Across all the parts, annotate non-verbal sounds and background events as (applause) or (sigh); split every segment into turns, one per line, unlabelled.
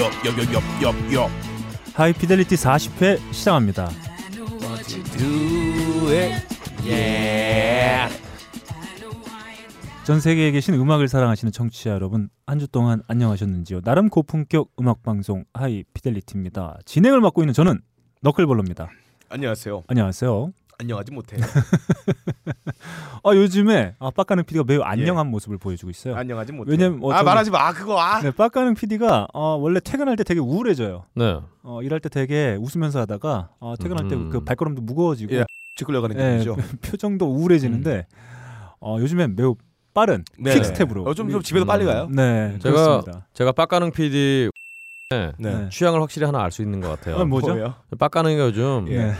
요요요요요요요요요
하이피델리티 40회 시작합니다.
예.
전 세계에 계신 음악을 사랑하시는 청취자 여러분, 한 주 동안 안녕하셨는지요? 나름 고품격 음악 방송 하이피델리티입니다. 진행을 맡고 있는 저는 너클볼러입니다.
안녕하세요.
안녕하세요.
안녕하지
(laughs)
못해.
아 요즘에 아 빡가는 PD가 매우 안녕한
예.
모습을 보여주고 있어요.
안녕하지 못해.
왜냐면 어,
아
저는-
말하지 마. 그거 아.
네, 빡가는 PD가 어, 원래 퇴근할 때 되게 우울해져요.
네.
어, 일할 때 되게 웃으면서 하다가 어, 퇴근할 때
음.
그 발걸음도 무거워지고
예. 찌끌려가는
예,
기분이죠. 음.
표정도 우울해지는데 어, 요즘엔 매우 빠른
네.
퀵 스텝으로
어, 좀, 좀 집에도 빨리
음.
가요.
네,
제가-
그렇습니다.
제가 빡가능 PD 의
네.
네.
취향을 확실히 하나 알 수 있는 것 같아요.
아, 뭐죠?
(laughs) 뭐예요?
빡가능이가 요즘
예.
네.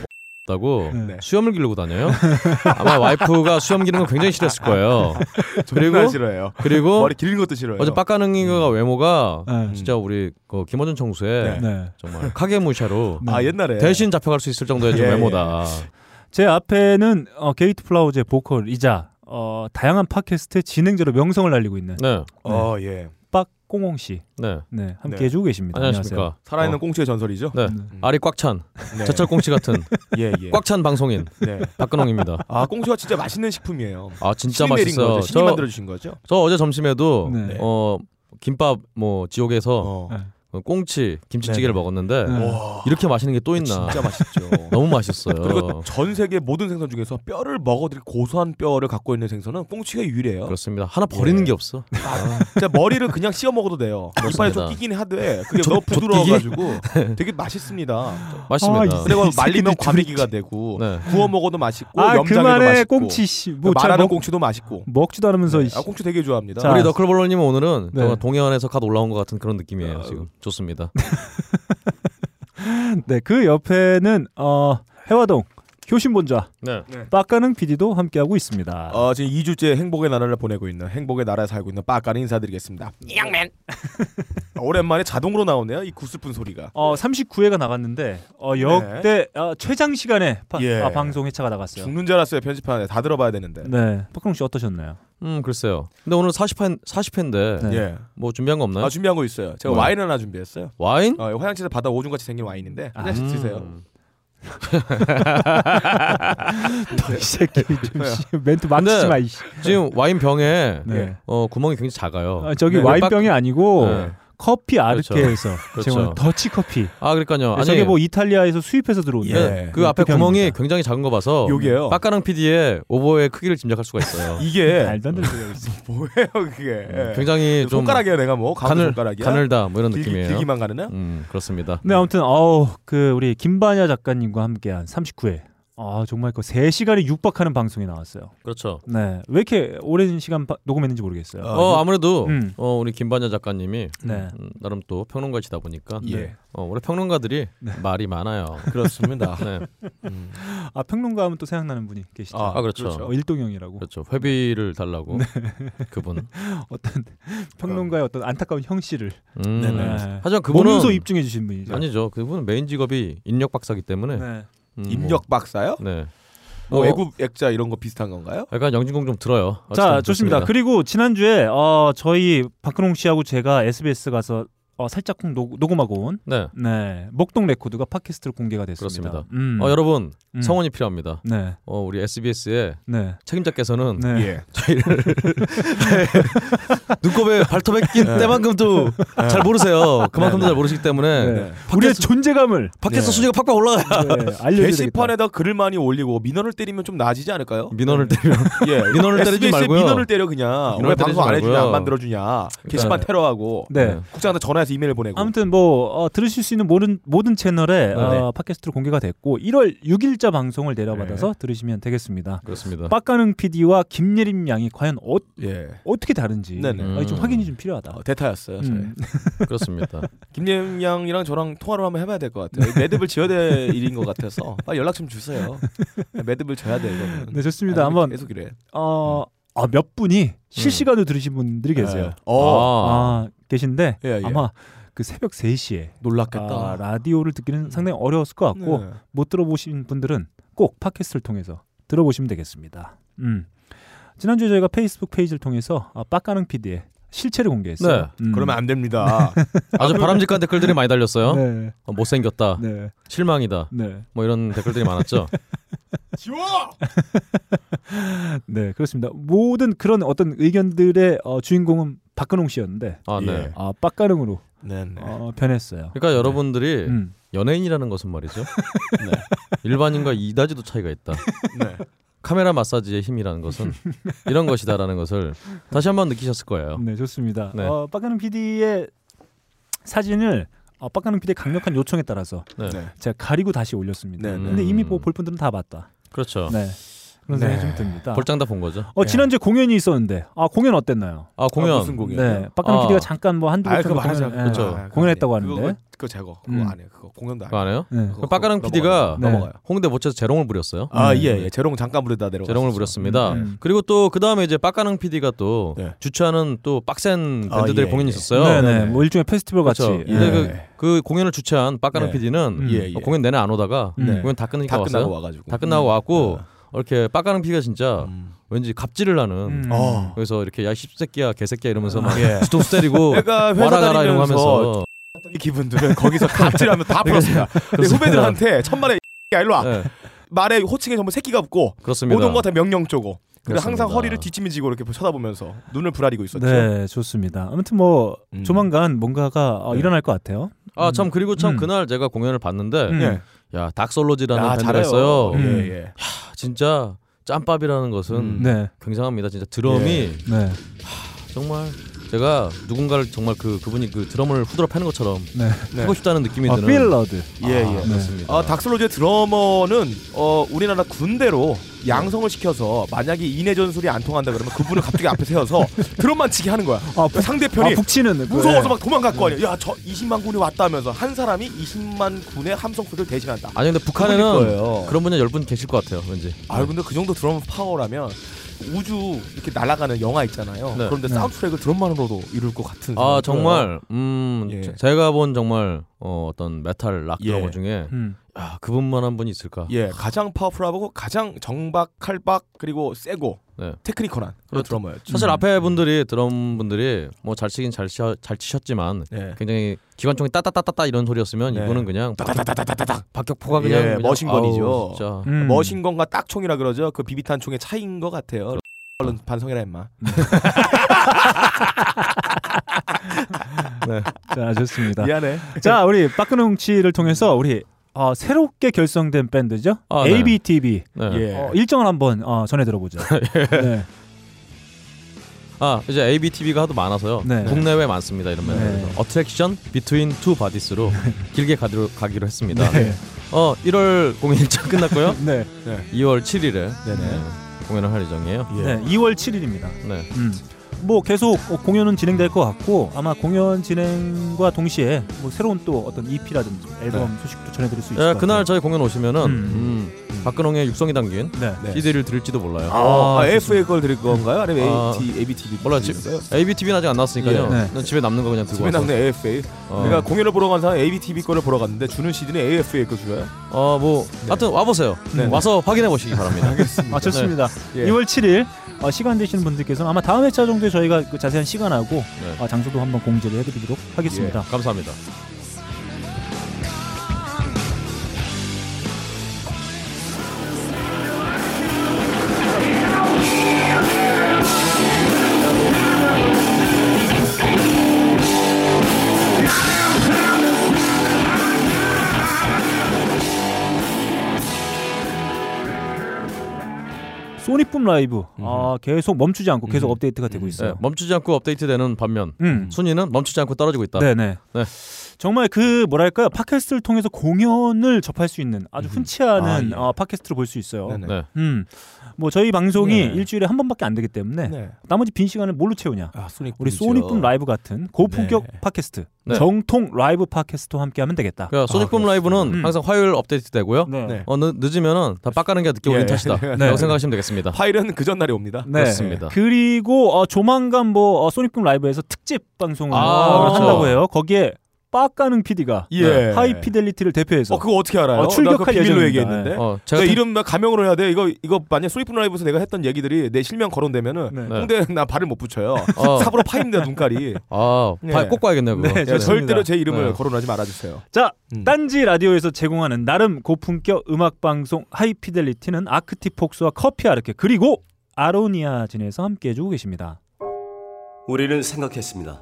없다고
네.
네.
수염을 기르고 다녀요. 아마 와이프가 수염 기르는 거 굉장히 싫었을
(laughs)
거예요.
정말
그리고
싫어요.
그리고
머리 기른 것도 싫어요. 음.
어제 빡가능이가 외모가
네.
진짜 우리 그 김원준 청수의
네.
네.
정말 카게무샤로
아 옛날에
대신 잡혀갈 수 있을 정도의 좀
예,
외모다.
제 앞에는 어, 게이트 플라워즈의 보컬이자 어, 다양한 팟캐스트 진행자로 명성을 날리고 있는
네.
어 예.
빡꽁홍 씨,
네.
네, 함께
네.
해주고 계십니다.
안녕하십니까.
살아있는
어,
꽁치의 전설이죠.
네.
안녕하세요. 네.
알이 꽉 찬,
네.
제철 꽁치 같은
(laughs) 예 예.
꽉 찬 방송인
네.
박근홍입니다.
아 꽁치가 진짜 맛있는 식품이에요.
아 진짜
신이 내린
맛있어.
거죠. 신이
저,
만들어 주신 거죠.
저 어제 점심에도
네.
어 김밥 뭐 지옥에서
어.
어, 꽁치 김치찌개를
네네.
먹었는데
네.
와.
이렇게 맛있는 게 또 음. 있나?
진짜 맛있죠.
(laughs) 너무 맛있어요.
(laughs) 그리고 전 세계 모든 생선 중에서 뼈를 먹어들일 고소한 뼈를 갖고 있는 생선은 꽁치가 유일해요.
그렇습니다. 하나 버리는
예.
게 없어.
진짜 머리를 그냥 씹어 먹어도 돼요. 이빨에
그렇습니다.
좀 끼긴 하되 그게
좀-
너무
좀
부드러워가지고 되게 맛있습니다.
(laughs)
아,
맛있습니다.
근데 그거 말리면
새끼들 둘이
과메기가 되고
네.
구워 먹어도 맛있고
아
염장에도
그만해
맛있고
꽁치 씨,
그
뭐
말하는
잘 먹,
꽁치도 맛있고
먹지도 않으면서
네.
이씨.
아, 꽁치 되게 좋아합니다.
자,
우리 너클볼러님 은 오늘은
네.
정말 동해안에서 갓 올라온 것 같은 그런 느낌이에요. 지금 좋습니다.
네, 그 옆에는 어, 해화동 효신본좌
네.
빡가능 PD도 함께하고 있습니다.
어, 지금 2주째 행복의 나라를 보내고 있는 행복의 나라에 살고 있는 빠까는 인사드리겠습니다. 양맨 오랜만에 자동으로 나오네요. 이 구슬픈 소리가.
어 39회가 나갔는데 어, 역대 어, 최장 시간에 파-
예.
아, 방송 회차가 나갔어요.
죽는 줄 알았어요. 편집하는데 다 들어봐야 되는데.
네, 빡가능 씨 어떠셨나요?
음 글쎄요. 근데 오늘 40회 40회인데
네.
예.
뭐 준비한 거 없나요?
아 준비한 거 있어요. 제가
뭐요?
와인 하나 준비했어요.
와인?
어, 화장실에서 받아 오줌 같이 생긴 와인인데
아,
하나씩 드세요.
음.
이 (laughs) 새끼 좀 씨, 멘트
근데-
망치지 마 이씨.
지금 와인 병에
네.
예.
어 구멍이 굉장히 작아요.
아, 저기
네.
와인병이 아니고
네.
커피
그렇죠.
아르케에서
그렇죠.
(laughs) 지금 더치 커피. 네,
아 그러니까요. 아니
저게 뭐 이탈리아에서 수입해서 들어온
예.
예.
그 앞에
그
구멍이
병입니다.
굉장히 작은 거 봐서
요게요.
빡가랑 PD의 오버의 크기를 짐작할 수가
(laughs)
있어요.
이게
말도 안 되는 네, 소리야.
뭐예요 그게? 예.
음, 굉장히 좀
손가락이야 내가 뭐 가운
가늘
손가락이야.
가늘다 뭐 이런
길기,
느낌이에요.
길기만 가느냐?
음 그렇습니다.
네 아무튼 어우 그 우리 김반야 작가님과 함께한 39회. 아 정말 그 3시간에 육박하는 방송이 나왔어요.
그렇죠.
네. 왜 이렇게 오랜 시간 바- 녹음했는지 모르겠어요.
어,
어 아무래도
음.
어 우리 김반야 작가님이
네.
음, 나름 또 평론가이시다 보니까
예. 네.
어 원래 평론가들이 말이 많아요.
(laughs) 그렇습니다.
네.
아 평론가 하면 또 생각나는 분이 계시죠.
아,
아 그렇죠.
그렇죠. 네.
어, 일동형이라고
그렇죠. 회비를 달라고 그분.
어떤 평론가의 어떤 안타까운 형씨를
음.
(laughs) 네네.
네.
하지만
몸소
그분은
입증해 주신 분이죠.
아니죠. 그분은 메인 직업이 입력 박사기 때문에
네.
음, 뭐,
입력 박사요?
네.
뭐
어,
애국 액자 이런 거 비슷한 건가요?
약간 영진공 좀 들어요.
자
어쨌든
좋습니다. 그리고 지난주에 어, 저희 박근홍 씨하고 제가 SBS 가서 어, 살짝 녹, 녹음하고
그-
온
네.
네. 목동 레코드가 팟캐스트로 공개가 됐습니다.
그렇습니다.
음.
어 여러분
음.
성원이 필요합니다.
네.
어 우리 SBS의
네.
책임자께서는
네.
예.
저희를
(laughs)
눈곱에 발톱에 낀
네.
때만큼도 잘 모르세요. 그만큼도
네.
잘 모르시기 때문에
네.
네.
우리의 존재감을
밖에서
네.
순위가 팍팍 올라가요.
네, 알려
게시판에다 글을 많이 올리고 민원을 때리면 좀 나아지지 않을까요?
(laughs) 민원을 때려.
예.
민원을
SBS
때리지
에
말고요.
민원을 때려 그냥.
민원을
왜
때리지
방송 안 해주냐
말고요.
안 만들어주냐. 게시판
네.
테러하고
네.
국장한테 전화해서 이메일 보내고. 네,
아무튼 뭐 어, 들으실 수 있는 모든 모든 채널에 어, 팟캐스트로 공개가 됐고 1월 6일자 방송을 내려받아서
네.
들으시면 되겠습니다.
그렇습니다.
빡가능 PD와 김예림 양이 과연 어,
예.
어떻게 다른지
네네.
아, 좀
음.
확인이 좀 필요하다.
어, 대타였어요. 저희.
음.
그렇습니다.
김예영 양이랑 저랑 통화를 한번 해봐야 될 것 같아요. 매듭을 지어야
(laughs)
될 일인 것 같아서 빨리 연락 좀 주세요. 네, 매듭을 져야 돼 이거는.
네 좋습니다.
아니면 음.
한번
계속 이래.
어, 아, 몇 분이
음.
실시간으로 들으신 분들이 계세요.
예. 어.
아,
아, 계신데
예, 그러니까. 예.
아마 그 새벽 3시에 아,
놀랐겠다.
아,
라디오를 듣기는
음.
상당히 어려웠을 것 같고
네.
못 들어보신 분들은 꼭 팟캐스트를 통해서 들어보시면 되겠습니다. 음. 지난주에 저희가 페이스북 페이지를 통해서 아, 빡가능 PD의 실체를 공개했어요. 음.
그러면 안
(laughs)
됩니다.
아주 바람직한 댓글들이 많이 달렸어요.
네,
어, 못생겼다.
네,
실망이다.
네,
뭐 이런 댓글들이 많았죠.
지워.
네, 그렇습니다. 모든 그런 어떤 의견들의 어, 주인공은 박근홍 씨였는데
아, 네.
예.
아, 빡가릉으로
네, 네.
어, 변했어요.
그러니까 여러분들이
음.
연예인이라는 것은
(laughs)
말이죠. 네. 일반인과 이다지도 차이가 있다.
네.
카메라 마사지의 힘이라는 것은 이런 것이다라는 것을 다시 한번 느끼셨을 거예요.
음.
네, 좋습니다.
네.
어, 빡가릉 PD의 사진을 어, 빡가릉 PD의 강력한 요청에 따라서
네.
네.
제가 가리고 다시 올렸습니다.
네, 네.
근데 이미
음.
뭐 볼 분들은 다 봤다.
그렇죠.
네. 그런
네. 예.
생각이 좀 듭니다.
볼장 다 본 거죠.
어, 지난주에 공연이 있었는데 아 공연 어땠나요?
아 공연.
아, 무슨 공연?
네, 빡가는
아.
PD가 잠깐 뭐 한두
아,
곡 정도
그거 말하자.
공연- 예,
그쵸.
아, 그거
공연했다고
아니에요.
하는데
그거 그거 제거. 그거
음.
안 해. 그거 공연도 안
그거
해.
안 해요?
네.
그거
빠까랑
넘어가요.
PD가
네.
넘어가요.
홍대 모처에서 재롱을 부렸어요.
아,
네.
예, 예. 재롱 잠깐 부르다 내려가.
재롱을 부렸습니다.
음.
그리고 또 그 다음에 이제 빠까랑 PD가 또
네.
주최하는 또 빡센
아,
밴드들의
예,
공연이
예.
있었어요.
네, 네,
네.
뭐 일종의 페스티벌 같이.
그렇죠.
예.
근데
예.
그, 그 공연을 주최한 빠까랑
네.
PD는
음.
예, 예.
어, 공연 내내 안 오다가
음.
공연 다 끊으니까
다
왔어요.
끝나고 와 가지고. 음. 아.
다 끝나고 왔고 이렇게 빠까랑 PD가 진짜 왠지 갑질을 하는
음.
어.
그래서 이렇게 야 십새끼야 개새끼야 이러면서 막
예.
뒤통수 때리고
그러니까 (laughs) 회사
와라 가라 이런 거
다니면서
하면서
이 기분들은 거기서 갑질하면 다 풀었습니다. 근데
(laughs) 그렇습니다.
후배들한테 천만에 야 일로 와
네,
말에 호칭에 전부 새끼가 없고
그렇습니다.
모든 거 다 명령 쪼고. 그리고
그렇습니다.
항상 허리를 뒷짐지고 이렇게 쳐다보면서 눈을 부라리고 있었죠.
네, 좋습니다. 아무튼 뭐
음.
조만간 뭔가가 어,
네.
일어날 것 같아요.
아 참 그리고 참
음.
그날 제가 공연을 봤는데
음.
예.
야 닥솔로지라는
아,
밴드가
잘해요.
있어요.
음.
예, 예.
아, 진짜 짬밥이라는 것은
음. 예.
네,
굉장합니다. 진짜 드럼이
네,
정말 제가 누군가를 정말 그 그분이 그 드럼을 후드러 패는 것처럼
네.
네.
하고 싶다는 느낌이
아,
드는.
필러드.
예, 예.
그렇습니다.
아, 닥슬로즈의 드러머는 어, 우리나라 군대로
네.
양성을 시켜서 만약에 인해 전술이 안 통한다 그러면 그분을 갑자기 앞에
(laughs)
세워서 드럼만 치게 하는 거야.
아, 북, 아,
상대편이
북치는 그-
네.
무서워서 막 도망갈 거 아니야. 야, 저 20만 군이 왔다면서 한 사람이 20만 군의 함성 소리를 대신한다. 그러니까
아니 근데
그분일
북한에는
거예요.
그런 그러니까 분이 열분 계실 것 같아요. 왠지.
아, 근데 그 정도 드럼 파워라면 우주 이렇게 날아가는 영화 있잖아요.
네.
그런데
네.
사운드 트랙을 드럼만으로도 이룰 것 같은.
아
생각이 들어요.
정말 음
예.
제- 제가 본 정말 어, 어떤 메탈 락
예.
드러머 중에
음.
야 그분만 한 분이 있을까?
예, 가장 파워풀하고 가장 정박, 칼박 그리고 세고
네.
테크니컬한 그런
그렇죠.
드러머였죠.
사실
음.
앞에 분들이 드럼 분들이 뭐 잘 치긴 잘, 치, 잘 치셨지만
예.
굉장히 기관총이 따따따따따 이런 소리였으면
네.
이분은 그냥
따다다다다다닥
박격포가 그냥,
예,
그냥
머신건이죠.
아우, 진짜
음.
머신건과 딱총이라 그러죠. 그 비비탄 총의 차이인 것 같아요. 얼른 반성해라 임마.
자, 좋습니다.
미안해.
자, 우리 박근홍 씨를 통해서 우리 어, 새롭게 결성된 밴드죠.
아, 네.
ABTV
네.
예.
어, 일정을 한번 어, 전해 들어보죠. 네.
아 이제 ABTV가 하도 많아서요.
네.
국내외 많습니다. 이런 면에서
네.
어트랙션 비트윈
(laughs)
투 바디스로 길게 가기로, 가기로 했습니다.
네.
어 1월 공연 일정 끝났고요.
네.
2월 7일에
네네.
공연을 할 예정이에요.
예.
네, 2월 7일입니다.
네.
음. 뭐 계속 어, 공연은 진행될 것 같고 아마 공연 진행과 동시에 뭐 새로운 또 어떤 EP라든지 앨범 소식도 전해드릴 수 있을
예,
것
그날
같아요.
저희 공연 오시면은
네. 음.
음, 박근홍의 육성이 담긴
네.
네.
CD를 드릴지도 몰라요.
아, FA 걸 드릴 건가요? 아니면
아,
AT, ABTV?
몰라요. 지-
드릴까요?
ABTV는 아직 안 나왔으니까요.
네. 예, 네.
난 집에 남는 거 그냥 들고
집에
와서.
남는 AFA.
어.
내가 공연을 보러 간 사람 ABTV 거를 보러 갔는데 주는 CD는 AFA 거 줄어요?
어, 뭐 하여튼 와 보세요.
네.
와서 확인해 보시기 바랍니다. 네.
아 좋습니다.
예.
2월 7일 어, 시간 되시는 분들께서는 아마 다음 회차 정도에 저희가 그 자세한 시간하고 어, 장소도 한번 공지를 해드리도록 하겠습니다.
예, 감사합니다.
소니뿜 라이브 아, 계속 멈추지 않고 계속
음.
업데이트가 되고 있어요.
네, 멈추지 않고 업데이트되는 반면
음.
순위는 멈추지 않고 떨어지고 있다.
네네.
네.
정말 그 뭐랄까요 팟캐스트를 통해서 공연을 접할 수 있는 아주
음.
흔치 않은
아, 예.
어, 팟캐스트로 볼 수 있어요.
네네.
네.
음, 뭐 저희 방송이
네.
일주일에 한 번밖에 안 되기 때문에
네.
나머지 빈 시간을 뭘로 채우냐?
아, 소닉
우리 소닉붐 라이브 같은 고품격
네.
팟캐스트,
네.
정통 라이브 팟캐스트와 함께하면 되겠다.
그러니까 소닉붐
아, 그렇습니다.
라이브는
음.
항상 화요일 업데이트되고요.
네.
네.
어, 늦, 늦으면은 다 빡가는 게 늦게 오긴
예.
탓이다.
네.
라고 생각하시면 되겠습니다.
파일은 그 전날에 옵니다.
네.
그렇습니다.
그리고 어, 조만간 뭐 어, 소닉붐 라이브에서 특집 방송을
아,
한다고
그렇죠.
해요. 거기에 빠까능 PD가
예.
하이피델리티를 대표해서
어 그거 어떻게 알아요?
어, 출격할
나그 비밀로
예정입니다.
얘기했는데.
어,
제가
제가 이름
이름 막 가명으로 해야 돼. 이거 이거 만약 소이프 라이브에서 내가 했던 얘기들이 내 실명 거론되면은
네.
홍대 나 발을 못 붙여요.
어,
삽으로 파입니다 눈깔이.
아,
예.
발 꼭 봐야겠네요, 그거.
네,
예,
좋습니다.
절대로 제 이름을
네.
거론하지 말아주세요.
자,
음.
딴지 라디오에서 제공하는 나름 고품격 음악 방송 하이피델리티는 아크티폭스와 커피 아르케 그리고 아로니아진에서 함께 해주고 계십니다.
우리는 생각했습니다.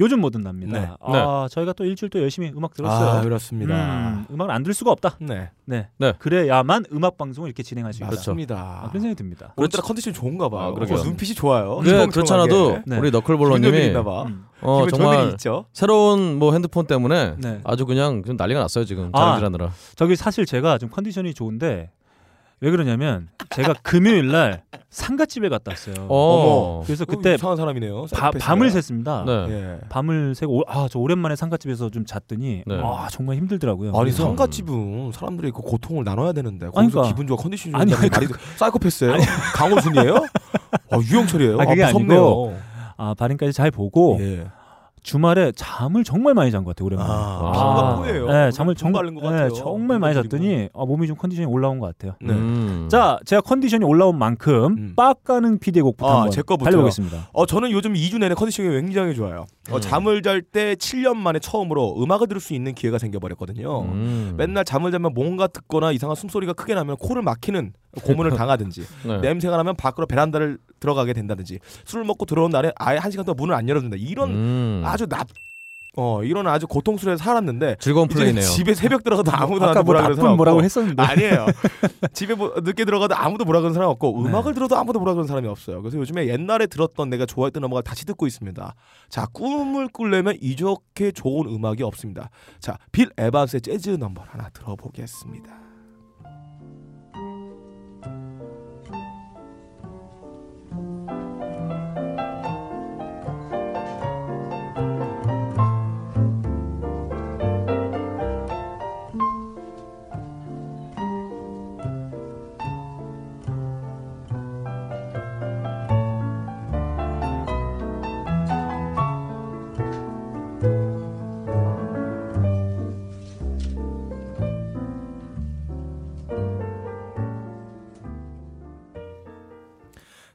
요즘 뭐든 납니다.
네. 아,
아, 저희가 또 일주일 또 열심히 음악 들었어요.
그렇습니다.
음, 음악을 안 들을 수가 없다.
네, 그렇죠.
네.
네.
그래야만 음악 방송을 이렇게 진행할 수 있다.
맞습니다.
아, 그런 생각이 듭니다.
오늘따라 컨디션 좋잖아. 좋은가 봐.
아,
요 어,
그러게요.
눈빛이 좋아요.
네, 그렇잖아도
네.
볼로님이
우리 너클볼러님이
있나 봐.
음.
어,
기분 좋은 일이
정말
있죠.
새로운 뭐 핸드폰 때문에
네.
아주 그냥 좀 난리가 났어요 지금
아.
자랑질하느라.
저기 사실 제가 좀 컨디션이 좋은데 왜 그러냐면 제가 금요일 날 (laughs) 상가집에 갔다 왔어요.
어.
그래서
어,
그때
이상한 사람이네요.
바-
사이코패스가.
밤을 샜습니다.
네.
예.
밤을 새고 아 저 오랜만에 상가집에서 좀 잤더니
네.
아 정말 힘들더라고요.
아니
그래서-
상가집은 사람들이 그 고통을 나눠야 되는데 거기서
그러니까.
기분 좋아 컨디션
아니,
좋은다는 말이 사이코패스예요?
(laughs)
강호순이에요? 아, 유영철이에요?
아,
아,
그게
무섭네요.
아 발인까지 잘 보고
예.
주말에 잠을 정말 많이 잔 것 같아요 오랜만에.
아,
아.
피부가 뿌예요.
네, 잠을
정
정,
바른 것
네,
같아요.
정말 많이 잤더니 아, 몸이 좀 컨디션이 올라온 것 같아요.
네.
음.
자, 제가 컨디션이 올라온 만큼
음.
빡가는 피디의 곡부터
아,
한번
제 거부터요?
달려보겠습니다.
어 저는 요즘 2주 내내 컨디션이 굉장히 좋아요. 어,
음.
잠을 잘 때 7년 만에 처음으로 음악을 들을 수 있는 기회가 생겨버렸거든요.
음.
맨날 잠을 자면 뭔가 듣거나 이상한 숨소리가 크게 나면 코를 막히는 고문을 당하든지
네.
냄새가 나면 밖으로 베란다를 들어가게 된다든지 술을 먹고 들어온 날에 아예 한 시간 동안 문을 안 열어준다 이런
음.
아주 나어 이런 아주 고통스러워 살았는데
즐거운
이제
플레이네요.
집에 새벽 들어가도 아무도 나한테
아까 뭐
뭐라 그러는 사람
나쁜 뭐라고
없고. (laughs)
했었는데
아니에요. 집에 뭐- 늦게 들어가도 아무도 뭐라 그러는 사람 없고
네.
음악을 들어도 아무도 뭐라 그러는 사람이 없어요. 그래서 요즘에 옛날에 들었던 내가 좋아했던 음악을 다시 듣고 있습니다. 자 꿈을 꾸려면 이렇게 좋은 음악이 없습니다. 자빌 에반스의 재즈 넘버 하나 들어보겠습니다.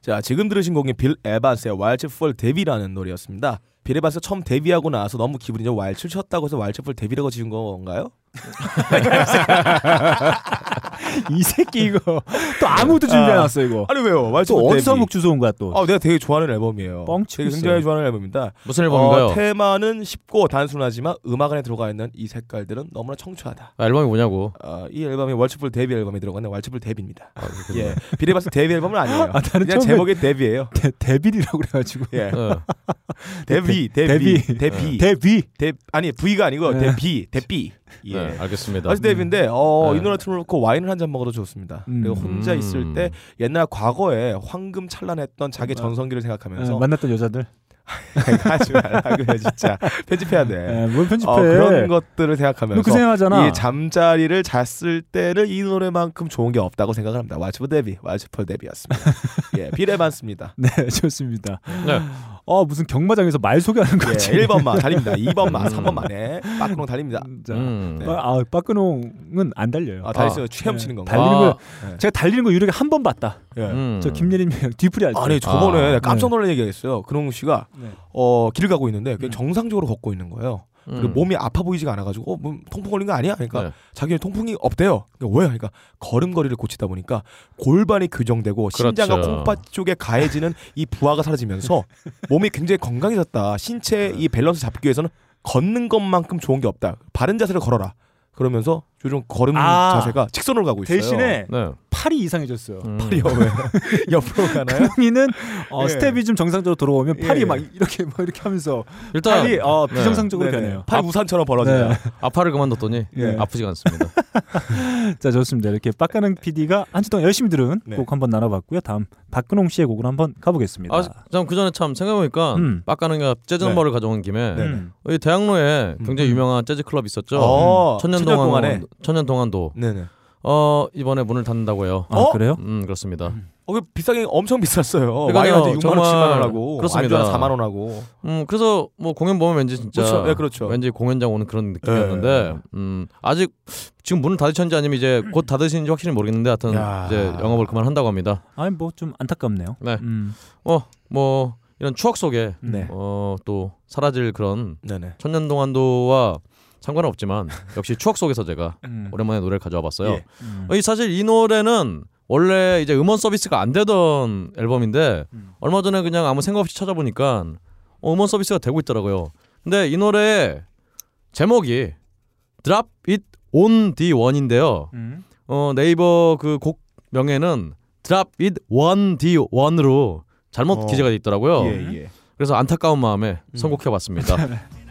자 지금 들으신 곡이 빌 에반스의 왈츠풀 데뷔라는 노래였습니다. 빌 에반스 처음 데뷔하고 나서 너무 기분이 좀 왈츠 쳤다고 해서 왈츠풀 데뷔라고 지은 건가요?
(laughs) 이 새끼 이거 또 아무도 준비 안 왔어 이거.
아니 왜요? 왈츠풀
또
데뷔.
어디서 곡 주워 온거야 또.
아 내가 되게 좋아하는 앨범이에요.
뻥치고
되게 굉장히
있어요.
좋아하는 앨범입니다.
무슨 앨범인가요?
어, 테마는 쉽고 단순하지만 음악 안에 들어가 있는 이 색깔들은 너무나 청초하다.
아,
(laughs)
앨범이 뭐냐고.
어, 이 앨범이 월츠풀 데뷔 앨범에 들어가는 월츠풀 데뷔입니다.
아, 그렇군요.
예, 비례봤을 데뷔 앨범은 아니에요.
(laughs) 아, 나는
그냥
처음에-
제목이 데뷔예요.
(laughs) 데, 데빌이라고 그래가지고 (laughs)
예,
네.
데뷔, 데뷔,
데뷔.
데뷔,
데뷔.
데 아니 V가 아니고
네.
데뷔, 데뷔. 예.
네, 알겠습니다.
아직 데뷔인데 어,
네.
이 노래 틀어놓고 와인을 한 잔 먹어도 좋습니다.
음.
그리고 혼자 있을 때 옛날 과거에 황금 찬란했던 자기 전성기를
예,
생각하면서
만났던 여자들.
(laughs) 하지 말라 그래 진짜 편집해야 돼.
예, 뭘 편집해?
어, 그런 것들을
너
생각하면서
그 생각하잖아.
이 잠자리를 잤을 때는 이 노래만큼 좋은 게 없다고 생각을 합니다. 왓츠풀 데뷔,
(laughs)
왓츠풀 데뷔였습니다. 예, 비례반스입니다.
네, (laughs) 좋습니다.
네.
어 무슨 경마장에서 말 소개하는
예,
거지.
1번만 달립니다. 2번만,
음.
3번만에 빠꾸롱 달립니다.
(laughs) 자,
음.
네.
아, 아, 빠끄농은 안 달려요.
아, 달리스 취
네,
치는 건가?
달리는
아.
거
네.
제가 달리는 거 유력에 한 번 봤다.
예.
음.
저 김예림이랑 (laughs) 뒤풀이 할 때.
아니 네, 저번에
아.
깜짝 놀란 얘기했어요. 근홍 씨가
네.
어, 길을 가고 있는데 그냥
음.
정상적으로 걷고 있는 거예요.
음.
그리고 몸이 아파 보이지가 않아가지고 어, 뭐 통풍 걸린 거 아니야? 그러니까
네.
자기는 통풍이 없대요. 그러니까 왜? 그러니까 걸음걸이를 고치다 보니까 골반이 교정되고 심장과
그렇죠.
콩팥 쪽에 가해지는 (laughs) 이 부하가 사라지면서 몸이 굉장히 건강해졌다.
네.
신체 이 밸런스 잡기 위해서는 걷는 것만큼 좋은 게 없다. 바른 자세를 걸어라. 그러면서 요즘 걸음
아.
자세가 직선으로 가고 있어요.
대신에
네.
팔이 이상해졌어요.
음.
팔이 왜 (laughs) 옆으로 가나요?
본인은 어,
예.
스텝이 좀 정상적으로 돌아오면 팔이
예.
막 이렇게 막 이렇게 하면서
일단
팔이 어, 비정상적으로
네네.
변해요.
팔 우산처럼 벌어져요.
네.
아파를 그만뒀더니
예.
아프지가 않습니다.
자 좋습니다. 이렇게 빡가는 PD가 한 주 동안 열심히 들은
네.
곡 한번 나눠봤고요. 다음 박근홍 씨의 곡으로 한번 가보겠습니다.
아, 참 그 전에 참 생각해보니까
음.
빡가는가 재즈넘버를 가져온 김에
네.
음.
이 대학로에
음.
굉장히 유명한 재즈 클럽
(laughs)
있었죠.
어,
천년
천년
동안 뭐-
동안에. 음.
천년 동안도
네네.
어 이번에 문을 닫는다고요.
아
어?
그래요?
음 그렇습니다.
어, 그 비싸게 엄청 비쌌어요.
그러니까요,
와인한테 6만 원,
정말
7만 원하고
그렇습니다.
안주 한 4만 원하고.
음 그래서 뭐 공연 보면 왠지 진짜
그렇죠. 네, 그렇죠. 네.
왠지 공연장 오는 그런 느낌이었는데 음 아직 지금 문을 닫으셨는지 아니면 이제 곧 닫으시는지 확실히 모르겠는데 하여튼
야.
이제 영업을 그만한다고 합니다.
아니 뭐 좀 안타깝네요.
네.
음.
뭐 이런 추억 속에
네.
어 또 사라질 그런
네네.
천년 동안도와 상관은 없지만 역시 추억 속에서 제가
음.
오랜만에 노래를 가져와 봤어요.
예.
음.
이 사실 이 노래는 원래 이제 음원 서비스가 안 되던 앨범인데
음.
얼마 전에 그냥 아무 생각 없이 찾아보니까 어, 음원 서비스가 되고 있더라고요. 근데 이 노래 제목이 Drop It On The One인데요.
음.
어, 네이버 그 곡 명에는 Drop It On The One으로 잘못
어.
기재가 돼 있더라고요.
예, 네. 예.
그래서 안타까운 마음에 선곡해봤습니다.
(laughs)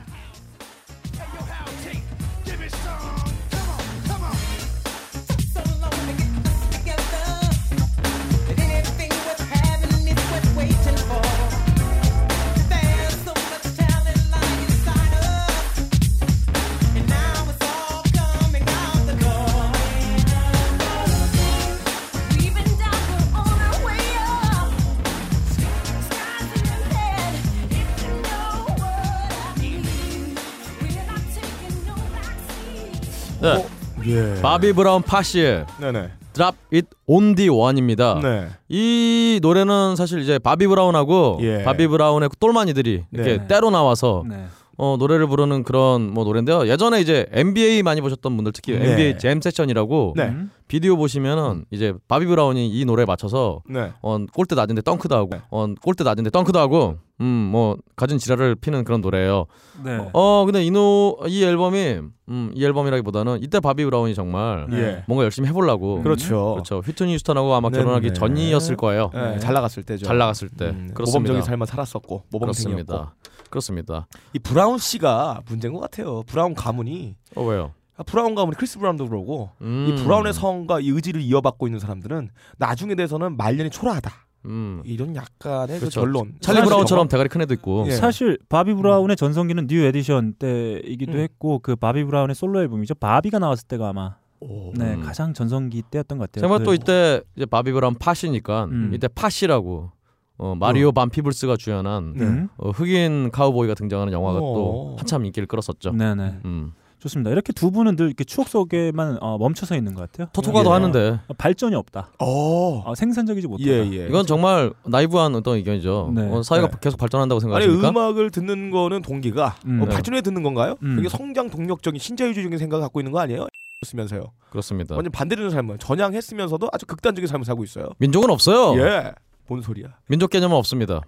네,
예.
바비 브라운 파시의
네네.
Drop It On The One입니다.
네.
이 노래는 사실 이제 바비 브라운하고
예.
바비 브라운의 그 똘마니들이 이렇게
네.
때로 나와서
네.
어, 노래를 부르는 그런 뭐 노래인데요. 예전에 이제 NBA 많이 보셨던 분들 특히
네.
NBA 잼 세션이라고
네.
음.
비디오 보시면은 이제 바비 브라운이 이 노래에 맞춰서
네.
어, 골대 낮은데 덩크도 하고
네.
어, 골대 낮은데 덩크도 하고 음 뭐 가진 지랄을 피는 그런 노래예요.
네.
어 근데 이노 이 앨범이 음, 이 앨범이라기보다는 이때 바비 브라운이 정말
네.
예.
뭔가 열심히 해보려고
그렇죠.
음. 그렇죠. 휘트니 휴스턴하고 아마
네네.
결혼하기 전이었을 거예요.
예,
네.
잘 나갔을 때죠.
잘 나갔을 때
음, 모범적인
그렇습니다.
삶을 살았었고 모범생이었고.
그렇습니다. 그렇습니다.
이 브라운 씨가 문제인 것 같아요. 브라운 가문이
어 왜요?
아, 브라운 가문이 크리스 브라운도 그러고
음,
이 브라운의 성과 이 의지를 이어받고 있는 사람들은 나중에 대해서는 말년이 초라하다.
음.
이런 약간의 그
그렇죠.
결론.
찰리 브라운처럼 대가리 큰 애도 있고.
예.
사실 바비 브라운의 전성기는 뉴 에디션 때이기도
음.
했고 그 바비 브라운의 솔로 앨범이죠. 바비가 나왔을 때가 아마
오.
네,
음.
가장 전성기 때였던 것 같아요.
제가
그-
네.
또 이때 이제 바비 브라운 파시니까
음.
이때 파시라고 어, 마리오 반 피블스가 주연한
네.
음?
어, 흑인 카우보이가 등장하는 영화가
오.
또 한참 인기를 끌었었죠.
네, 네.
음.
좋습니다. 이렇게 두 분은 늘 이렇게 추억 속에만 어, 멈춰서 있는 것 같아요.
토토가도
예.
하는데
어, 발전이 없다.
어.
어, 생산적이지 못하다.
예, 예.
아, 이건 정말 나이브한 어떤 의견이죠.
네.
어, 사회가
네.
계속 발전한다고
아니
생각하십니까?
음악을 듣는 거는 동기가
음.
어,
네.
발전해 듣는 건가요?
음.
이게 성장 동력적인 신자유주의적인 생각을 갖고 있는 거 아니에요? 쓰면서요.
그렇습니다.
완전 반대되는 삶을 전향했으면서도 아주 극단적인 삶을 살고 있어요.
민족은 없어요.
예. 뭔 소리야?
민족 개념은 없습니다.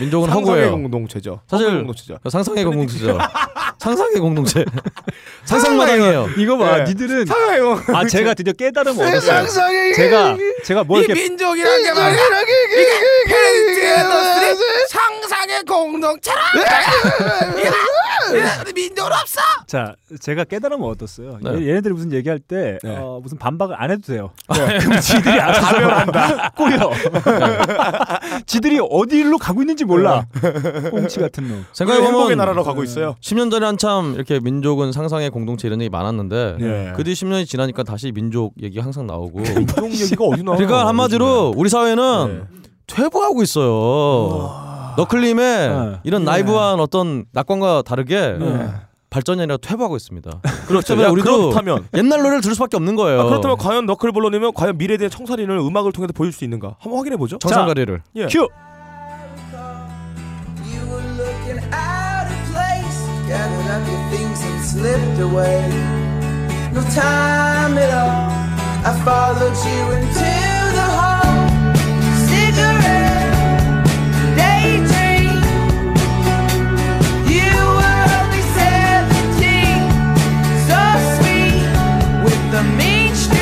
민족은
상상의
허구예요.
공동체죠.
사실-
허구의 공동체죠. 그러니까.
상상의 공동체죠.
(laughs)
상상의 공동체. 상상마당이에요.
이거 봐.
예.
니들은
상상의 공.
아
(laughs)
제가 드디어 깨달음을 얻었어요.
상상의
제가 제가 뭐 이렇게
민족이란 게 말이야. 이게 페인트의 상상의 공동체라. 민족 없어.
자 제가 깨달음을 얻었어요.
네.
얘, 얘네들이 무슨 얘기할 때
네.
어, 무슨 반박을 안 해도 돼요. (laughs) 그럼 지들이 알아서 가면한다. (laughs) 꼬여. 지들이 어디로 가고 있는지 몰라. 꽁치 같은 놈.
행복의
생각해보면
나라로 가고 있어요.
10년 전에 한참 이렇게 민족은 상상의 공동체 이런 얘기 많았는데
네. 그러니까.
그 뒤 10년이 지나니까 다시 민족 얘기가 항상 나오고
민족 얘기가 어디 나와?
그러니까 한마디로 우리 사회는 퇴보하고 있어요. 너클림의
네.
이런 나이브한 어떤 낙관과 다르게 발전이 아니라 퇴보하고 있습니다. 그렇기 때문에 그렇죠. 우리도
그렇죠.
어.
그렇다면
옛날 노래를 들을 수밖에 없는 거예요.
아, 그렇다면 과연 너클볼러님은 과연 미래에 대한 청사진을 음악을 통해서 보여줄 수 있는가? 한번 확인해 보죠.
정상가리를
예.
큐.
You were looking out of place, gathered up your things and slipped away. No time at all. I followed you into the hall. Cigarette, daydream. You were only 17, so sweet with the mean streak.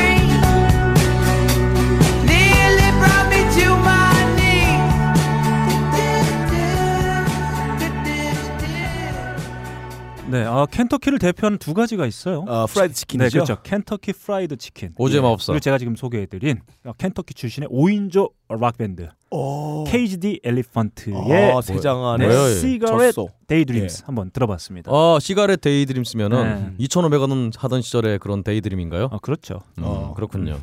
네, 아 켄터키를 대표하는 두 가지가 있어요.
어, 프라이드
네,
치킨이죠.
그렇죠. 켄터키 프라이드 치킨.
오즈의
예.
마법사.
그리고 제가 지금 소개해드린 어, 켄터키 출신의 5인조 락 밴드
오.
KGD 엘리펀트의
아, 세장 안에
네,
예, 뭐예요?
시가렛
젖소.
데이드림스 한번 들어봤습니다.
아 시가렛 데이드림 쓰면은
네.
2,500원 하던 시절의 그런 데이드림인가요?
아, 그렇죠.
음,
어.
그렇군요.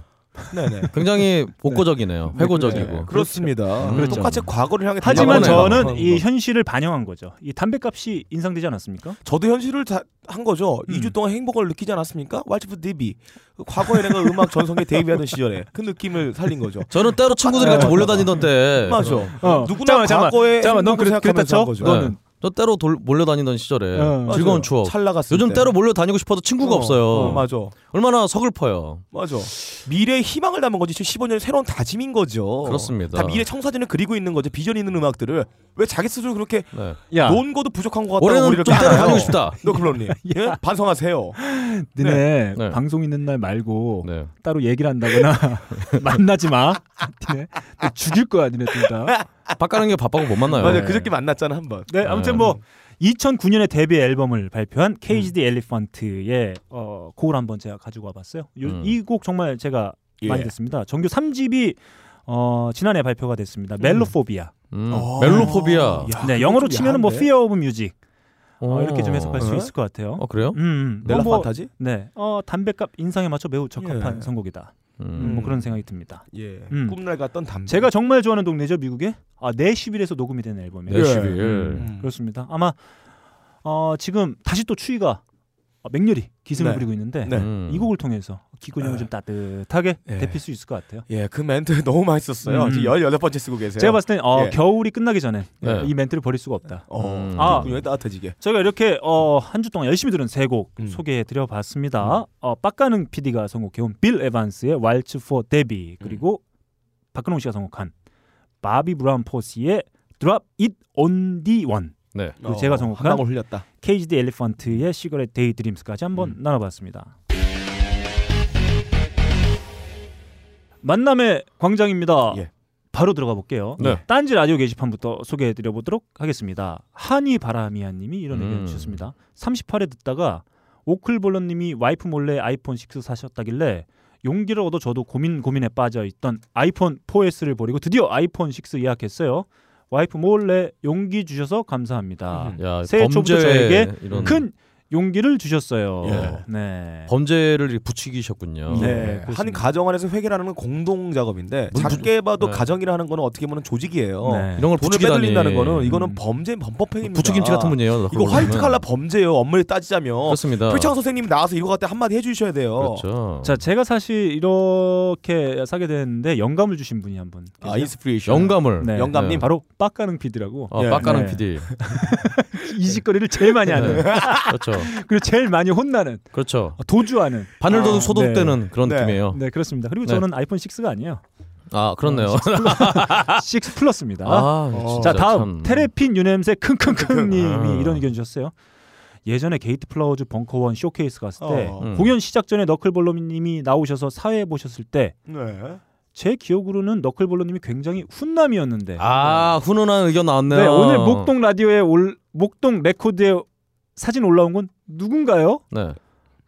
네네.
굉장히 복고적이네요. 회고적이고.
네, 그렇습니다.
음.
똑같이 과거를 향해
하지만
맞아요.
달려가는
저는
거예요. 음.
이 현실을 반영한 거죠. 이 담배값이 인상되지 않았습니까?
저도 현실을 다, 한 거죠.
음.
2주 동안 행복을 느끼지 않았습니까? 왈츠프 디비. 그 과거에 내가 음악 전성에 데뷔하던 시절에 그 느낌을 살린 거죠.
저는 따로 친구들이 같이 몰려다니던 때. 네.
맞아.
어,
누구나 과거에
넌
행복을
그랬-
생각하면서
그랬다
한
쳐?
거죠.
너는
저 따로 돌, 몰려다니던
어.
시절에
네. 맞아요.
네. 즐거운 추억.
찰나갔을
요즘
때.
따로 몰려다니고 싶어도 친구가
어,
없어요.
어, 맞아.
얼마나 서글퍼요.
맞아. 미래의 희망을 담은 거지. 15년 새로운 다짐인 거죠.
그렇습니다.
다 미래 청사진을 그리고 있는 거죠. 비전 있는 음악들을 왜 자기 스스로 그렇게
네.
야,
논거도 부족한 것 같다고
올해는
우리를
좀 따로
까나요?
다니고 싶다. (laughs)
노클론님 예? 반성하세요.
니네
네.
방송 있는 날 말고
네.
따로 얘기를 (laughs) 한다거나 만나지 마. 니네 너 죽일 거야, 니네 둘 다.
바깥가는 게 바빠고 못 만나요.
맞아. 그저께 만났잖아 한 번.
네, 아무튼 뭐 2009년에 데뷔 앨범을 발표한 KGD 엘리펀트의 어, 곡을 한번 제가 가지고 와봤어요.
음.
이 곡 정말 제가
예.
많이 듣습니다. 정규 3집이 어, 지난해 발표가 됐습니다. 멜로포비아.
음,
어.
멜로포비아.
야,
네, 영어로 치면은 뭐
야한데?
Fear of Music 어,
어.
이렇게 좀 해석할 수
어.
있을 것 같아요.
어 그래요?
음, 음,
넬라
어, 뭐,
판타지?
네, 어, 담배값 인상에 맞춰 매우 적합한
예.
선곡이다. 음,
음.
뭐 그런 생각이 듭니다.
예.
음.
꿈날 같던 담배.
제가 정말 좋아하는 동네죠, 미국에. 아, 내시빌에서 녹음이 된 앨범이에요.
네, 11.
음.
그렇습니다. 아마 어, 지금 다시 또 추위가 어, 맹렬히 기승을
네.
부리고 있는데
네.
음.
이 곡을 통해서 기권형을
예.
좀 따뜻하게
예.
데필 수 있을 것 같아요.
예, 그 멘트 (laughs) 너무 맛있었어요.
음.
지금 18번째 쓰고 계세요.
제가 봤을 땐 어,
예.
겨울이 끝나기 전에
네.
이 멘트를 버릴 수가 없다.
어.
음.
아.
분명히 따뜻해지게.
저희가 이렇게 어, 한 주 동안 열심히 들은 세 곡
음.
소개해 드려봤습니다. 어, 빡가는 PD가 선곡해온 빌 에반스의 왈츠 포 데뷔 그리고 박근홍 씨가 선곡한 바비 브라운 포스의 드랍 잇온디 원
네.
그리고 제가
어, 한
선곡한
방울 흘렸다.
케이지드 엘리펀트의 시그렛 데이 드림스까지 한번 나눠봤습니다. 만남의 광장입니다.
예.
바로 들어가 볼게요.
네.
딴지 라디오 게시판부터 소개해드려 보도록 하겠습니다. 한이 바라미아님이 이런
음.
의견 주셨습니다. 38회 듣다가 오클볼런님이 와이프 몰래 아이폰 6 사셨다길래 용기를 얻어 저도 고민 고민에 빠져 있던 아이폰 4S를 버리고 드디어 아이폰 6 예약했어요. 와이프 몰래 용기 주셔서 감사합니다.
음.
야,
새해 초부터
범죄에
저에게
이런
큰 용기를 주셨어요.
예.
네.
범죄를 붙이기셨군요.
네,
예. 한
그렇습니다.
가정 안에서 회계라는 건 공동 작업인데
문-
작게 봐도
네.
가정이라는 거는 어떻게 보면 조직이에요.
네.
이런
돈을
걸 부추기다니. 그
빼돌린다는 거는 이거는
음.
범죄 범법행위입니다.
부추김치 같은 분이에요.
이거 화이트 어, 칼라 범죄예요. 엄밀히 따지자면.
그렇습니다.
표창 선생님 나와서 이거 갖다 한마디 해주셔야 돼요.
그렇죠.
자, 제가 사실 이렇게 사게 됐는데 영감을 주신 분이 한 분.
아 인스피레이션.
영감을.
네.
영감님.
바로 빡가능 PD라고
어,
예.
빡가는
네.
PD.
이짓거리를 제일 많이 하는
네. 그렇죠.
(laughs) 그리고 제일 많이 혼나는
(laughs)
어,
그렇죠.
도주하는
바늘 도둑
아,
소독되는 그런
네.
느낌이에요.
네 그렇습니다. 그리고
네.
저는 아이폰 6가 아니에요.
아, 그렇네요.
(laughs) 6 플러스입니다.
아,
어.
진짜
자 다음
참.
테레핀 유냄새 킁킁킁님이
아.
이런 의견 주셨어요. 예전에 게이트 플라워즈 벙커원 쇼케이스 갔을 때
어.
음.
공연 시작 전에 너클볼로님이 나오셔서 사회 보셨을 때 제
네.
기억으로는 너클볼로님이 굉장히 훈남이었는데
아, 훈훈한 의견 나왔네요.
네, 오늘 목동 라디오에 올 목동 레코드에 사진 올라온 건 누군가요?
네.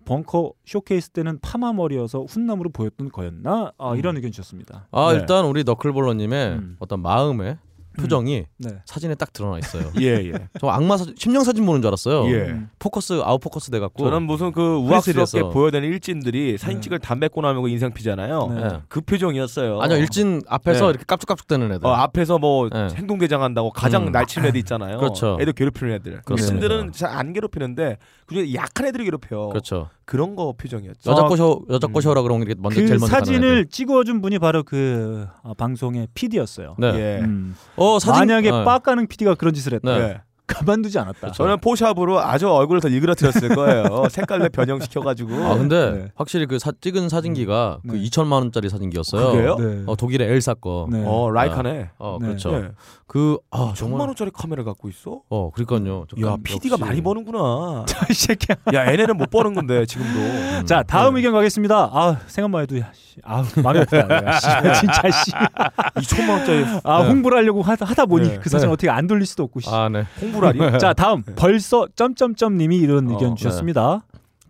벙커 쇼케이스 때는 파마 머리여서 훈남으로 보였던 거였나? 아,
음.
이런 의견 주셨습니다.
아,
네.
일단 우리 너클볼러님의
음.
어떤 마음의 표정이
네.
사진에 딱 드러나 있어요. (laughs)
예 예.
저 악마 사진, 심령 사진 보는 줄 알았어요.
예.
음.
포커스 아웃 포커스 돼 갖고.
저는 무슨 그
프레스에서.
우악스럽게 보여되는 일진들이 사진 찍을 담배 꼬나 하면 그 인상 피잖아요.
네.
그 표정이었어요.
예. 아니요 일진 앞에서
네.
이렇게 깝죽깝죽대는 애들.
어,
아,
앞에서 뭐
네.
행동 대장한다고 가장
음.
날치는 애들 있잖아요.
그렇죠.
애들 괴롭히는 애들.
그렇습니다.
일진들은 잘 안 괴롭히는데 그중에 약한 애들이 괴롭혀.
그렇죠.
그런 거 표정이었죠.
여자
어,
꼬셔 여자 꼬셔라 그런 게 먼저
그
제일 먼저 가는 애들.
사진을 찍어준 분이 바로 그 아, 방송의 PD였어요.
네.
예.
음.
어 사진
만약에
어.
빡가는 PD가 그런 짓을 했다.
네.
예.
가만두지 않았다.
저는 포샵으로 아주 얼굴을 더 일그러뜨렸을
(laughs)
거예요. 색깔을 변형시켜가지고.
아 근데
네.
확실히 그 사, 찍은 사진기가 그
네.
2천만 원짜리 사진기였어요.
그래요?
네.
어, 독일의 엘사 거.
네.
어 라이카네.
어
네.
그렇죠.
예.
그 아
천만
정말
원짜리 카메라 갖고 있어?
어 그러니까요. 저
야
깜-
PD가
역시.
많이 버는구나.
(laughs) 이 새끼야.
야 얘네는 못 버는 건데 지금도.
자, 다음
네.
의견 가겠습니다. 아, 생각만 해도 야, 씨. 아, 마음이 아프다. 내가. 씨, (laughs) 진짜 씨.
2천만 원짜리
아,
네.
홍보를 하려고 하다, 하다 보니
네.
그 사진
네.
어떻게 안 돌릴 수도 없고 씨.
아 네.
청부라니.
자 다음 벌써 점점점 님이 이런
어,
의견
네.
주셨습니다.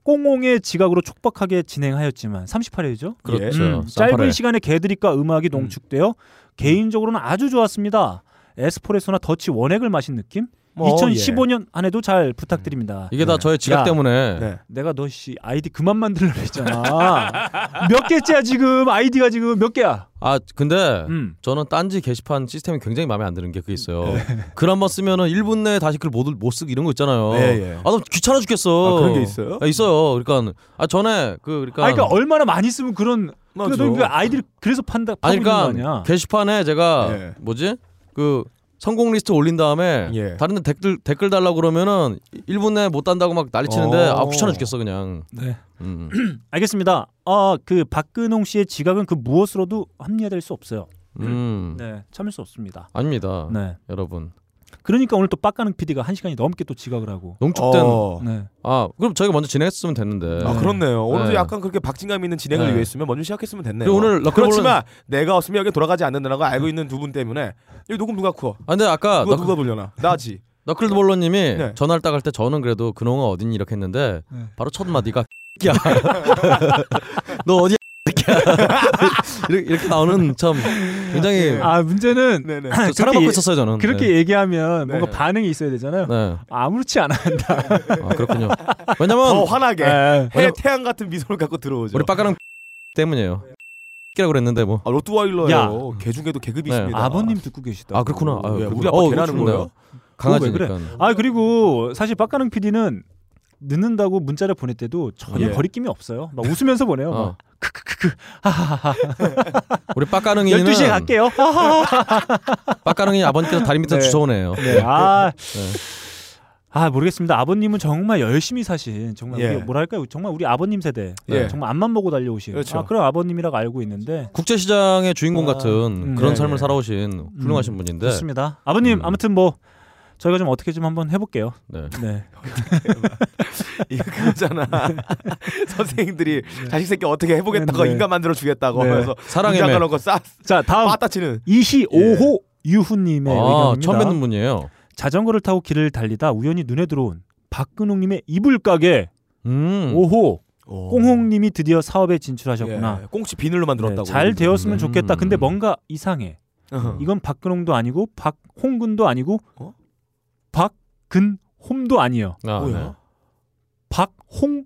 꽁옹의 지각으로 촉박하게 진행하였지만 38회죠.
그렇죠.
예.
음, 짧은 시간에 개드립과 음악이 농축되어 개인적으로는 아주 좋았습니다. 에스프레소나 더치 원액을 마신 느낌?
뭐,
2015년 안 해도 잘 부탁드립니다.
예. 음. 이게 다 저의 지각
야.
때문에
예. 네.
내가 너 씨 아이디 그만 만들려고 했잖아. 몇 개째야 지금 아이디가 지금 몇 개야?
아 근데
음.
저는 딴지 게시판 시스템이 굉장히 마음에 안 드는 게 그게 있어요. 글 한 번 쓰면은 1분 내에 다시 글 못 쓰기 이런 거 있잖아요.
예, 예.
아, 나 귀찮아 죽겠어.
아, 그런 게 있어요?
아, 있어요. 그러니까 아 전에 그 그러니까
아 그러니까 얼마나 많이 쓰면 그런 그
맞아.
아이디를 그래서 판다 파고
아니,
있는 거
그러니까
아니야?
게시판에 제가
예.
뭐지 그 성공 리스트 올린 다음에
예.
다른데 댓글 댓글 달라 고 그러면은 1분 내에 못 단다고 막 난리 치는데
어.
아 귀찮아 죽겠어 그냥.
네.
음.
알겠습니다. 아, 그 박근홍 씨의 지각은 그 무엇으로도 합리화될 수 없어요.
음.
네, 참을 수 없습니다.
아닙니다,
네.
여러분.
그러니까 오늘 또 빡가는 PD가 한 시간이 넘게 또 지각을 하고.
농축된
어.
네.
아 그럼 저희가 먼저 진행했으면 됐는데.
아 그렇네요. 오늘도
네.
약간 그렇게 박진감 있는 진행을
네.
위해 했으면 먼저 시작했으면 됐네요.
그리고 오늘 럭커볼은-
그렇지만 내가 없으면 여기 돌아가지 않는다는 걸 알고 있는 두 분 때문에 여기 녹음 누가 쿠어?
아, 근데 아까
누가
너클-
누가 돌려나?
(laughs)
나지.
너클볼러님이
네.
전화를 딱 할 때 저는 그래도 근홍아 어딨니 이렇게 했는데
네.
바로 첫 마디가 (laughs) 야, 너 어디야? (laughs) 새끼야. 이렇게, 이렇게 나오는 참 굉장히
아, 문제는
네네.
저 사랑받고
예-
있었어요 저는.
그렇게
네.
얘기하면
네.
뭔가 반응이 있어야 되잖아요.
네.
아무렇지 않아.
아, 그렇군요.
더
왜냐면
화나게
네.
해 태양 같은 미소를 갖고 들어오죠.
우리 빠가랑 때문이에요. 이라고 그랬는데 뭐.
아, 로트와일러예요.
야.
개 중에도 계급이
네.
있습니다.
아버님 듣고 계시다.
아 그렇구나. 아,
왜,
그렇구나.
우리 아빠
어,
개라는
그렇구나.
거예요?
강아지니까.
아, 그리고 사실 빡가는 PD는 늦는다고 문자를 보낼 때도 전혀
예.
거리낌이 없어요. 막 웃으면서 보내요. 막.
어.
크크크크.
우리 빠까릉이는
12시에 갈게요.
빠까릉이 아버님께서 다리
(laughs)
밑에
네.
서 주워오네요.
예.
네. 아. 아 모르겠습니다. 아버님은 정말 열심히 사신 정말
예.
우리 뭐랄까요? 정말 우리 아버님 세대
예.
정말 앞만 보고 달려오신
그렇죠.
아, 그런 아버님이라고 알고 있는데
국제 시장의 주인공
아,
같은
음.
그런
네,
삶을
네.
살아오신 훌륭하신 분인데.
좋습니다. 아버님
네. 음.
아무튼 뭐 저희가 좀 어떻게 좀 한번 해볼게요.
네.
네.
(laughs) 이거 그거잖아. (laughs) 선생님들이 자식 새끼 어떻게 해보겠다고
네.
인간 만들어 주겠다고
네. 아,
하면서
사랑의
인간
매.
놓고 싹
자 다음
빠따 예. 치는.
25호 네, 유후님의
아,
의견입니다.
처음 뵙는 분이에요.
자전거를 타고 길을 달리다 우연히 눈에 들어온 박근홍님의 이불 가게
음.
5호
오.
꽁홍님이 드디어 사업에 진출하셨구나.
예, 꽁치 비늘로 만들었다고.
네, 잘 되었으면
음.
좋겠다. 근데 뭔가 이상해.
어.
이건 박근홍도 아니고 박홍근도 아니고
어?
박근홈도 아니에요.
아,
뭐야?
네.
아, 박홍근.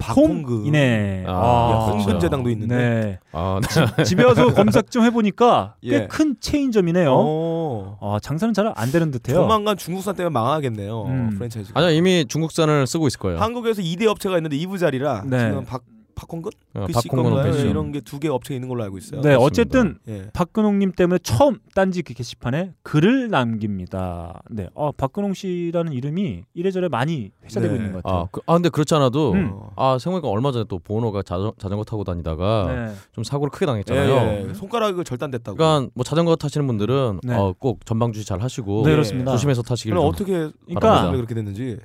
박홍근홈이네.
아,
야,
아,
홍근
그렇죠.
재당도 있는데.
네.
아, 네. (laughs)
집에
(laughs)
와서 검색 좀 해보니까
예.
꽤 큰 체인점이네요.
어.
아, 장사는 잘 안 되는 듯해요.
조만간 중국산 때문에 망하겠네요.
음.
프랜차이즈.
아니요 이미 중국산을 쓰고 있을 거예요.
한국에서 2대 업체가 있는데 2부 자리라
네.
지금 박 박홍근
어,
그
박홍근
건가요?
오페션.
이런 게 두 개 업체 있는 걸로 알고 있어요.
네,
그렇습니다.
어쨌든
예.
박근홍님 때문에 처음 딴지 그 게시판에 글을 남깁니다. 네, 어, 박근홍 씨라는 이름이 이래저래 많이 회자되고
네.
있는 것 같아요.
아, 그, 아 근데 그렇지 않아도
음.
아 생각해보니까 얼마 전에 또 보노가 자전, 자전거 타고
아,
다니다가
네.
좀 사고를 크게
예,
당했잖아요.
예, 예. 손가락을 절단됐다고.
그러니까 뭐 자전거 타시는 분들은
네.
어, 꼭 전방 주시 잘 하시고
네, 그렇습니다.
조심해서 타시길
그럼
좀.
어떻게
그러니까
바랍니다.
그렇게 됐는지.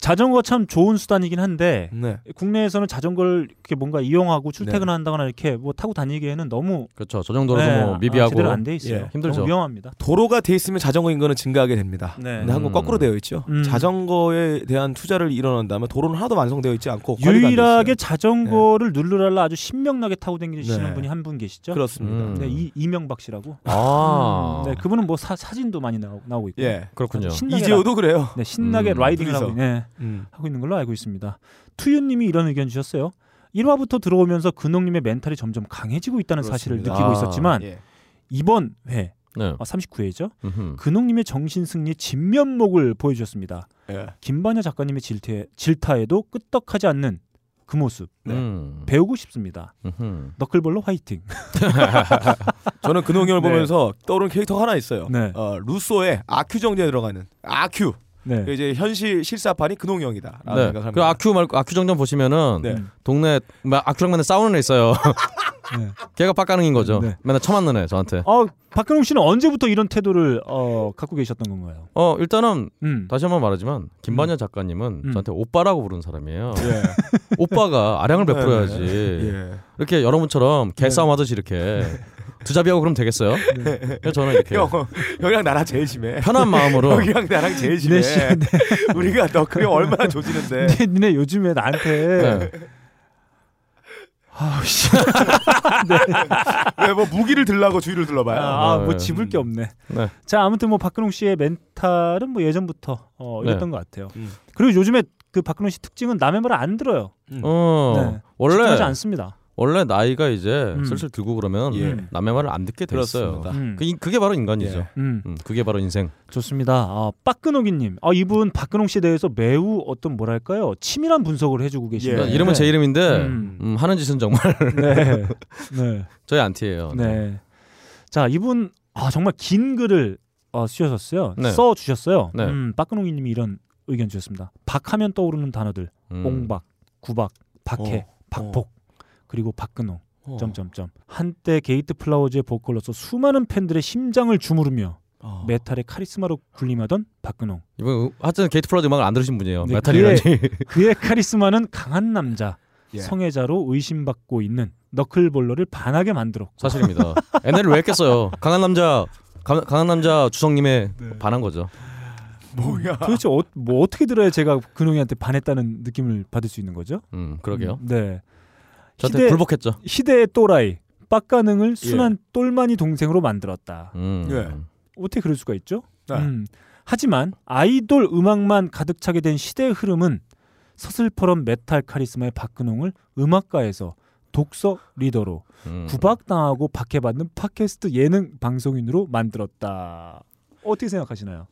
자전거 참 좋은 수단이긴 한데
네.
국내에서는 자전거를 이렇게 뭔가 이용하고 출퇴근을 한다거나 이렇게 뭐 타고 다니기에는 너무
그렇죠. 저 정도로도
네,
뭐
아,
미비하고
제대로 안 돼 있어요.
예,
힘들죠.
너무 위험합니다.
도로가 돼 있으면 자전거 인건은 증가하게 됩니다.
네.
근데 한국
음.
거꾸로 되어 있죠.
음.
자전거에 대한 투자를 일어난다면 도로는 하나도 완성되어 있지 않고 뭐 관리가 안
유일하게
돼
자전거를 룰루랄라 아주 신명나게 타고 다니시는
네.
분이 한 분 계시죠?
있어요. 그렇습니다.
음.
네, 이 이명박 씨라고.
아,
네, 그분은 뭐 사, 사진도 많이 나오, 나오고 있고.
예.
그렇군요.
아주 신나게
이재호도 그래요.
라- 네, 신나게
음,
라이딩을
둘이서.
하고, 네,
음.
하고 있는 걸로 알고 있습니다. 투유 님이 이런 의견 주셨어요. 1화부터 들어오면서 근홍 님의 멘탈이 점점 강해지고 있다는 사실을
그렇습니다.
느끼고
아,
있었지만
예.
이번 회
네.
아, 39회죠.
음흠.
근홍님의 정신 승리 진면목을 보여주셨습니다.
예.
김반야 작가님의 질타에, 질타에도 끄떡하지 않는 그 모습
네.
음.
배우고 싶습니다.
음흠.
너클볼로
(laughs)
화이팅.
저는
(laughs)
근홍형을
네.
보면서 떠오른 캐릭터가 하나 있어요.
네.
어, 루소의 아큐 정제에 들어가는 아큐.
네.
그 이제 현실 실사판이 근홍형이다. 라고
네.
생각합니다.
그 아큐 말고 아큐 정전 보시면은
아, 네. (laughs)
동네 마- 아큐랑 맨날 싸우는 애 있어요.
네.
걔가 빡가능인 거죠.
네.
맨날 처맞는 애 저한테.
어, 박근홍 씨는 언제부터 이런 태도를 어, 갖고 계셨던 건가요?
어 일단은
음.
다시 한 번 말하지만 김반야 작가님은
음.
저한테 오빠라고 부른 사람이에요.
예.
(laughs)
네,
오빠가 아량을 베풀어야지.
예. 네.
이렇게 여러분처럼 개싸움 하듯이 이렇게 두 잡이하고 그럼 되겠어요? 그래서 저는 이렇게
형, 형이랑 나랑 제일 심해.
편한 마음으로
형이랑 나랑 제일 심해.
네, 심해.
(laughs) 우리가 너 그게 얼마나 조지는데.
(laughs) 니네, 니네 요즘에 나한테
네.
아우 씨.
왜 뭐 무기를 들라고 주위를 둘러봐요.
아, 뭐
네.
집을 게 없네.
네.
자, 아무튼 뭐 박근홍 씨의 멘탈은 뭐 예전부터 어,
네.
이랬던 것 같아요.
음.
그리고 요즘에 그 박근홍 씨 특징은 남의 말을 안 들어요.
어
네. 하지
원래
않습니다.
원래 나이가 이제
음.
슬슬 들고 그러면
예.
남의 말을 안 듣게 돼 있어요.
그렇습니다.
음.
그, 이- 그게 바로 인간이죠.
예.
음,
음, 그게 바로 인생.
좋습니다. 아, 빠끈호기님, 아, 이분 박근홍 씨에 대해서 매우 어떤 뭐랄까요 치밀한 분석을 해주고 계십니다. 네.
예.
그러니까 이름은 제 이름인데
음.
음, 하는 짓은 정말
네,
(laughs)
네.
저희 안티예요.
네. 자 이분 아 정말 긴 글을 어, 쓰셨어요.
네.
써 주셨어요.
네.
음, 빠끈홍이님이 이런 의견 주셨습니다. 박하면 떠오르는 단어들:
음.
옹박, 구박, 박해, 박폭, 그리고 박근홍.
어.
점점점 한때 게이트 플라워즈의 보컬로서 수많은 팬들의 심장을 주무르며
어.
메탈의 카리스마로 군림하던 박근홍.
이분 음, 하여튼 게이트 플라즈 음악을 안 들으신 분이에요.
네,
메탈이라니.
그의 카리스마는 강한 남자,
예.
성애자로 의심받고 있는 너클볼러를 반하게 만들었고
(laughs) 사실입니다. NL을 왜 했겠어요? 강한 남자 강, 한 남자 주성님의
네.
반한 거죠.
뭐야.
도대체 어, 뭐 어떻게 들어야 제가 근홍이한테 반했다는 느낌을 받을 수 있는 거죠?
음 그러게요.
음, 네.
저한테
시대-
불복했죠.
시대의 또라이 빡가능을 순한 똘마니 동생으로 만들었다.
음.
예.
어떻게 그럴 수가 있죠?
네.
음. 하지만 아이돌 음악만 가득 차게 된 시대의 흐름은 서슬퍼런 메탈 카리스마의 박근홍을 음악가에서 독서 리더로
음.
구박당하고 박해받는 팟캐스트 예능 방송인으로 만들었다. 어떻게 생각하시나요?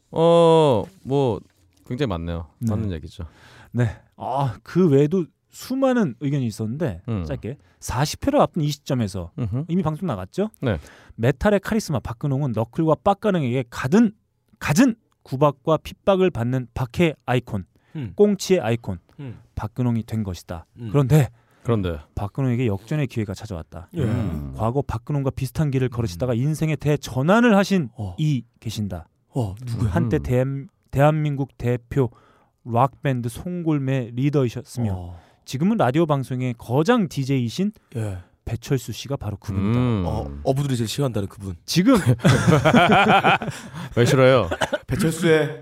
어뭐 굉장히 많네요.
네.
맞는 얘기죠.
네. 아, 그 외에도 수많은 의견이 있었는데
음.
짧게 40회를 앞둔 이 시점에서
음흠.
이미 방송 나갔죠?
네.
메탈의 카리스마 박근홍은 너클과 빡가능에게 가든 가진 구박과 핍박을 받는 박해 아이콘,
음.
꽁치의 아이콘
음.
박근홍이 된 것이다.
음.
그런데
그런데
박근홍에게 역전의 기회가 찾아왔다.
예. 음.
음.
과거 박근홍과 비슷한 길을 걸으시다가 인생의 대전환을 하신
어.
이 계신다.
어, 누구야?
한때
음.
대한, 대한민국 대표 락 밴드 송골매 리더이셨으며
어.
지금은 라디오 방송의 거장 DJ이신
예.
배철수 씨가 바로 그분이다.
음.
어, 어부들이 제일 싫어한다는 그분.
지금
(laughs)
왜 싫어요?
(laughs)
배철수의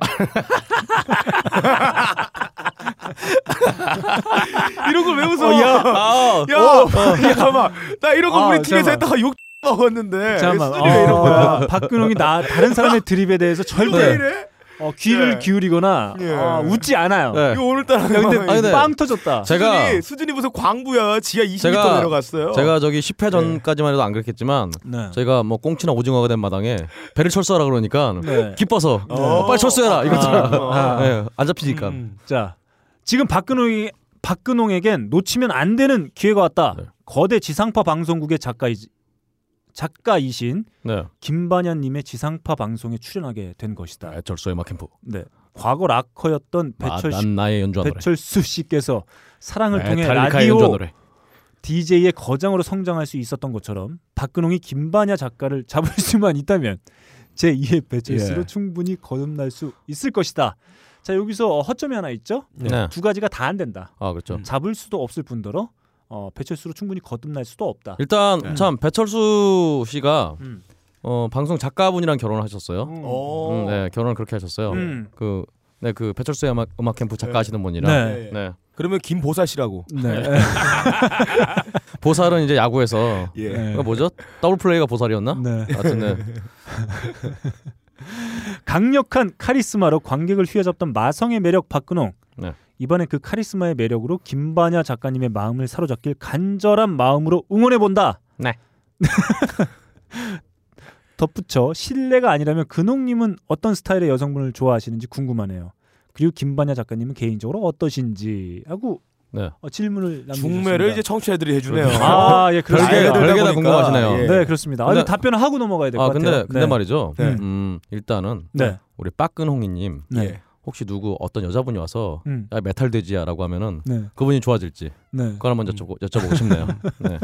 이런 걸 왜 웃어?
어,
야,
아,
야, 잠깐만. 나 이런 거
아,
우리 팀에서
잠깐만.
했다가 욕 먹었는데.
잠깐만
수준이 네, 왜 이런 거야?
어, 박근홍이 나 다른 사람의 드립에 대해서
왜
절대
이래?
어, 귀를
예.
기울이거나
예.
어, 웃지 않아요.
네.
이거 오늘따라.
야 근데
아니, 네.
빵 터졌다.
제가
수준이, 수준이 무슨 광부야. 지하 20m
제가-
내려갔어요. 네.
제가 저기 10회 전까지만 해도 안 그랬겠지만
네.
저희가 뭐 꽁치나 오징어가 된 마당에 배를 철수하라 그러니까
네.
기뻐서
어.
빨리 철수해라 이거잖아. (laughs)
아,
아.
예, 안 잡히니까.
음.
자 지금 박근홍이 박근홍에겐 놓치면 안 되는 기회가 왔다.
네.
거대 지상파 방송국의 작가이 작가이신
네.
김반야님의 지상파 방송에 출연하게 된 것이다.
배철수의 마캠프.
네. 과거 락커였던
아,
배철
난 네, 나의 연주한 노래.
배철수 씨께서 사랑을
네,
통해
메탈리카의 연주한
라디오
노래.
DJ의 거장으로 성장할 수 있었던 것처럼 박근홍이 김반야 작가를 잡을 (laughs) 수만 있다면 제 2의 배철수로
예.
충분히 거듭날 수 있을 것이다. 자 여기서 허점이 하나 있죠.
네.
두 가지가 다 안 된다.
아 그렇죠.
잡을 수도 없을 뿐더러 어, 배철수로 충분히 거듭날 수도 없다.
일단
네.
참 배철수 씨가
음.
어, 방송 작가분이랑 결혼하셨어요.
어.
음, 네, 결혼을 그렇게 하셨어요.
음.
그 네, 그 배철수의 음악, 음악 캠프 작가
네.
하시는 분이랑
네.
네.
그러면 김보사 씨라고.
(laughs)
네.
보살은 이제 야구에서
예.
네.
그거 뭐죠? 더블 플레이가 보살이었나?
네.
하여튼 네.
강력한 카리스마로 관객을 휘어잡던 마성의 매력 박근홍.
네.
이번에 그 카리스마의 매력으로 김반야 작가님의 마음을 사로잡길 간절한 마음으로 응원해 본다.
네.
(laughs) 덧붙여 실례가 아니라면 근홍님은 어떤 스타일의 여성분을 좋아하시는지 궁금하네요. 그리고 김반야 작가님은 개인적으로 어떠신지 하고
네.
어, 질문을 남겨주셨습니다.
중매를 이제 청취자들이 해주네요.
아, 예, 그렇습니다.
나이가
별게
들다
별게 다
보니까.
궁금하시네요.
예.
네, 그렇습니다. 아,
근데-
근데 답변을 하고 넘어가야 될 것
아 근데
같아요.
근데 말이죠.
네.
음 일단은
네.
우리 빠끈홍이님
네.
예.
혹시 누구 어떤 여자분이 와서
음.
야 메탈 돼지야라고 하면은
네.
그분이 좋아질지
네.
그걸 한번 여쭤보, 여쭤보고
(laughs)
싶네요. 네.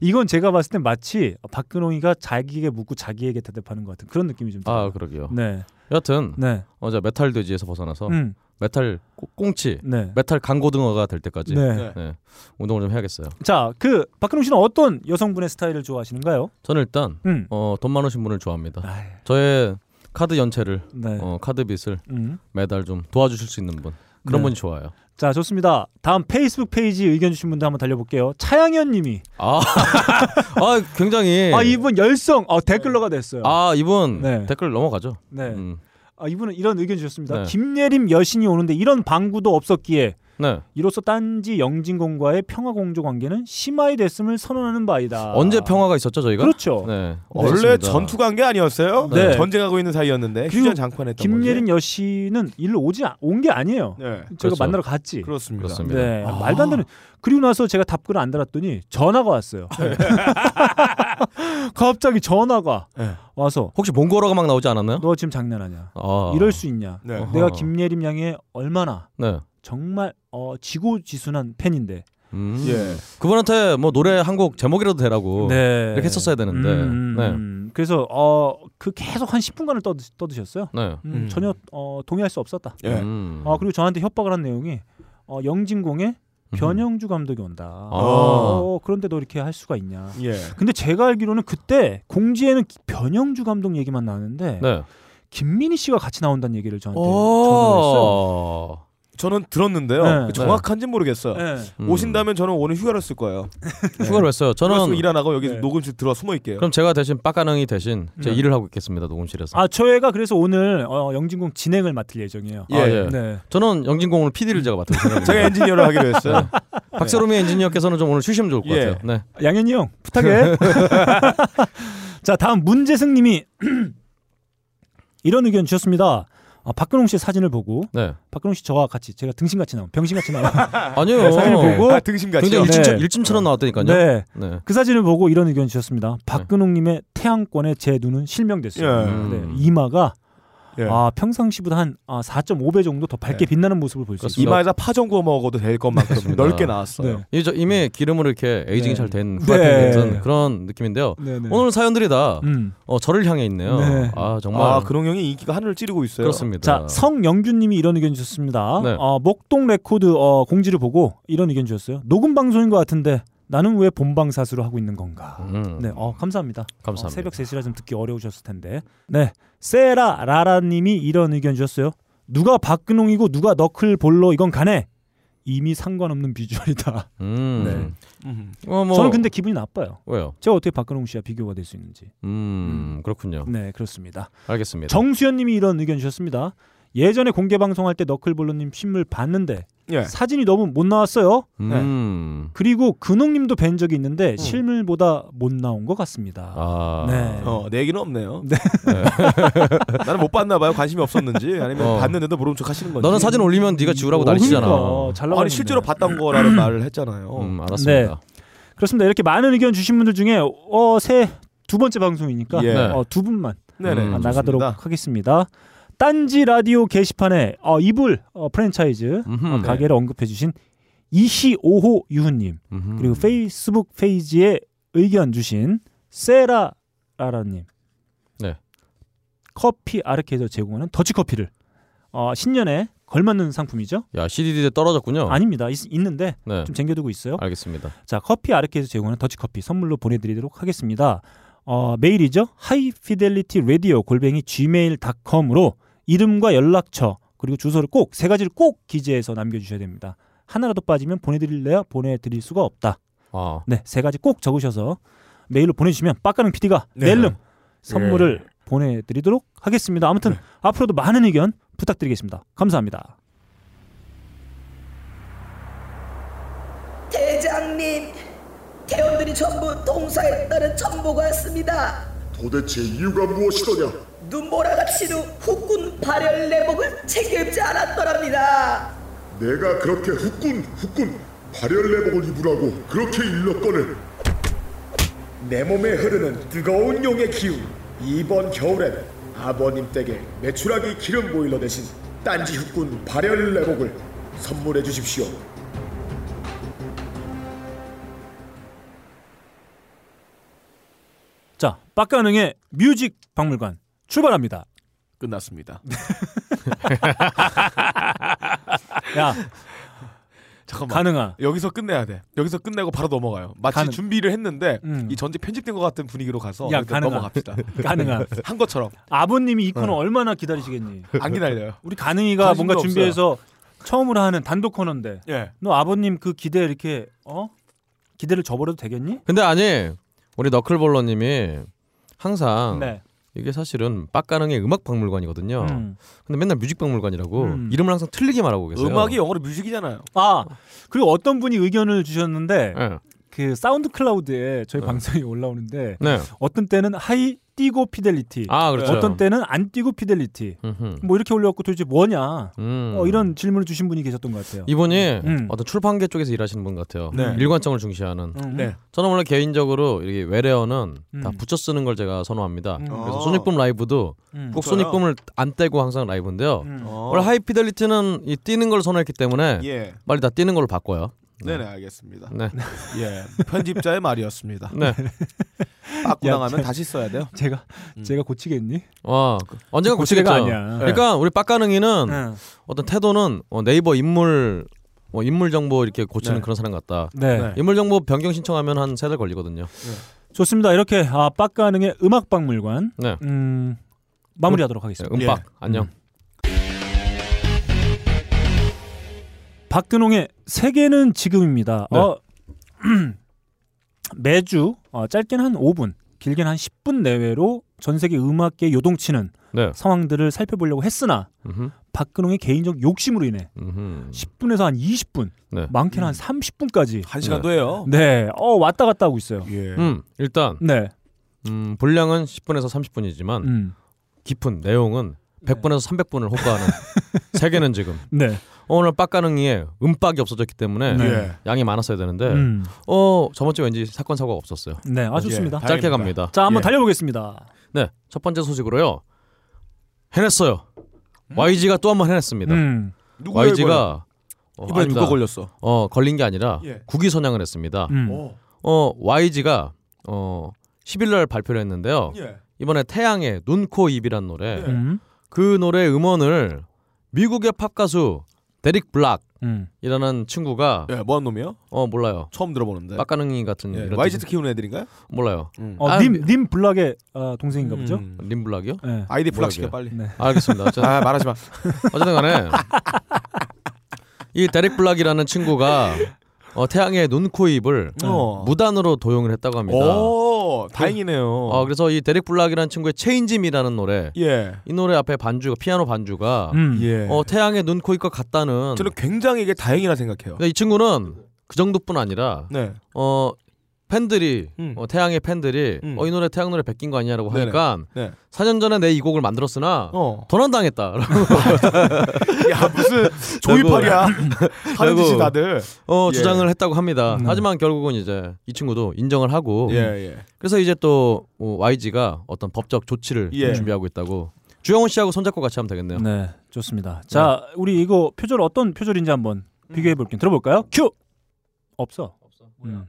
이건 제가 봤을 땐 마치 박근홍이가 자기에게 묻고 자기에게 대답하는 것 같은 그런 느낌이 좀 들어요.
아 그러게요.
네.
여하튼
네.
어제 메탈 돼지에서 벗어나서
음.
메탈 꼬- 꽁치,
네.
메탈 강고등어가 될 때까지
네.
네.
네, 운동을 좀 해야겠어요.
자, 그 박근홍 씨는 어떤 여성분의 스타일을 좋아하시는가요?
저는 일단
음.
어, 돈 많으신 분을 좋아합니다.
아이,
저의 카드 연체를
네.
어, 카드 빚을
음.
매달 좀 도와주실 수 있는 분 그런
네.
분이 좋아요.
자, 좋습니다. 다음 페이스북 페이지 의견 주신 분들 한번 달려볼게요. 차양현 님이
아, (laughs) 아 굉장히
아, 이분 열성 어 댓글러가 됐어요.
네. 아, 이분
네.
댓글 넘어가죠.
네.
음,
아, 이분은 이런 의견 주셨습니다.
네.
김예림 여신이 오는데 이런 방구도 없었기에
네.
이로써 딴지 영진공과의 평화 공조 관계는 심화이 됐음을 선언하는 바이다.
언제 평화가 있었죠 저희가?
아. 그렇죠.
네.
원래
없었습니다.
전투 관계 아니었어요?
네.
전쟁하고 있는 사이였는데
그리고
휴전 장관했던
김예림 여신은 일로 오지 온 게 아니에요.
거지. 네.
제가
그렇죠.
만나러 갔지.
그렇습니다.
그렇습니다.
네,
아.
말도 안 되는. 그리고 나서 제가 답글을 안 달았더니 전화가 왔어요.
네.
(laughs) 갑자기 전화가
네.
와서
혹시 몽골어가 막 나오지 않았나요?
너 지금 장난하냐?
아.
네. 이럴 수 있냐?
네.
어허.
내가 김예림 양의 얼마나
네.
정말 어, 지고지순한 팬인데.
음.
예.
그분한테 뭐 노래 한 곡 제목이라도 되라고
네.
이렇게 했었어야 되는데. 네.
음, 음. 그래서 어 그 계속 한 10분간을 떠드, 떠드셨어요.
네. 네.
음,
음.
전혀 어, 동의할 수 없었다.
예.
음.
아 그리고 저한테 협박을 한 내용이 어, 영진공에
음.
변영주 감독이 온다.
아. 음.
어, 그런데 너 이렇게 할 수가 있냐?
예.
근데 제가 알기로는 그때 공지에는 기- 변영주 감독 얘기만 나왔는데
네.
김민희 씨가 같이 나온다는 얘기를 저한테 전화했어요.
오.
저는 들었는데요. 그
네.
정확한지 는 모르겠어요.
음.
오신다면 저는 오늘 휴가를 쓸 거예요.
휴가를 했어요.
저는
저는
일 안 하고 여기
네.
녹음실 들어와 숨어 있게요.
그럼 제가 대신 빡가능이 대신 제
네.
일을 하고 있겠습니다. 녹음실에서.
아 저희가 그래서 오늘 어, 영진공 진행을 맡을 예정이에요.
아,
예.
예.
네.
저는 영진공을 PD를 제가 맡을
(laughs)
생각입니다.
제가 엔지니어를 하기로 했어요.
(laughs) 박세롬이 엔지니어께서는 좀 오늘 쉬시면 좋을 것
예.
같아요. 네.
양현이 형 부탁해. (laughs) 자 다음 문재승님이 (clears throat) 이런 의견 주셨습니다. 아, 박근홍 씨의 사진을 보고
네.
박근홍 씨 저와 같이 제가 등신같이 나온 병신같이 나온
아니요.
네, 사진을 보고
아, 등심같이요.
굉장히 일진처,
네.
일진처럼
(laughs)
나왔다니까요.
네.
네.
그 사진을 보고 이런 의견 주셨습니다. 박근홍님의 태양권에 제 눈은 실명됐어요.
예.
네,
음.
이마가
예.
아 평상시보다 한 아, 4.5배 정도 더
네.
밝게 빛나는 모습을 볼 수 있어요.
이마에다 파전 구워 먹어도 될 것만큼
그렇습니다.
넓게 나왔어요.
네.
이 저 이미 기름으로 이렇게 에이징이
네.
잘 된
네.
후라이팬 같은 그런 느낌인데요.
네, 네.
오늘 사연들이 다
음.
어, 저를 향해 있네요.
네.
아 정말
아, 그런 형이 인기가 하늘을 찌르고 있어요.
그렇습니다.
자 성영규님이 이런 의견 주셨습니다.
네.
어, 목동 레코드 어, 공지를 보고 이런 의견 주셨어요. 녹음 방송인 것 같은데 나는 왜 본방 사수로 하고 있는 건가?
음,
네, 어, 감사합니다.
감사합니다.
어, 새벽 3시라 좀 듣기 어려우셨을 텐데. 네. 세라 라라님이 이런 의견 주셨어요. 누가 박근홍이고 누가 너클 볼로 이건 간에 이미 상관없는 비주얼이다.
음.
음.
어, 뭐
네. 저는 근데 기분이 나빠요.
왜요?
제가 어떻게 박근홍 씨와 비교가 될 수 있는지.
음, 그렇군요.
네, 그렇습니다.
알겠습니다.
정수현님이 이런 의견 주셨습니다. 예전에 공개 방송할 때 너클볼로님 신물 봤는데
네.
예.
사진이 너무 못 나왔어요.
음.
그리고 근홍님도 뵌 적이 있는데 실물보다 못 나온 것 같습니다.
아.
네.
어, 내기는 없네요. (laughs)
네.
나는 못 봤나 봐요. 관심이 없었는지 아니면
어.
봤는데도 모른 척 하시는 건지.
너는 사진 올리면 네가 지우라고
어,
난리잖아.
그러니까. 잘 나왔는데.
아니 실제로 봤던 거라는 말을 했잖아요.
어.
음, 알았습니다.
네. 그렇습니다. 이렇게 많은 의견 주신 분들 중에 어새 두 번째 방송이니까
예.
네.
어, 두 분만
네네.
음,
아,
좋습니다.
나가도록 하겠습니다. 딴지 라디오 게시판에 어, 이불 어, 프랜차이즈
음흠.
네.
네.
어, 가게를 언급해주신 이시오호 유훈님
음흠.
그리고 페이스북 페이지에 의견 주신 세라라라님
네.
커피 아르케에서 제공하는 더치커피를 어, 신년에 걸맞는 상품이죠?
야 CDD에 떨어졌군요.
아닙니다. 있, 있는데
네.
좀 쟁겨두고 있어요.
알겠습니다.
자 커피 아르케에서 제공하는 더치커피 선물로 보내드리도록 하겠습니다 어, 메일이죠 하이피델리티 라디오 골뱅이 gmail.com으로 이름과 연락처 그리고 주소를 꼭 세 가지를 꼭 기재해서 남겨주셔야 됩니다 하나라도 빠지면 보내드릴래야 보내드릴 수가 없다
아.
네세 가지 꼭 적으셔서 메일로 보내주시면 빡가는 PD가
네.
낼름 선물을 보내드리도록 하겠습니다 아무튼 앞으로도 많은 의견 부탁드리겠습니다 감사합니다
대장님, 대원들이 전부 동사했다는 정보가 왔습니다.
도대체 이유가 무엇이더냐?
눈보라같이 후 후군 발열 내복을 책임지 않았더랍니다.
내가 그렇게 후끈 후끈 발열내복을 입으라고 그렇게 일렀거늘 내 몸에 흐르는 뜨거운 용의 기운 이번 겨울엔 아버님 댁에 메추라기 기름 보일러 대신 딴지 흑군 발열 내복을 선물해 주십시오.
자, 박가능의 뮤직 박물관 출발합니다.
끝났습니다.
야,
(laughs) 잠깐만.
가능아.
여기서 끝내야 돼. 여기서 끝내고 바로 넘어가요. 마치
가능.
준비를 했는데
음.
이 전체 편집된 것 같은 분위기로 가서
야,
일단
가능한.
넘어갑시다.
(laughs) 가능아.
한 것처럼
아버님이 이 코너 얼마나 기다리시겠니?
안 기다려요.
우리 네. 가능이가
관심도
뭔가 준비해서 처음으로 하는 단독 코너인데
예.
너 아버님 그 기대 이렇게 어? 기대를 저버려도 되겠니?
근데 아니 우리 너클볼러님이 항상
네.
이게 사실은 빡가능의 음악 박물관이거든요.
음.
근데 맨날 뮤직 박물관이라고
음.
이름을 항상 틀리게 말하고 계세요.
음악이 영어로 뮤직이잖아요.
아 그리고 어떤 분이 의견을 주셨는데
네.
그 사운드 클라우드에 저희 방송이 올라오는데
네.
어떤 때는 하이 띄고 피델리티,
아 그렇죠.
예. 어떤 때는 안 띄고 피델리티
음흠.
뭐 이렇게 올려갖고 도대체 뭐냐
음.
어, 이런 질문을 주신 분이 계셨던 것 같아요.
이분이
음.
어떤 출판계 쪽에서 일하시는 분 같아요.
네.
일관성을 중시하는.
음.
네.
저는 원래 개인적으로 이렇게 외래어는 다
음.
붙여 쓰는 걸 제가 선호합니다.
음.
어.
그래서 소닉붐 라이브도
음.
꼭
붙여요?
소닉붐을 안 떼고 항상 라이브인데요.
음.
어.
원래 하이피델리티는 이 뛰는 걸 선호했기 때문에
예.
빨리 다 뛰는 걸로 바꿔요.
네, 네, 알겠습니다.
(laughs)
네.
예. 편집자의 말이었습니다.
네.
(laughs) 빠꾸당하면 다시 써야 돼요.
제가 제가 고치겠니?
와, 그- 언젠가 고치겠죠.
고치겠다 아니야.
그러니까 우리 빡가능이는
네.
어떤 태도는 어, 네이버 인물 뭐 인물 정보 이렇게 고치는
네.
그런 사람 같다.
네.
네.
인물 정보 변경 신청하면 한 세 달 걸리거든요.
좋습니다. 이렇게 아, 빡가능의 음악 박물관
네.
음, 마무리하도록 하겠습니다.
음박
예.
안녕.
박근홍의 세계는 지금입니다.
어. 네.
어, (clears throat) 매주 어, 짧게는 한 5분, 길게는 한 10분 내외로 전 세계 음악계 요동치는
네.
상황들을 살펴보려고 했으나
음흠.
박근홍의 개인적 욕심으로 인해
음흠.
10분에서 한 20분,
네.
많게는 한 30분까지
한 시간도 해요.
네, 어 왔다 갔다 하고 있어요.
예.
음, 일단
네,
음, 분량은 10분에서 30분이지만
음,
깊은 내용은
네.
100분에서 300분을
(laughs)
호가하는 세계는 지금 어,
네,
오늘 빡가능이의 음박이 없어졌기 때문에
네.
예.
양이 많았어야 되는데
음,
어 저번 주에 왠지 사건 사고가 네. 없었어요.
네, 아 좋습니다.
예,
짧게
다행입니다.
갑니다.
자, 한번
예.
달려보겠습니다.
네, 첫 번째 소식으로요. 해냈어요. YG가 또 한 번 해냈습니다.
음,
음? 누구예요,
YG가
이번에? 이번에 누가 걸렸어?
어 걸린 게 아니라
예.
국위 선양을 했습니다.
음.
오.
어 YG가 어 10일 날 발표를 했는데요.
예.
이번에 태양의 눈, 코, 입이란 노래
예.
음,
그 노래 음원을 미국의 팝 가수 데릭 블락이라는
음,
친구가
예, 뭐한 놈이요?
어 몰라요.
처음 들어보는데.
빡가능이 같은
예.
이런
YG 키우는 애들인가요?
뜻- 몰라요.
음.
어,
아,
님, 님 블락의 어, 동생인가 보죠?
음.
림 블락이요?
네.
아이디 블락시켜
블락이요.
빨리.
네.
알겠습니다. 어쨌든-
아
(laughs)
말하지 마.
어쨌든 간에 이 데릭 블락이라는 친구가 어, 태양의 눈, 코, 입을
어.
무단으로 도용을 했다고 합니다.
오 다행이네요.
어, 그래서 이 데릭 블락이라는 친구의 체인짐이라는 노래
예.
이 노래 앞에 반주가 피아노 반주가
음.
예.
어, 태양의 눈, 코, 입과 같다는
저는 굉장히 이게 다행이라 생각해요.
근데 이 친구는 그 정도뿐 아니라
네.
어, 팬들이
음.
어, 태양의 팬들이
음.
어, 이 노래 태양 노래 베낀 거 아니냐라고
네네.
하니까
네.
4년 전에 내 이 곡을 만들었으나
어.
도난당했다. (laughs)
야 무슨 조이팔이야. 하는
그리고-
짓이 다들.
어,
예.
주장을 했다고 합니다. 하지만 결국은 이제 이 친구도 인정을 하고
예 예.
그래서 이제 또 어, YG가 어떤 법적 조치를
예.
준비하고 있다고 주영훈 씨하고 손잡고 같이 하면 되겠네요.
네, 좋습니다. 자, 우리 이거 표절 어떤 표절인지 한번 비교해 볼게요. 들어볼까요? 큐. 없어. 없어. 음.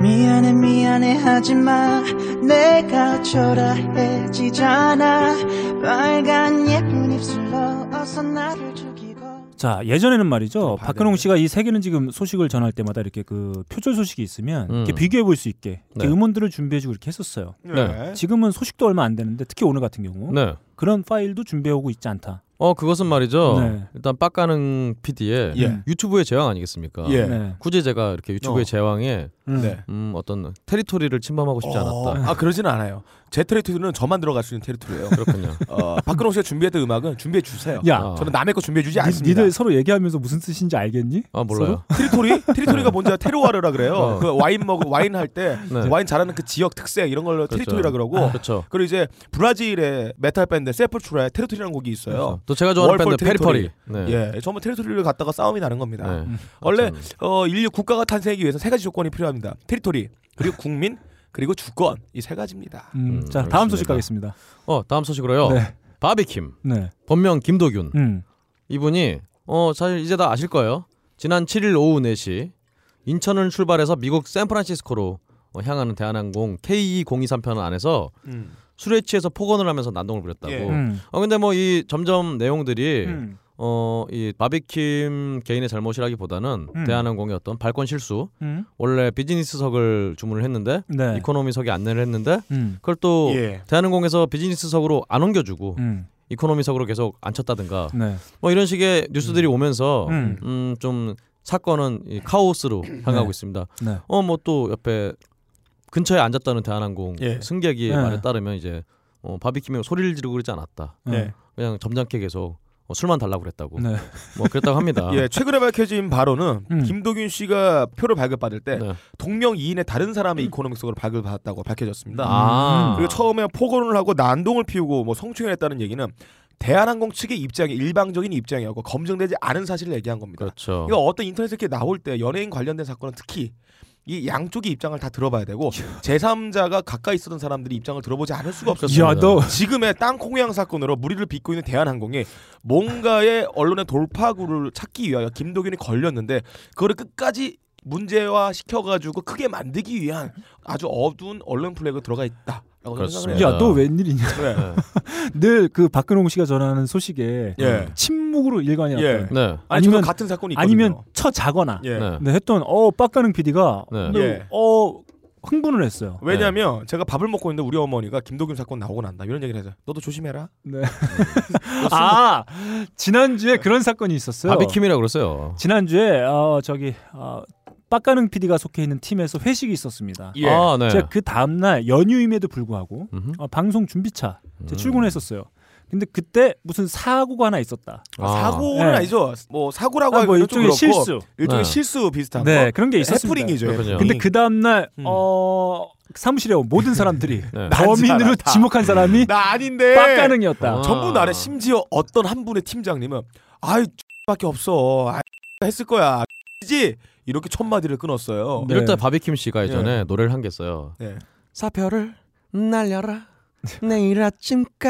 미안해 미안해 하지마 내가 초라해지잖아 빨간 예쁜 입술로 어서 나를 죽이고
자, 예전에는 말이죠.
봐야
박근홍
되네.
씨가 이 세계는 지금 소식을 전할 때마다 이렇게 그 표절 소식이 있으면
음.
이렇게 비교해 볼 수 있게 이렇게
네.
음원들을 준비해 주고 이렇게 했었어요.
네.
지금은 소식도 얼마 안 되는데 특히 오늘 같은 경우
네.
그런 파일도 준비해 오고 있지 않다.
어 그것은 말이죠.
네.
일단 빡가는 PD의
예.
유튜브의 제왕 아니겠습니까?
예.
네.
굳이 제가 이렇게 유튜브의
어.
제왕에
음.
네.
음, 어떤 테리토리를 침범하고 싶지 않았다.
아 그러진 않아요. 제 테리토리는 저만 들어갈 수 있는 테리토리예요.
그렇군요.
어, 박근홍 씨가 준비했던 음악은 준비해 주세요.
야,
어.
저는 남의 거 준비해 주지
니-
않습니다.
니들 서로 얘기하면서 무슨 뜻인지 알겠니?
아 몰라요.
트리토리? 트리토리가 뭔지 테로와르라 그래요.
어.
그 와인 먹 와인 할 때
(laughs) 네.
와인 잘하는 그 지역 특색 이런 걸로
그렇죠.
트리토리라 그러고
그렇죠.
그리고 이제 브라질의 메탈 밴드 세폴추라의 테리토리라는 곡이 있어요.
그렇죠. 또 제가 좋아하는
월폴
밴드 페리퍼리.
테리토리.
네.
예, 아, 음. 전부 테리토리를 갖다가 싸움이 나는 겁니다.
네.
원래
맞아요.
어, 인류 국가가 탄생하기 위해서 세 가지 조건이 필요합니다. 테리토리 그리고 국민 그리고 주권 이 세 가지입니다.
음,
음,
자 다음
알겠습니다.
소식 가겠습니다.
어 다음 소식으로요.
네,
바비킴
네,
본명 김도균
음,
이분이 어 사실 이제 다 아실 거예요. 지난 7일 오후 4시 인천을 출발해서 미국 샌프란시스코로 어, 향하는 대한항공 KE023편 안에서 술에 취해서 폭언을 하면서 난동을 부렸다고.
음. 예.
음,
어 근데 뭐 이 점점 내용들이
음,
어 이 바비킴 개인의 잘못이라기보다는
음.
대한항공의 어떤 발권 실수
음,
원래 비즈니스석을 주문을 했는데
네,
이코노미석에 안내를 했는데
음,
그걸 또
예.
대한항공에서 비즈니스석으로 안 옮겨주고
음,
이코노미석으로 계속 앉혔다든가
네,
뭐 이런 식의 뉴스들이 오면서
음.
음 좀 사건은 이 카오스로 향하고
네.
있습니다.
네,
어 뭐 또 옆에 근처에 앉았다는 대한항공
예.
승객이
네.
말에 따르면 이제 어, 바비킴이 소리를 지르고 그러지 않았다.
네,
그냥 점잖게 계속 어, 술만 달라고 그랬다고
네,
뭐 그랬다고 합니다.
(laughs) 예, 최근에 밝혀진 바로는
음.
김도균 씨가 표를 발급받을 때
네. 음.
동명 이인의 다른 사람의 이코노믹석으로 발급받았다고 밝혀졌습니다.
아
그리고 처음에 폭언을 하고 난동을 피우고 뭐 성추행했다는 얘기는 대한항공 측의 입장이 일방적인 입장이었고 검증되지 않은 사실을 얘기한 겁니다.
그렇죠.
그러니까 어떤 인터넷에 이렇게 나올 때 연예인 관련된 사건은 특히 이 양쪽의 입장을 다 들어봐야 되고 제3자가 가까이 있었던 사람들이 입장을 들어보지 않을 수가 없어요.
그렇습니다.
야, 너
지금의 땅콩양 사건으로 무리를 빚고 있는 대한항공이 뭔가의 언론의 돌파구를 찾기 위하여 김도균이 걸렸는데 그거를 끝까지 문제화 시켜가지고 크게 만들기 위한 아주 어두운 언론 플래그 들어가 있다. 라고
그렇습니다.
생각을 해요.
야, 너 웬일이냐?
네.
(laughs) 늘 그 박근홍 씨가 전하는 소식에
예.
침묵으로 일관이
예.
났다.
네.
아니, 저도
아니면-
같은 사건이 있거든요.
아니면 처자거나
예.
네.
네, 했던 어 빡가는 PD가
네.
예.
어 흥분을 했어요. 네.
왜냐면 제가 밥을 먹고 있는데 우리 어머니가 김도균 사건 나오고 난다 이런 얘기를 해서 너도 조심해라.
네. 아 지난주에 그런 사건이 있었어요.
바비킴이라고 그랬어요.
지난주에 어 저기 어 빡가능 PD가 속해 있는 팀에서 회식이 있었습니다.
예.
아, 네.
제가 그 다음 날 연휴임에도 불구하고
음흠.
어, 방송 준비차 제가
음.
출근했었어요. 근데 그때 무슨 사고가 하나 있었다.
아.
그 사고는
예.
아니죠. 뭐 사고라고
아,
하기는
뭐
좀
일종의
그렇고
실수.
일종의
네.
실수 비슷한
네
거.
그런 게 있었습니다.
해프닝이죠.
그렇군요.
해프닝.
근데 그 다음 날
음.
어, 사무실에 온 모든 사람들이
(laughs) 네.
범인으로
다. 네.
지목한 사람이
나 아닌데.
빡가능이었다.
아.
전부 나래 심지어 어떤 한 분의 팀장님은 아이 밖에 없어. 아, 했을 거야. 지 이렇게 첫 마디를 끊었어요.
네.
이럴 때 바비킴 씨가 예전에 노래를 한 게 있어요.
네.
사표를 날려라 내일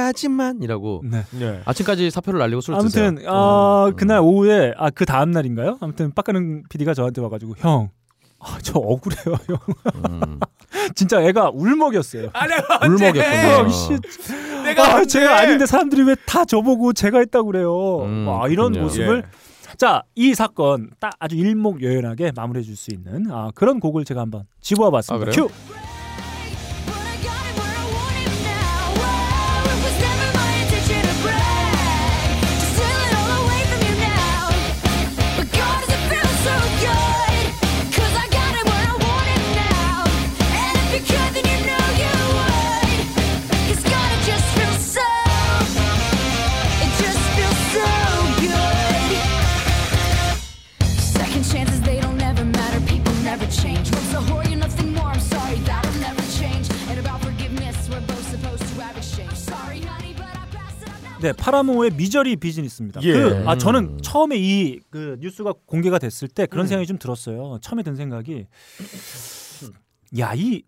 아침까지만이라고
네.
네.
아침까지 사표를 날리고 술 드세요.
아무튼 어,
그렇죠. 음.
그날 오후에 아 그 다음 날인가요? 아무튼 빡가는 PD가 저한테 와가지고 형. 아, 저 억울해요, 형.
음.
(laughs) 진짜 애가 울먹였어요.
예. 어,
울먹였군요.
형, 씨. 아,
네.
제가 아닌데 사람들이 왜 다 저보고 제가 했다고 그래요.
음,
와, 이런
그렇군요.
모습을.
예.
자, 이 사건 딱 아주 일목요연하게 마무리해 줄 수 있는 아, 그런 곡을 제가 한번 집어와
아,
봤습니다.
그래요?
큐!
Second chances, they don't ever matter. People never change. Once a whore, you're nothing more. I'm sorry, that'll never change. And about forgiveness, we're both supposed to have exchange. Sorry, honey, but I passed it up now.
네, 파라모의 미저리 비즈니스입니다.
예.
그, 아,
음.
저는 처음에 이 그 뉴스가 공개가 됐을 때
음.
그런 생각이 좀 들었어요. 처음에 든 생각이 야, 이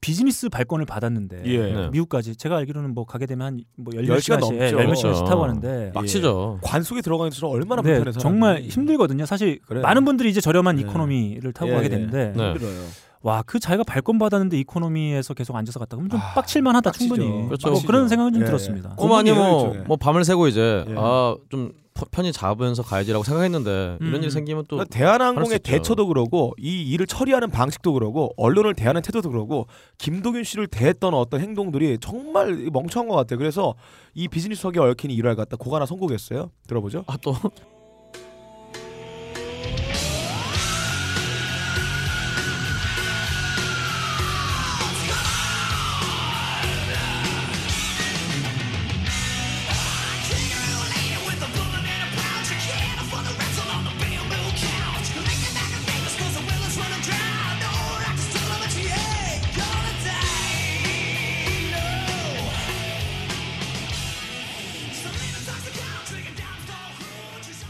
비즈니스 발권을 받았는데
예.
네.
미국까지 제가 알기로는 뭐 가게 되면 한뭐
열 시간
10시간씩 예,
넘죠. 아,
10시간씩 타고
그렇죠.
하는데
막치죠.
관 속에 들어가는 것처럼 얼마나
네,
불편해서
정말 힘들거든요. 사실
그래요.
많은 분들이 이제 저렴한
네.
이코노미를 타고
예,
가게
예.
되는데
네.
힘들어요.
와 그 자기가 발권 받았는데 이코노미에서 계속 앉아서 갔다 그러면 좀
아,
빡칠만하다
빡치죠.
충분히
그렇죠.
뭐 그런 생각은 좀
예, 예.
들었습니다.
고-
꼬마니
고문이에요,
뭐,
일종의.
뭐 밤을 새고 이제
예.
아 좀 편히 자면서 가야지라고 생각했는데 이런
음.
일 생기면 또
그러니까
할수
대한항공의
있죠.
대처도 그러고 이 일을 처리하는 방식도 그러고 언론을 대하는 태도도 그러고 김도균 씨를 대했던 어떤 행동들이 정말 멍청한 것 같아요. 그래서 이 비즈니스석에 얽힌 일화를 갖다 고가나 선곡했어요. 들어보죠.
아 또.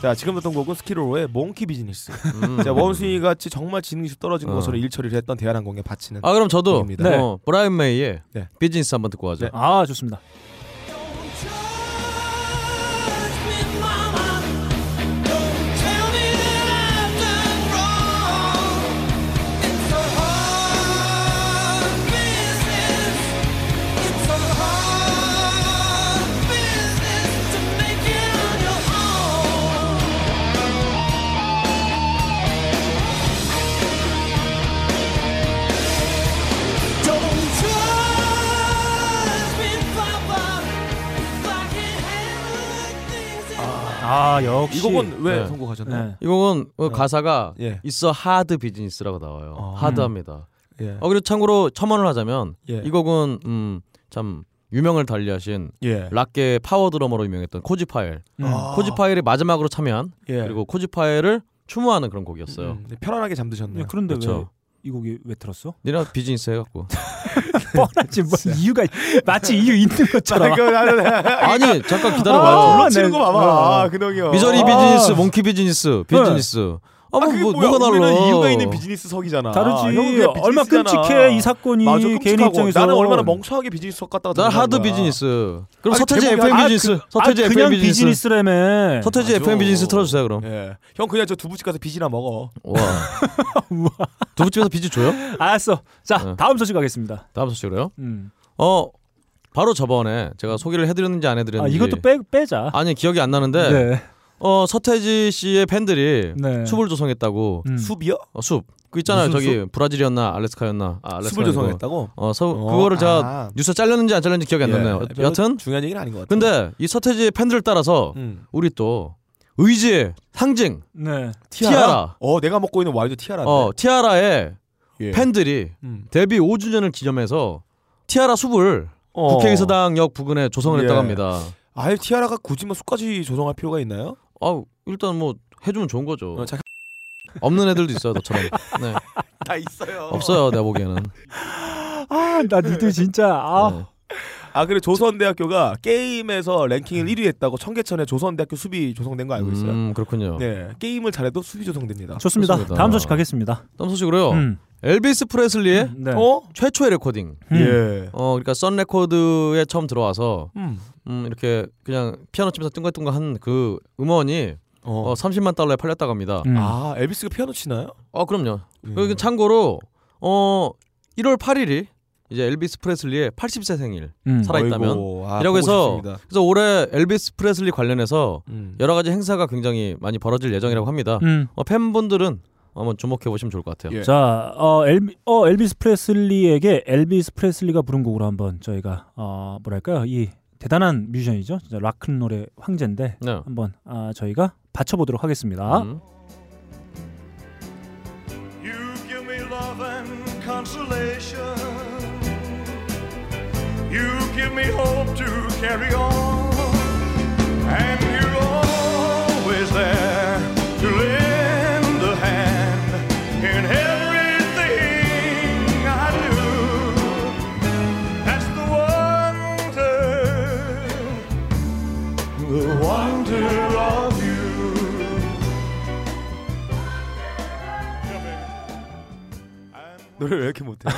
자 지금 듣던 곡은 스키로의 몽키 비즈니스. 자 원숭이 같이 정말 지능이 음. 떨어진
어.
것으로 일처리를 했던 대한항공에 바치는.
아 그럼 저도
곡입니다.
네.
어, 브라이언 메이의
네.
비즈니스 한번 듣고 가죠.
네.
아 좋습니다. 아 역시
이 곡은 왜
네.
선곡하셨나요?
네.
이 곡은 어,
네.
가사가
예.
있어 하드 비즈니스라고 나와요.
아.
하드합니다.
예.
어 그리고 참고로 첨언을 하자면
예.
이 곡은 음참 유명을 달리하신
예.
락계의 파워 드러머로 유명했던 코지 파일.
음.
아.
코지 파일이 마지막으로 참여한
예.
그리고 코지 파일을 추모하는 그런 곡이었어요.
음, 네, 편안하게 잠드셨네요.
예, 그런데
그렇죠.
왜 이 곡이 왜 들었어?
니랑 비즈니스
(laughs)
해갖고
뻔하지 뭐 이유가 마치 이유 있는 것처럼.
이거 나는
아니 잠깐
아,
기다려봐요.
네.
치는 거 봐봐. 아, 근홍이 형.
미저리
아.
비즈니스, 몽키 비즈니스, 비즈니스. 아,
아,
뭐,
그게
뭐,
뭐야?
뭐가 달라?
우리는 이유가 있는 비즈니스석이잖아.
다르지.
형은 그냥
얼마
비즈니스잖아.
끔찍해 이 사건이
맞아,
개인
끔찍하고.
입장에서.
나는 얼마나 멍청하게 비즈니스석 갔다가
난
들어간
하드
거야.
비즈니스. 그럼
아니,
서태지
제목이-
FM
아,
비즈니스.
아
서태지
그냥
FM 비즈니스.
비즈니스라며.
서태지
맞아.
FM 비즈니스 틀어주세요 그럼.
예. 형 그냥 저 두부집 가서 비지나 먹어. (laughs)
와. 두부집에서 비즈 줘요?
아, 알았어. 자
어.
다음 소식 가겠습니다.
다음 소식으로요.
음.
어 바로 저번에 제가 소개를 해드렸는지
아
안 해드렸는지.
이것도 빼 빼자.
예. 아니 기억이 안 나는데
네.
어 서태지 씨의 팬들이
네.
숲을 조성했다고
음.
숲이요?
어, 숲. 그 있잖아요.
무슨
저기 브라질이었나 알래스카였나. 아, 알래스카
숲을 조성했다고?
어, 서,
어,
그거를 제가
아.
뉴스 잘렸는지 안 잘렸는지 기억이 안 나네요.
예, 별로
여튼
중요한 얘기는 아닌 것 같아요.
근데 이 서태지 팬들을 따라서
음.
우리 또 의지의 상징
네.
티아라.
어, 내가 먹고 있는 와인도 티아라인데.
어, 티아라의
예.
팬들이
음.
데뷔 5주년을 기념해서 티아라 숲을
어.
국회의사당역 부근에 조성을
예.
했다고 합니다.
아예 티아라가 굳이 뭐 숲까지 조성할 필요가 있나요?
아, 일단 뭐 해주면 좋은 거죠.
어, 잠깐
없는 애들도
(laughs)
있어요, 너처럼. 네,
다 있어요.
없어요, 내가 보기에는.
아나 니들 진짜 아.
네.
아 그래 조선대학교가 게임에서 랭킹을
음.
1위 했다고 청계천에 조선대학교 수비 조성된 거 알고 있어요?
음, 그렇군요.
네 게임을 잘해도 수비 조성됩니다.
아, 좋습니다.
좋습니다.
다음 소식 가겠습니다.
다음 소식으로요.
음.
엘비스 프레슬리의
네.
어?
최초의 레코딩.
음.
예.
어, 그러니까 썬 레코드에 처음 들어와서
음.
음, 이렇게 그냥 피아노 치면서 뚱가뚱가한 그 음원이
어.
어, 30만 달러에 팔렸다고 합니다.
음.
아 엘비스가 피아노 치나요?
어, 그럼요.
음.
그리고 참고로 어, 1월 8일이 이제 엘비스 프레슬리의 80세 생일.
음.
살아있다면?
어이구, 아,
이라고
보고
해서-
싶습니다.
그래서 올해 엘비스 프레슬리 관련해서
음.
여러 가지 행사가 굉장히 많이 벌어질 예정이라고 합니다.
음.
어, 팬분들은 한번 주목해 보시면 좋을 것 같아요.
예.
자, 어, 엘비, 어, 엘비스 프레슬리에게 엘비스 프레슬리가 부른 곡으로 한번 저희가 어, 뭐랄까요? 이 대단한 뮤지션이죠. 진짜 락큰 노래 황제인데
네.
한번 아, 저희가 바쳐 보도록 하겠습니다.
음.
You give me love and consolation. You give me hope to carry on. And you're always there to lend a hand in everything I do. That's the wonder, the wonder of you.
노래 왜 이렇게 못해?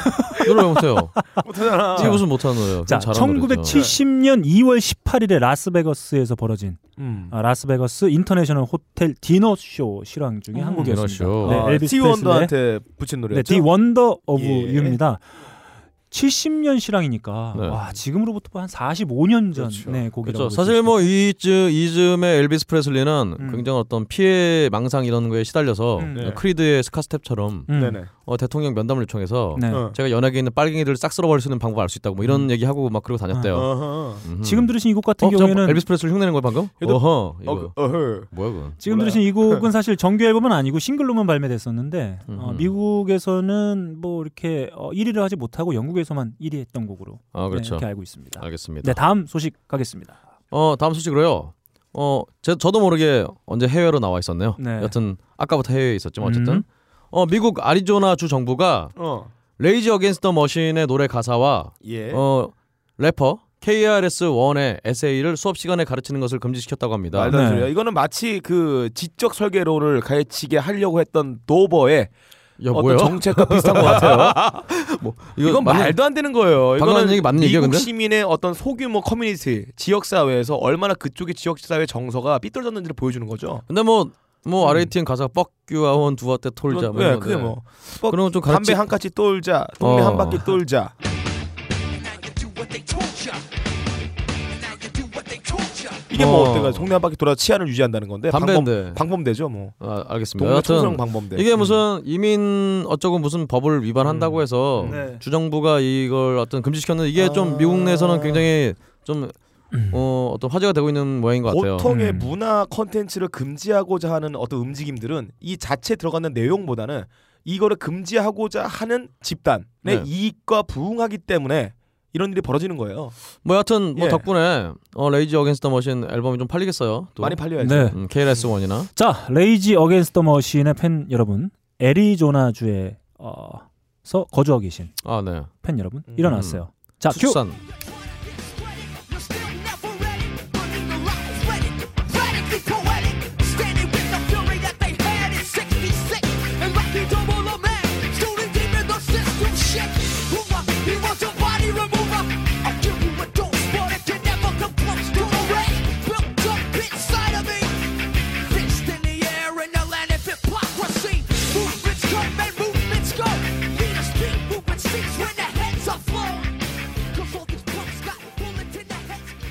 노래 왜 못해요?
(laughs) 못하잖아.
이게 무슨 못하는 노래예요?
자,
그럼 잘하는 노래죠. 네.
1970년 2월 18일에 라스베거스에서 벌어진
음.
아, 라스베거스 인터내셔널 호텔 디너 쇼 실황 중에
음,
한 곡이었습니다.
디너쇼.
네,
아,
엘비스
T
프레슬리의
원더한테 붙인
네,
노래였죠.
The Wonder of
예.
You입니다. 70년 실황이니까
네.
와 지금으로부터 뭐 한 45년 전의 네,
그렇죠.
곡이라고
그렇죠.
볼
사실
수
뭐 이즈 이즘의 엘비스 프레슬리는
음.
굉장히 어떤 피해 망상 이런 거에 시달려서
음.
네.
크리드의 스카스텝처럼
있- 음,
네네.
어, 대통령 면담을 요청해서
네. 음.
어.
제가 연예계에 있는 빨갱이들을 싹 쓸어버릴 수 있는 방법 알 수 있다고 뭐 이런 얘기 하고 막 그러고 다녔대요.
어허.
음흠.
아, 지금 들으신 이 곡 같은
어, 저
경우에는 그
엘비스 프레슬리 흉내는 거 방금?
얘도-
어허 이거
어, 어허.
뭐야 그건?
지금
몰라요.
들으신 이 곡은 사실 정규 앨범은 아니고 싱글로만 발매됐었는데 어,
음흠.
미국에서는 뭐 이렇게 어, 1위를 하지 못하고 영국에서만 1위 했던 곡으로
아
네,
그렇죠.
이렇게 알고 있습니다.
알겠습니다.
네 다음 소식 가겠습니다.
어 다음 소식으로요. 어 제, 저도 모르게 언제 해외로 나와 있었네요.
네.
여튼 아까부터 해외에 있었지만 어쨌든
음.
어 미국 아리조나 주 정부가
어.
레이지 어게인스터 머신의 노래 가사와
예.
어 래퍼 KRS1의 에세이를 수업 시간에 가르치는 것을 금지시켰다고 합니다.
말도 안
네.
되는 소리야. 이거는 마치 그 지적 설계론을 가르치게 하려고 했던 도버의
야,
어떤
뭐야?
정책과 비슷한 것 같아요.
(laughs) 뭐,
이건
맞는-
말도 안 되는 거예요.
방금 한
이거는
얘기 맞는
미국
얘기야, 근데?
시민의 어떤 소규모 커뮤니티, 지역 사회에서 얼마나 그쪽의 지역 사회 정서가 삐뚤어졌는지를 보여주는 거죠.
근데 뭐, 뭐 RATN 가사가 뻑규아원 두어때 톨자. 뭐
네,
이런
음. 그게
건데.
뭐 뻑-
그런 건좀
담배
가르치-
한 가지 똘자, 동네
어.
한 바퀴 똘자. 이게 뭐
어.
어때가 동네 한 바퀴 돌아 치안을 유지한다는 건데
담배인데.
방범 방범대죠 뭐
아, 알겠습니다.
동네
여하튼
총성 음. 방범대
이게 무슨 이민 어쩌고 무슨 법을
음.
위반한다고 해서
네.
주정부가 이걸 어떤 금지시켰는데 이게
아. 음.
좀 미국 내에서는 굉장히 좀 어, 어떤 화제가 되고 있는 모양인 것 같아요.
보통의
음.
문화 컨텐츠를 금지하고자 하는 어떤 움직임들은 이 자체 들어가는 내용보다는 이거를 금지하고자 하는 집단의
네.
이익과 부응하기 때문에 이런 일이 벌어지는 거예요.
뭐 여하튼 뭐
예.
덕분에 어, 레이지 어게인스트 더 머신 앨범이 좀 팔리겠어요. 또.
많이 팔려야죠.
네.
음, KRS1이나
자, 레이지 어게인스트 더 머신의 팬 여러분, 애리조나 주에 어서 거주하고 계신
아 네.
팬 여러분 일어났어요.
아,
자, 큐.
축산.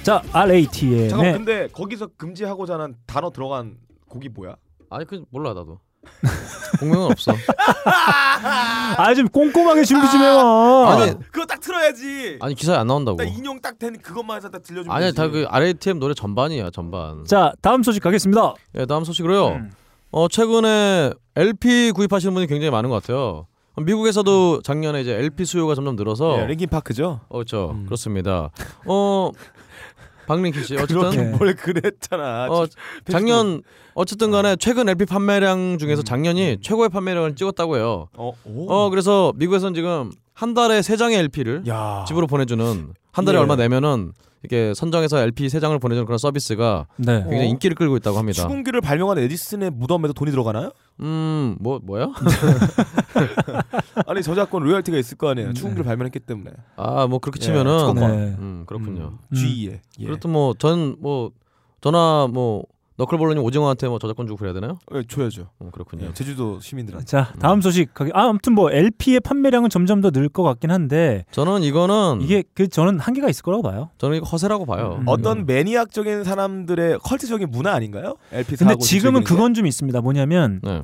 자, RATN의 네.
잠깐 만 근데 거기서 금지하고자 하는 단어 들어간 곡이 뭐야?
아니 그 몰라 나도. (laughs) 공명은 없어.
아, 좀 꼼꼼하게 준비 좀 해와.
아니
그거 딱 틀어야지.
아니 기사에 안 나온다고.
딱 인용 딱 된 그것만 해서 딱 들려주면
아니
되지.
다그 RATM 노래 전반이야 전반.
자, 다음 소식 가겠습니다.
예, 다음 소식으로요.
음.
어, 최근에 LP 구입하시는 분이 굉장히 많은 것 같아요. 어, 미국에서도 작년에 이제 LP 수요가 점점 늘어서
예, 링킨 파크죠.
어, 그렇죠.
음.
그렇습니다. 어, 박민기 씨
그렇게
어쨌든
네.
(laughs) 뭘 그랬잖아.
어, 작년 어쨌든 간에 최근 LP 판매량 중에서
음.
작년이 최고의 판매량을 찍었다고 해요.
어, 오.
어, 그래서 미국에서는 지금 한 달에 세 장의 LP를
야.
아. 집으로 보내주는 한 달에
예.
얼마 내면은 이렇게 선정해서 LP 세 장을 보내주는 그런 서비스가
네.
굉장히
어.
인기를 끌고 있다고 합니다.
수군기를 발명한 에디슨의 무덤에도 돈이 들어가나요?
음, 뭐 뭐야?
아니 저작권 로열티가 있을 거
음.
아니에요. 수군기를 발명했기 때문에.
아, 뭐 그렇게
예,
치면은
특허권.
네.
음, 그렇군요.
음, 주의에. 예.
그렇든 뭐 전 뭐 전화 뭐 너클볼러님 오징어한테 뭐 저작권 주고 그래야 되나요?
예, 줘야죠.
음, 그렇군요.
예, 제주도 시민들한테.
자, 다음 소식 가게. 아, 아무튼 뭐 LP의 판매량은 점점 더 늘 것 같긴 한데
저는 이거는
이게 그 저는 한계가 있을 거라고 봐요.
저는 이거 허세라고 봐요.
음.
어떤 매니악적인 사람들의 컬트적인 문화 아닌가요? LP
근데
사고 어,
지금은
즐기는
그건 좀 있습니다. 뭐냐면
네.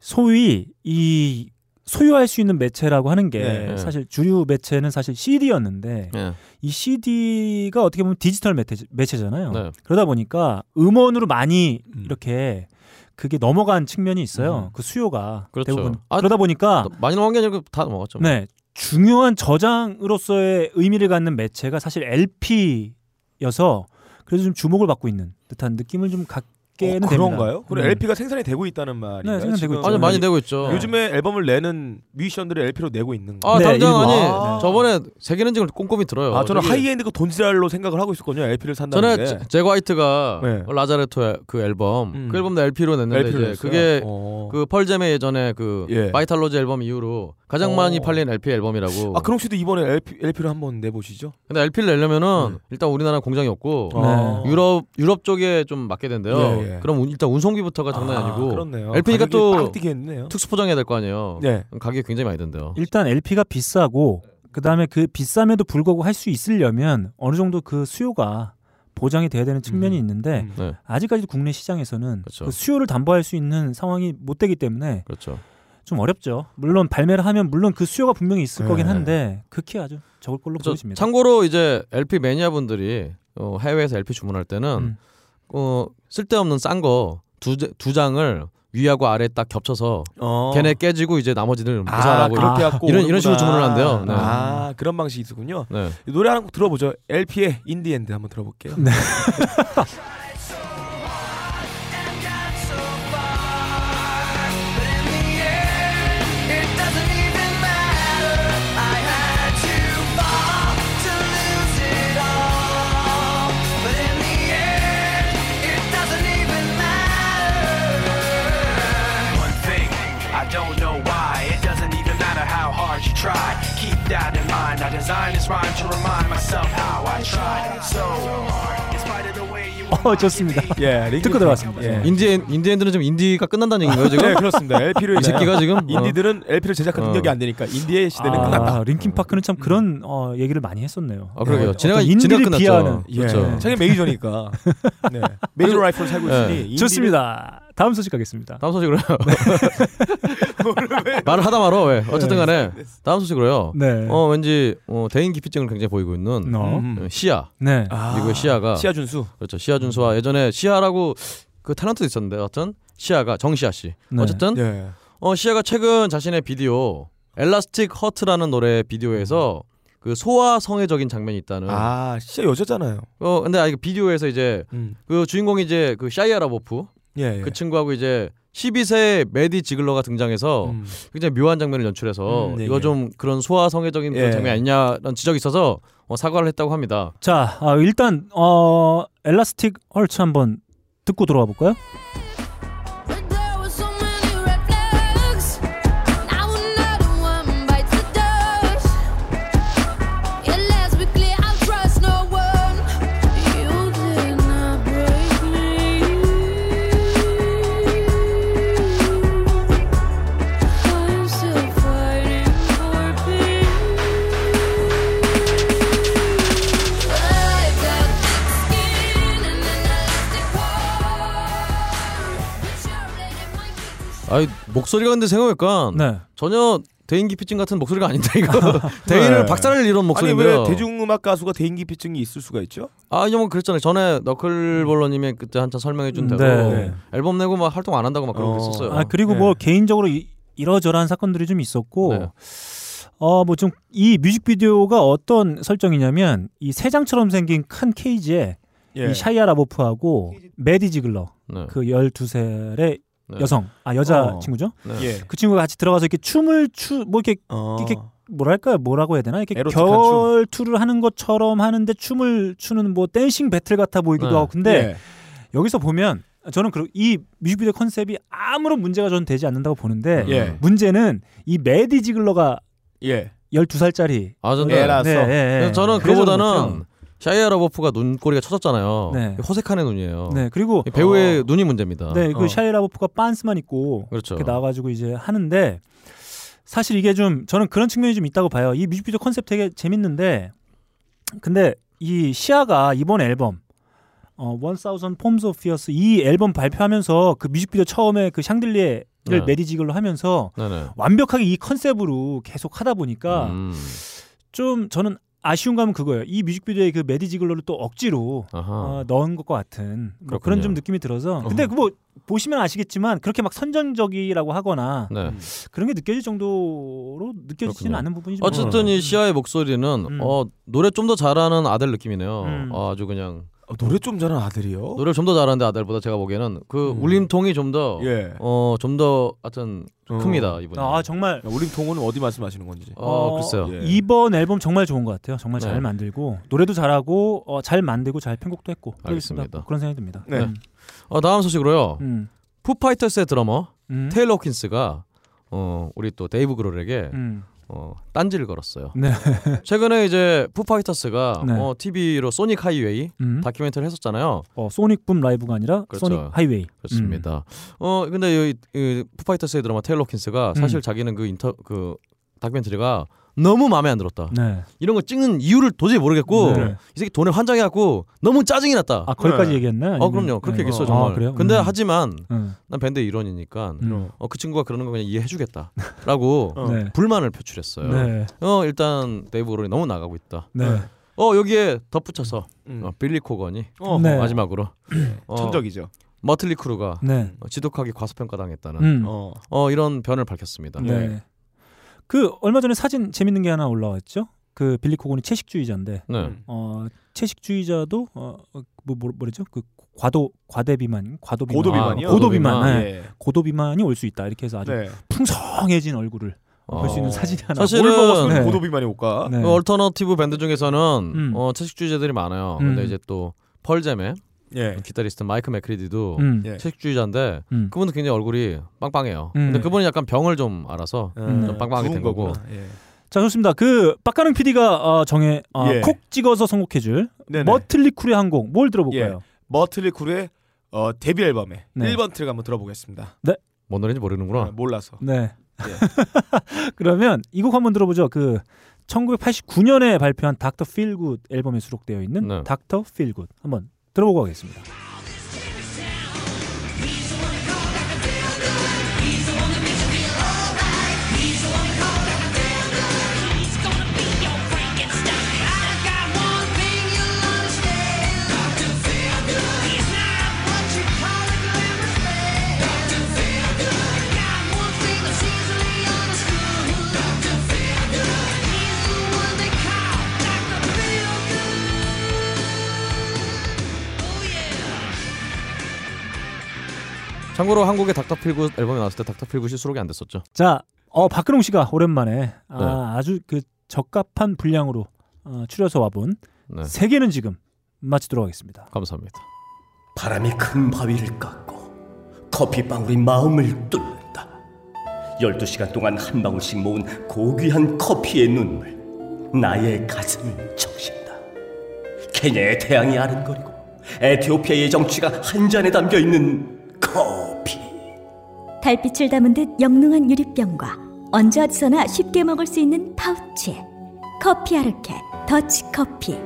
소위 이 소유할 수 있는 매체라고 하는 게
네,
네.
사실 주류 매체는 사실 CD였는데
예.
이 CD가 어떻게 보면 디지털 매체, 매체잖아요.
네.
그러다 보니까 음원으로 많이
음.
이렇게 그게 넘어간 측면이 있어요. 그 수요가
음. 그렇죠.
대부분
아,
그러다 보니까
많이 나온 게 아니고 다 먹었죠. 뭐.
네 중요한 저장으로서의 의미를 갖는 매체가 사실 LP여서 그래서 좀 주목을 받고 있는 듯한 느낌을 좀
게.
갖게는 됩니다.
어, 그런가요? 그럼
음.
LP가 생산이 되고 있다는 말인가요?
네, 생산되고
지금?
있죠.
아니 많이 되고 있죠.
요즘에 앨범을 내는 뮤지션들을 LP로 내고 있는 거.
아
네,
당장
일부.
아니
아.
저번에 세계는 지금 꼼꼼히 들어요.
아, 저는
저기
하이엔드 그 돈지랄로 생각을 하고 있었거든요. LP를 산다는
전에
게.
제- 제거 화이트가
네.
라자레토 그 앨범
음.
그 앨범도 LP로 냈는데
LP를
이제 그게
어.
그 펄잼의 예전에 그
예.
바이탈로즈 앨범 이후로 가장 많이
어.
팔린 LP 앨범이라고.
아, 그럼 씨도 이번에 LP, LP를 한번 내보시죠.
근데 LP를
네.
내려면은 일단 우리나라 공장이 없고
아.
네. 유럽 유럽 쪽에 좀 맞게 된대요.
예, 예.
그럼 운- 일단 운송비부터가 장난이
아,
아, 니고
그렇네요.
LP니까
가격이
또
빵 뛰겠네요.
특수 포장해야 될 거 아니에요.
네.
그럼 가격이 굉장히 많이 된대요.
일단 LP가 비싸고 그다음에 그 비쌈에도 불구하고 할 수 있으려면 어느 정도 그 수요가 보장이 돼야 되는 측면이
음.
있는데
음.
네,
아직까지도 국내 시장에서는
그렇죠.
그 수요를 담보할 수 있는 상황이 못 되기 때문에
그렇죠.
좀 어렵죠. 물론 발매를 하면 물론 그 수요가 분명히 있을
네.
거긴 한데 극히 아주 적을 걸로
그래서
보여집니다.
참고로 이제 LP 매니아 분들이 어, 해외에서 LP 주문할 때는
음.
어, 쓸데없는 싼 거 두 두 장을 위하고 아래 딱 겹쳐서
어.
걔네 깨지고 이제 나머지는 무사라고
그렇-
그렇게
아.
갖고
이런-
오는구나.
이런 식으로 주문을 한대요. 네.
아 그런 방식이군요.
네.
노래 하나 곡 들어보죠. LP의 인디엔드 한번 들어볼게요.
네.
I had to fall to lose it all. that in mind, I designed this rhyme to remind myself how I tried so hard. In spite of the way you
(laughs) 어 좋습니다.
예,
듣고 들어왔습니다.
예.
인디엔 인디엔들은 지금 인디가 끝난다는 얘기인가요 지금?
네, 그렇습니다. LP를
이 새끼가 지금 어.
인디들은 LP를 제작한
어.
능력이 안 되니까 인디의 시대는
아,
끝났다.
링킨 파크는 참 그런 어, 얘기를 많이 했었네요.
음. 아 그러게요.
어,
진해가
어떤 인디를
진해가 끝났죠.
비하하는.
예.
그렇죠.
자기 메이저니까. 네. 메이저 라이프를 살고
예.
있으니 인디를-
좋습니다. 다음 소식 가겠습니다.
다음 소식으로요. (laughs) 말을 하다 말어 왜? 어쨌든 간에 다음 소식으로요.
네.
어 왠지 어, 대인 기피증을 굉장히 보이고 있는
어.
음.
어, 시아
네.
미국의 시아가
시아 준수.
그렇죠. 시아
음.
준수와 예전에 시아라고 그 탤런트도 있었는데 어떤 시아가 정시아 씨.
네.
어쨌든
네.
어 시아가 최근 자신의 비디오 엘라스틱 허트라는 노래 비디오에서 그 소아 성애적인 장면이 있다는.
음. 아, 시아 여자잖아요.
어 근데 아 이거 비디오에서 이제
음.
그 주인공이 이제 그 샤이아 라보프
예. 예.
그 친구하고 이제 12세 메디 지글러가 등장해서
음.
굉장히 묘한 장면을 연출해서
음, 네,
이거
예.
좀 그런 소아성애적인 그런
예.
장면 아니냐라는 지적이 있어서 어, 사과를 했다고 합니다.
자, 아, 일단 어, 엘라스틱 헐츠 한번 듣고 들어와 볼까요?
But there were so many red flags. Now another one bites the dust. Yeah, let's be clear, I'll trust no one. You did not break me. I'm still fighting for peace. I've got thick skin and an elastic heart.
아 목소리가 근데 생각해보니까
네.
전혀 대인기피증 같은 목소리가
(laughs)
아닌데 이거 대인을
네.
박살을
아니
이런
왜
목소리인데요.
대중음악 가수가 대인기피증이 있을 수가 있죠?
아 이형 그랬잖아요. 전에 너클볼러님이 그때 한참 설명해준 대로
네.
앨범 내고 막 활동 안 한다고 막 그러고
어.
있었어요.
아, 그리고
네.
뭐 개인적으로 이, 이러저러한 사건들이 좀 있었고
예. 네.
어, 뭐 좀 이 뮤직비디오가 어떤 설정이냐면 이 새장처럼 생긴 큰 케이지에
예.
이 샤이아 라보프하고 메디 지글러
네.
그 12살의
네.
여성 아 여자
어.
친구죠?
네.
예.
그 친구가 같이 들어가서 이렇게 춤을 추 뭐 이렇게
어.
이렇게 뭐랄까요? 뭐라고 해야 되나? 이렇게
에로틱한
결투를 하는 것처럼 하는데 춤을 추는 뭐 댄싱 배틀 같아 보이기도
네.
하고 근데 여기서 보면 저는 그리고 이 뮤직비디오 컨셉이 아무런 문제가 저는 되지 않는다고 보는데
예. 예.
문제는 이 메디 지글러가
예.
12살짜리 네,
아 저는
예, 라서.
그래서 저는
그래서
그거보다는
그렇죠.
샤이아 라보프가 눈꼬리가 쳐졌잖아요.
네.
호색하는 눈이에요.
네 그리고
이 배우의 눈이 문제입니다.
네 그
어.
샤이라버프가 반스만 입고
그렇죠.
이렇게 나와가지고 이제 하는데 사실 이게 좀 저는 그런 측면이 좀 있다고 봐요. 이 뮤직비디오 컨셉 되게 재밌는데 근데 이 시아가 이번 앨범 어, 1000 Forms of Fears 이 앨범 발표하면서 그 뮤직비디오 처음에 그 샹들리에를
네.
메디지글로 하면서
네네.
완벽하게 이 컨셉으로 계속 하다 보니까
음.
좀 저는 아쉬운 감은 그거예요. 이 뮤직비디오에 그 메디지글로를 또 억지로
아하.
어, 넣은 것과 같은 뭐 그런
그렇군요.
좀 느낌이 들어서 근데 그 뭐 보시면 아시겠지만 그렇게 막 선정적이라고 하거나
네.
그런 게 느껴질 정도로 느껴지지는
그렇군요.
않는 부분이 좀
어쨌든 이 시아의 목소리는
음.
어, 노래 좀 더 잘하는 아들 느낌이네요.
음.
아, 주 그냥
어, 노래 좀 잘하는
어?
아들이요.
노래를 좀 더 잘하는데 아들보다 제가 보기에는 그
음.
울림통이 좀 더
예.
어, 좀 더 하여튼
어.
큽니다, 이분이.
아 정말
우림 통은 어디 말씀하시는 건지.
어, 글쎄요.
예.
이번 앨범 정말 좋은 것 같아요. 정말 잘
네.
만들고 노래도 잘하고 어, 잘 만들고 잘 편곡도 했고
알겠습니다.
그렇습니다. 그런 생각이 듭니다.
네.
음,
어, 다음 소식으로요.
음,
푸파이터스의 드러머
음,
테일러 호킨스가 어, 우리 또 데이브 그롤에게
음.
어, 딴지를 걸었어요.
네.
최근에 이제 푸파이터스가
네.
어, TV로 소닉 하이웨이
음.
다큐멘터리를 했었잖아요.
어, 소닉 붐 라이브가 아니라
그렇죠.
소닉 하이웨이. 음.
그렇습니다. 어 근데 이, 이 푸파이터스의 드라마 테일러킨스가 사실
음.
자기는 그 인터 그 다큐멘터리가 너무 마음에 안 들었다.
음. 네.
이런 거 찍는 이유를 도저히 모르겠고
네.
이 새끼 돈에 환장해갖고 너무 짜증이 났다.
아 거기까지
네.
얘기했나?
어 그럼요 그렇게 얘기했어 정말.
아, 그래요?
근데
음.
하지만
음.
난 밴드 의 일원이니까
음.
어, 그 친구가 그러는 거
(laughs)
그냥 이해해주겠다라고
어.
네.
불만을 표출했어요.
네.
어 일단 데이브 그롤이 너무 나가고 있다.
네.
어 여기에 덧붙여서
음.
어, 빌리 코건이
어,
(clears throat) 네.
마지막으로 어,
천적이죠.
머틀리 크루가
네.
어, 지독하게 과소평가당했다는
음.
어.
어 이런 변을 밝혔습니다.
네. 그 얼마 전에 사진 재밌는 게 하나 올라왔죠. 그 빌리 코곤이 채식주의자인데
네.
음.
어 채식주의자도 어뭐 뭐, 뭐랬죠? 그 과도 과대비만 과도비만
고도비만이요?
아, 고도비만 네.
예.
고도비만이 올 수 있다 이렇게 해서 아주
네.
풍성해진 얼굴을 볼 수 있는
어,
사진이 하나
사실은-
뭘 먹었으면
네.
고도비만이 올까?
네.
그 얼터너티브 밴드 중에서는
음.
어, 채식주의자들이 많아요.
음.
근데 이제 또 펄잼의
예.
기타리스트 마이크 맥크리디도
음.
예.
채식주의자인데
음.
그분도 굉장히 얼굴이 빵빵해요.
음.
근데 그분은 약간 병을 좀 알아서
음.
좀 빵빵하게
구운
된 거고.
거구나. 예.
자 좋습니다. 그 빡가능 PD가 정해 어,
예.
콕 찍어서 선곡해줄
네네.
머틀리 쿨의 한 곡 뭘 들어볼까요?
머틀리 쿨의 어, 데뷔 앨범의
네.
1번 트랙 한번 들어보겠습니다.
뭔 노래인지
아,
모르는구나.
몰라서.
네.
예.
(laughs) 그러면 이 곡 한번 들어보죠. 그 1989년에 발표한 닥터 필굿 앨범에 수록되어 있는
네.
닥터 필굿 한번 들어보고 가겠습니다.
참고로 한국의 닥터필굿 앨범이 나왔을 때 닥터필굿이 수록이 안 됐었죠.
자, 어 박근홍 씨가 오랜만에
네.
아, 아주 그 적합한 분량으로 어, 추려서 와본
네.
세계는 지금 마치도록 하겠습니다.
감사합니다.
바람이 큰 바위를 깎고 커피방울이 마음을 뚫는다. 12시간 동안 한 방울씩 모은 고귀한 커피의 눈물 나의 가슴을 적신다. 케냐의 태양이 아른거리고 에티오피아의 정취가 한 잔에 담겨 있는 커피.
달빛을 담은 듯 영롱한 유리병과 언제 어디서나 쉽게 먹을 수 있는 파우치에 커피 아르케 더치커피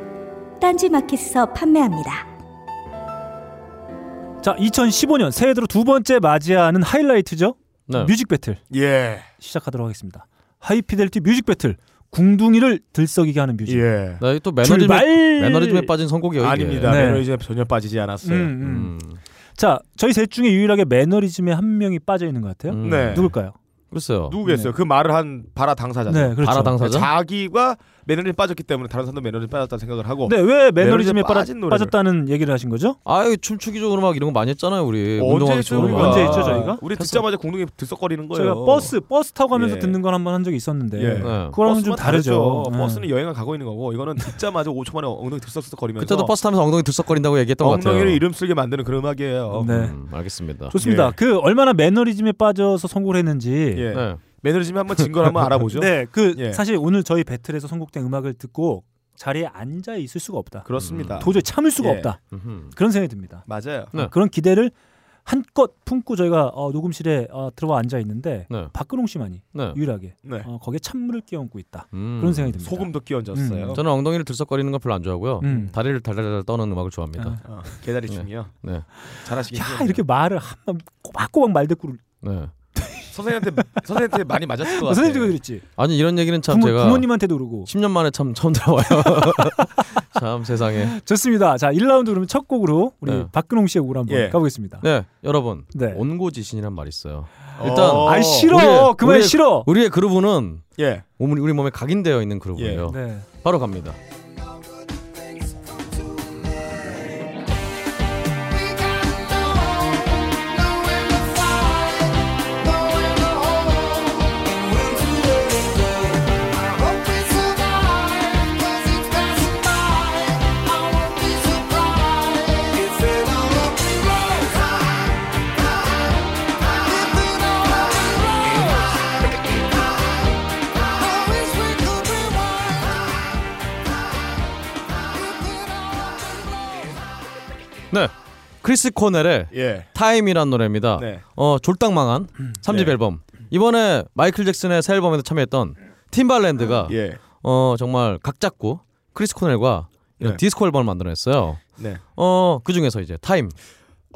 딴지 마켓에서 판매합니다.
자, 2015년 새해 들어 두 번째 맞이하는 하이라이트죠?
네.
뮤직 배틀
예.
시작하도록 하겠습니다. 하이피델티 뮤직 배틀 궁둥이를 들썩이게 하는 뮤직.
예.
네, 또 매너즘에
출발!
매너리즘에 빠진 선곡이에요. 이게.
아닙니다.
네.
매너 이제 전혀 빠지지 않았어요.
음, 음.
예, 음.
자, 저희 셋 중에 유일하게 매너리즘에 한 명이 빠져 있는 것 같아요.
음.
네.
누굴까요?
글쎄요.
누구겠어요? 그 말을 한 바라 당사자.
네, 그렇죠.
바라 당사자.
자기가 매너리즘 빠졌기 때문에 다른 사람도 매너리즘 빠졌다는 생각을 하고
네, 왜 매너리즘에
매너리즘에
빠졌
빠진 노래를.
다는 얘기를 하신 거죠?
아유 춤추기 좋은 음악 이런 거 많이 했잖아요 우리.
언제
운동하기
했죠
좋은
우리가?
음악.
언제 했죠, 저희가?
우리 듣자마자 공동에 들썩거리는 거예요.
제가 버스 버스 타고 가면서
예.
듣는 걸 한 번 한 적이 있었는데
예.
네.
그거랑은 좀
버스만
다르죠. 예.
버스는 여행을 가고 있는 거고 이거는 듣자마자 5초 만에 엉덩이 들썩들썩거리면서
그때도 버스 타면서 엉덩이 들썩거린다고 얘기했던 것 같아요.
엉덩이를 이름 쓰게 만드는 그런 음악이에요.
네.
음, 알겠습니다.
좋습니다.
예.
그 얼마나 매너리즘에 빠져서 선곡을 했는지
예.
네.
매너리즘에 한번 진걸 한번
(laughs)
알아보죠.
네, 그
예.
사실 오늘 저희 배틀에서 선곡된 음악을 듣고 자리에 앉아 있을 수가 없다.
그렇습니다.
음, 도저히 참을 수가
예.
없다.
음흠.
그런 생각이 듭니다.
맞아요.
네.
그런 기대를 한껏 품고 저희가 어, 녹음실에 어, 들어와 앉아 있는데
네.
박근홍 씨만이
네.
유일하게
네.
어, 거기에 찬물을 끼얹고 있다.
음.
그런 생각이 듭니다.
소금도 끼얹었어요.
저는 엉덩이를 들썩거리는 건 별로 안 좋아하고요.
음.
다리를 달달달 떠는 음악을 좋아합니다.
어, 개다리 중이요.
네.
잘하시긴.
야
해요.
이렇게 말을 한번 꼬박꼬박 말대꾸를
네.
선생님한테 선생님한테 많이 맞았을 것 같아요.
선생님도 그랬지.
아니 이런 얘기는 참
부모,
제가
부모님한테도 그러고.
10년 만에 참 처음 들어와요. (laughs) 참 세상에.
좋습니다. 자, 1라운드 그러면 첫 곡으로 우리
네.
박근홍 씨의 곡으로 한번
예.
가보겠습니다.
네, 여러분.
네.
온고지신이란 말이 있어요. 일단
어.
아이 싫어.
우리의-
그만
우리의-
싫어.
우리의 그루브는
예.
우리, 우리 몸에 각인되어 있는 그루브예요.
네.
바로 갑니다. 네. 크리스 코넬의
예.
타임이란 노래입니다.
네.
어, 졸당망한 3집
예.
네.
앨범. 이번에 마이클 잭슨의 새 앨범에도 참여했던
아.
팀발랜드가
예.
어, 정말 각 잡고 크리스 코넬과 이런
네.
디스코 앨범을 만들어냈어요.
네.
어, 그 중에서 이제 타임.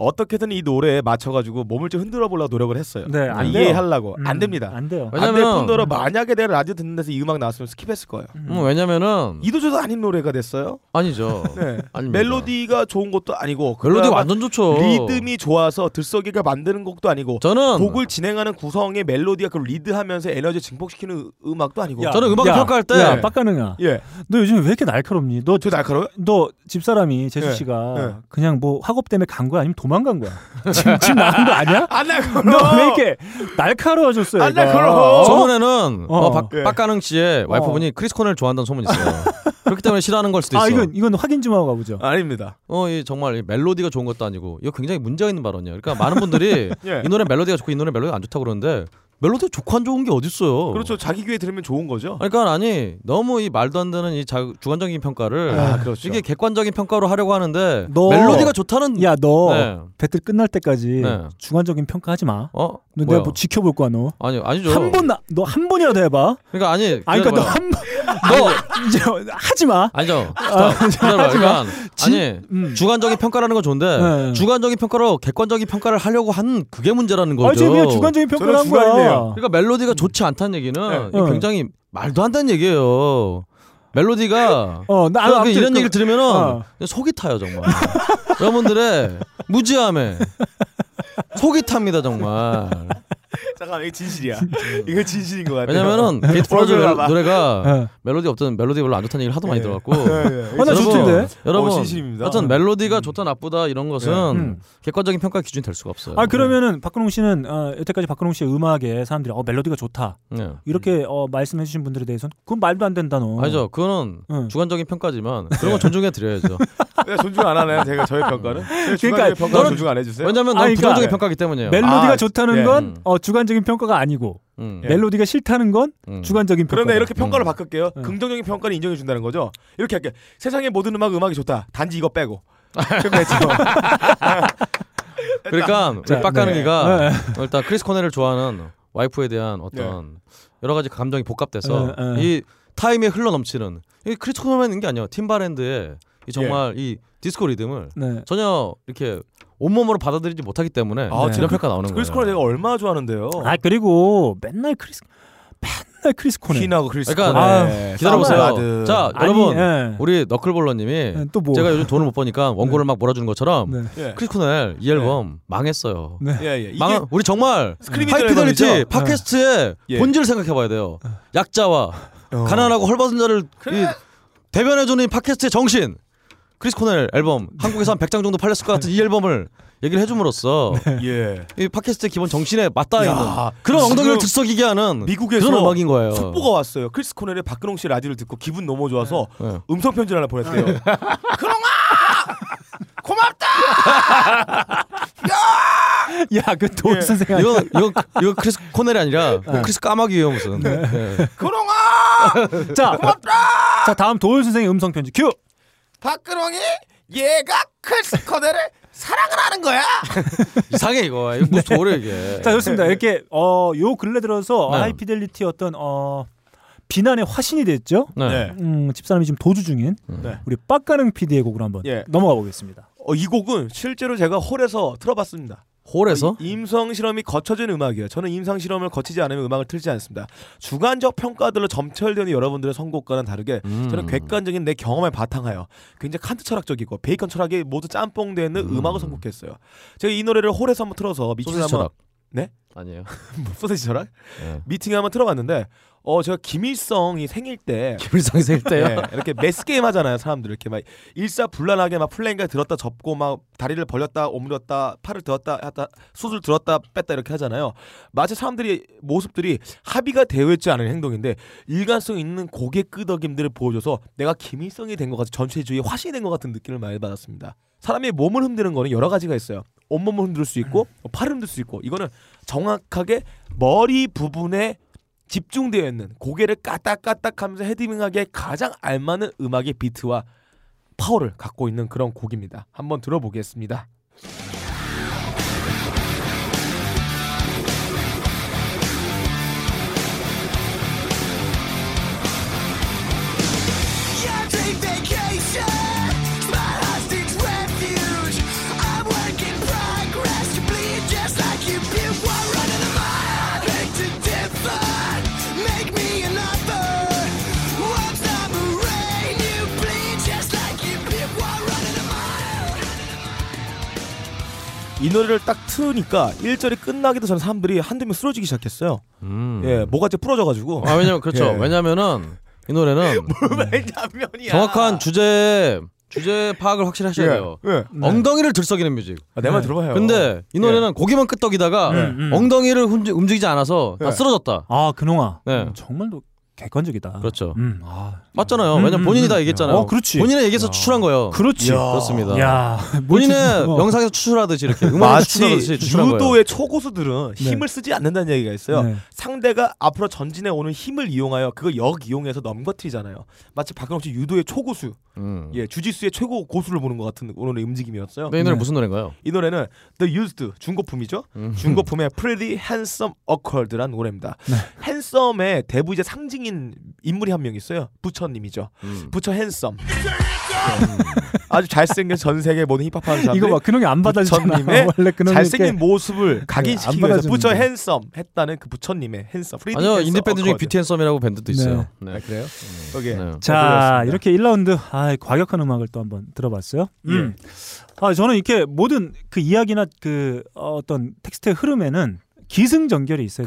어떻게든 이 노래에 맞춰 가지고 몸을 좀 흔들어 보려고 노력을 했어요.
네, 안 돼요.
이해하려고.
음,
안 됩니다.
안 돼요.
안될
왜냐면-
뿐더러 만약에 내가 라디오 듣는 데서 이 음악 나왔으면 스킵했을 거예요.
음, 왜냐면은
이도저도 아닌 노래가 됐어요.
아니죠.
(laughs) 네.
아닙니다.
멜로디가 좋은 것도 아니고
멜로디
그나마
완전 좋죠.
리듬이 좋아서 들썩이가 만드는 곡도 아니고
저는
곡을 진행하는 구성의 멜로디가 그걸 리드하면서 에너지 증폭시키는 으- 음악도 아니고
야,
저는 음악을
야,
평가할 때
야, 빡가능아.
예.
너 요즘 왜 이렇게 날카롭니? 너
저 날카로워요?
너 집사람이 재수
예,
씨가
예.
그냥 뭐 학업 때문에 간 거야 아니면 도망간 거야? 지금 지금 나간 거 아니야?
안 날카로워.
너 왜 이렇게 날카로워졌어요?
안
얘가?
날카로워.
어?
소문에는
어.
어, 박,
예.
박가능 씨의 와이프분이 크리스 코넬 좋아한다는 소문이 있어요. 그렇기 때문에 싫어하는 걸 수도 있어.
아 이건 이건 확인 좀 하고 가보죠.
아닙니다.
어, 이 정말 이 멜로디가 좋은 것도 아니고 이거 굉장히 문제가 있는 발언이에요. 그러니까 많은 분들이
(laughs) 예.
이 노래 멜로디가 좋고 이 노래 멜로디가 안 좋다고 그러는데 멜로디가 좋고 안 좋은 게 어딨어요.
그렇죠. 자기 귀에 들으면 좋은 거죠.
아니, 그러니까 아니 너무 이 말도 안 되는 이 자, 주관적인 평가를
아, 그렇죠.
이게 객관적인 평가로 하려고 하는데
너-
멜로디가 좋다는
야 너
네.
배틀 끝날 때까지
네.
주관적인 평가하지 마.
어?
너
뭐야?
내가 뭐 지켜볼 거야 너.
아니 아니죠.
한 번 너 한 번이라도 해봐.
그러니까 아니
아니
기다려봐요.
그러니까 너 한 번
너
(laughs) 이제 하지 마.
아니죠. 스탑. 기다려봐. 그러니까 아니
음.
주관적인 평가라는 건 좋은데
네.
주관적인 평가로 객관적인 평가를 하려고 한 그게 문제라는 거죠.
아니 지금 그냥 주관적인 평가를 한 거야.
주관이네요.
그러니까 멜로디가 좋지 않다는 얘기는
네.
굉장히 말도 안 되는 얘기예요. 멜로디가
어, 나
저는 그
아무튼
이런
그-
얘기를 들으면 은
어.
속이 타요 정말. 여러분들의 무지함에 속이 탑니다 정말.
아, 잠깐 이게 진실이야. 이거 진실인 것 같아.
왜냐면은
네.
게이트 프로즈
프로즈가 막- 네.
노래가
예.
멜로디 없던 멜로디 별로 안 좋다는 얘기를 하도 많이 들어갖고
어, 나
여러분,
좋던데.
여러분
어, 예. 진심입니다. 예.
하여튼 멜로디가 좋다 나쁘다 이런 것은
음.
객관적인 평가 기준이 될 수가 없어요.
아 그러면은 박근홍 씨는 어, 여태까지 박근홍 씨의 음악에 사람들이 어 멜로디가 좋다
네.
이렇게 어, 말씀해주신 분들에 대해서는 그건 말도 안 된다 너.
아니죠. 그거는
응.
주관적인 평가지만 그런
예.
건 존중해
(laughs)
드려야죠.
존중 안 하네요. 제가 저의 평가는.
그러니까
그러니까 평가
너는-
존중 안 해주세요.
왜냐면
아,
너무
그러니까-
부정적인 평가기 때문이에요.
멜로디가
아,
좋다는
예.
건
음.
어, 주관적인 평가가 아니고
음.
예.
멜로디가 싫다는 건
음.
주관적인 평가.
그런데 이렇게
어.
평가를 바꿀게요.
네.
음.
긍정적인 평가를 인정해 준다는 거죠. 이렇게 할게. 세상의 모든 음악 음악이 좋다. 단지 이거
(laughs)
빼고. 끝냈죠.
그러니까
네.
우리
자,
빡가능이가 일단 크리스 코넬을 좋아하는 와이프에 대한 어떤
네.
여러 가지 감정이
네,
복합돼서
네.
이 타임에 흘러 넘치는 이 크리스 코넬만 있는 게 아니에요. 팀바랜드의 이 정말
예.
이 디스코 리듬을
네.
전혀 이렇게 온몸으로 받아들이지 못하기 때문에
아,
이런
제가
평가 나오는 거예요.
크리스 코넬 내가 얼마나 좋아하는데요.
아 그리고 맨날 크리스 맨날 크리스 코넬.
퀸하고 크리스
그러니까
코넬. 네.
기다려보세요.
사운드가드.
자
아니,
여러분
예.
우리 너클볼러님이
네, 또 뭐?
제가 요즘 돈을 못 버니까 원고를 막 몰아주는 것처럼
네.
예.
크리스 코넬 이 앨범 망했어요.
네.
예, 예. 이게
망한 우리 정말
스크림이
하이피델리티
들어가죠?
팟캐스트의
예.
본질을 생각해봐야 돼요. 약자와
어.
가난하고 헐벗은 자를 이 대변해주는 이 팟캐스트의 정신. 크리스 코넬 앨범
네.
한국에서 한 100장 정도 팔렸을 것 같은 이 앨범을 얘기를 해줌으로써
예.
이 팟캐스트의 기본 정신에 맞닿아
야,
있는 그런
지금
엉덩이를 들썩이게 하는
미국에서
그런 음악인 거예요.
속보가 왔어요. 크리스 코넬의 박근홍 씨 라디오를 듣고 기분 너무 좋아서
네.
음성 편지를 하나 보냈대요.
(laughs) 야그 도우 선생 아니야?
이거 이거 이거 크리스 코넬이
네.
아니라 뭐 크리스 까마귀예요 무슨. 네.
자,
(laughs)
자 다음 도울 선생의 음성 편지 큐.
박근홍이 얘가 크리스 코넬을 사랑을 하는 거야.
이상해 이거 이거
네.
무슨 도래 이게.
자 좋습니다. 이렇게 어요 근래 들어서
네.
하이피델리티 어떤 어 비난의 화신이 됐죠.
네.
네.
음, 집사람이 지금 도주 중인
네.
우리 빡가능 PD의 곡으로 한번
예.
넘어가 보겠습니다.
어, 이 곡은 실제로 제가 홀에서 틀어봤습니다.
홀에서
이- 임상 실험이 거쳐진 음악이에요. 저는 임상 실험을 거치지 않으면 음악을 틀지 않습니다. 주관적 평가들로 점철되는 여러분들의 선곡과는 다르게
음.
저는 객관적인 내 경험에 바탕하여 굉장히 칸트 철학적이고 베이컨 철학이 모두 짬뽕되어 있는 음. 악을 선곡했어요. 제가 이 노래를 홀에서 한번 틀어서 미팅을
소시지
한번
철학.
네?
아니에요.
(laughs) 소세지 철학
네.
미팅에 한번 틀어봤는데 어 제가 김일성이 생일 때
김일성 생일 때요.
예, 이렇게 매스 게임 하잖아요 사람들 이렇게 막 일사불란하게 막 플랭크 들었다 접고 막 다리를 벌렸다 오므렸다 팔을 들었다 했다 숱을 들었다 뺐다 이렇게 하잖아요 마치 사람들이 모습들이 합의가 되어 있지 않은 행동인데 일관성 있는 고개 끄덕임들을 보여줘서 내가 김일성이 된 것 같은 전체주의 화신이 된 것 같은 느낌을 많이 받았습니다 사람이 몸을 흔드는 거는 여러 가지가 있어요 온몸을 흔들 수 있고 팔을 흔들 수 있고 이거는 정확하게 머리 부분에 집중되어 있는 고개를 까딱까딱하면서 헤드윙하기에 가장 알맞는 음악의 비트와 파워를 갖고 있는 그런 곡입니다. 한번 들어보겠습니다. 이 노래를 딱 트니까 1절이 끝나기도 전에 사람들이 한두 명 쓰러지기 시작했어요.
음.
예, 뭐가 이제 부러져가지고.
아 왜냐면 그렇죠.
예.
왜냐면은 이
(laughs)
노래는
왜냐면이야.
정확한 주제 주제 파악을 확실히 하셔야 돼요.
예.
네.
엉덩이를 들썩이는 뮤직.
아, 내 말 들어봐요.
네. 근데 이 노래는 고기만 끄떡이다가
음, 음.
엉덩이를 훈지- 움직이지 않아서 다
예.
쓰러졌다.
아 근홍아,
네.
음, 정말 너 객관적이다.
그렇죠.
음, 아,
맞잖아요.
음,
왜냐면
음,
본인이 다
음.
얘기했잖아요.
어, 그렇지.
본인의 얘기에서 추출한 거예요.
그렇지.
예, 그렇습니다.
(laughs) 야,
본인은
뭐,
영상에서 추출하듯이 이렇게 음악을
마치
추출하듯이 추출한 거예요. 네.
유도의 초고수들은 힘을 쓰지 않는다는 얘기가 있어요.
네.
상대가 앞으로 전진해 오는 힘을 이용하여 그걸 역 이용해서 넘거뜨리잖아요. 마치 박근홍 씨 유도의 초고수,
음.
예 주짓수의 최고 고수를 보는 것 같은 오늘의 움직임이었어요.
근데 이 노래
네.
무슨 노래인가요?
이 노래는 The Used 중고품이죠.
음.
중고품의 Pretty Handsome Accord란 노래입니다.
네.
핸섬의 대부이제 상징인 인물이 한 명 있어요. 부처님이죠.
음.
부처 핸섬. 아주 잘생긴 전 세계 모든 힙합 하는 사람들이
이거 봐, 근홍이 안 받아주잖아.
부처님의
(laughs) 원래 근홍이 예,
잘생긴 모습을
안
각인시키기
받아주는
위해서 부처
거예요.
핸섬 했다는 그 부처님의 핸섬. 프리디
아니요
핸섬
인디 밴드 중에
어커드.
뷰티 앤 썸이라고 밴드도 있어요. 네.
아, 그래요? 오케이.
네.
자, 이렇게 1라운드 아, 과격한 음악을 또 한번 들어봤어요. 음. 아, 저는 이렇게 모든 그 이야기나 그 어떤 텍스트의 흐름에는 기승전결이 있어야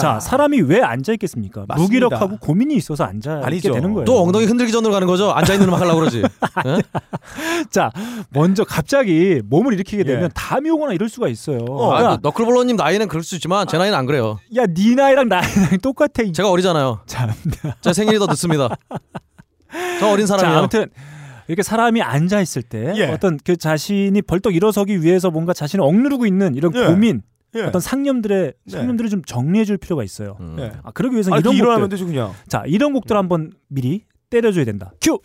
됩니다. 자, 사람이 왜 앉아 있겠습니까?
맞습니다.
무기력하고 고민이 있어서 앉아 있게
아니죠.
되는 거예요.
또 엉덩이 흔들기 전으로 가는 거죠. 앉아 있는 음악 하려고 그러지.
자, 먼저 갑자기 몸을 일으키게 되면
예.
담이 오거나 이럴 수가 있어요.
아,
야,
그 너클볼러님 나이는 그럴 수 있지만 제 나이는 안 그래요.
야, 네 나이랑 나이랑 똑같아. 이 (laughs)
제가 어리잖아요.
참.
제 생일이 더 늦습니다. 저 어린
자,
사람이에요.
아무튼 이렇게 사람이 앉아 있을 때
예.
어떤 그 자신이 벌떡 일어서기 위해서 뭔가 자신을 억누르고 있는 이런
예.
고민,
예.
어떤 상념들의
네.
상념들을 좀 정리해 줄 필요가 있어요.
음.
예.
아, 그러기 위해서
아,
이런
이렇게 일어나면
곡들
되지 그냥.
자, 이런 곡들 한번 미리 때려 줘야 된다. 큐.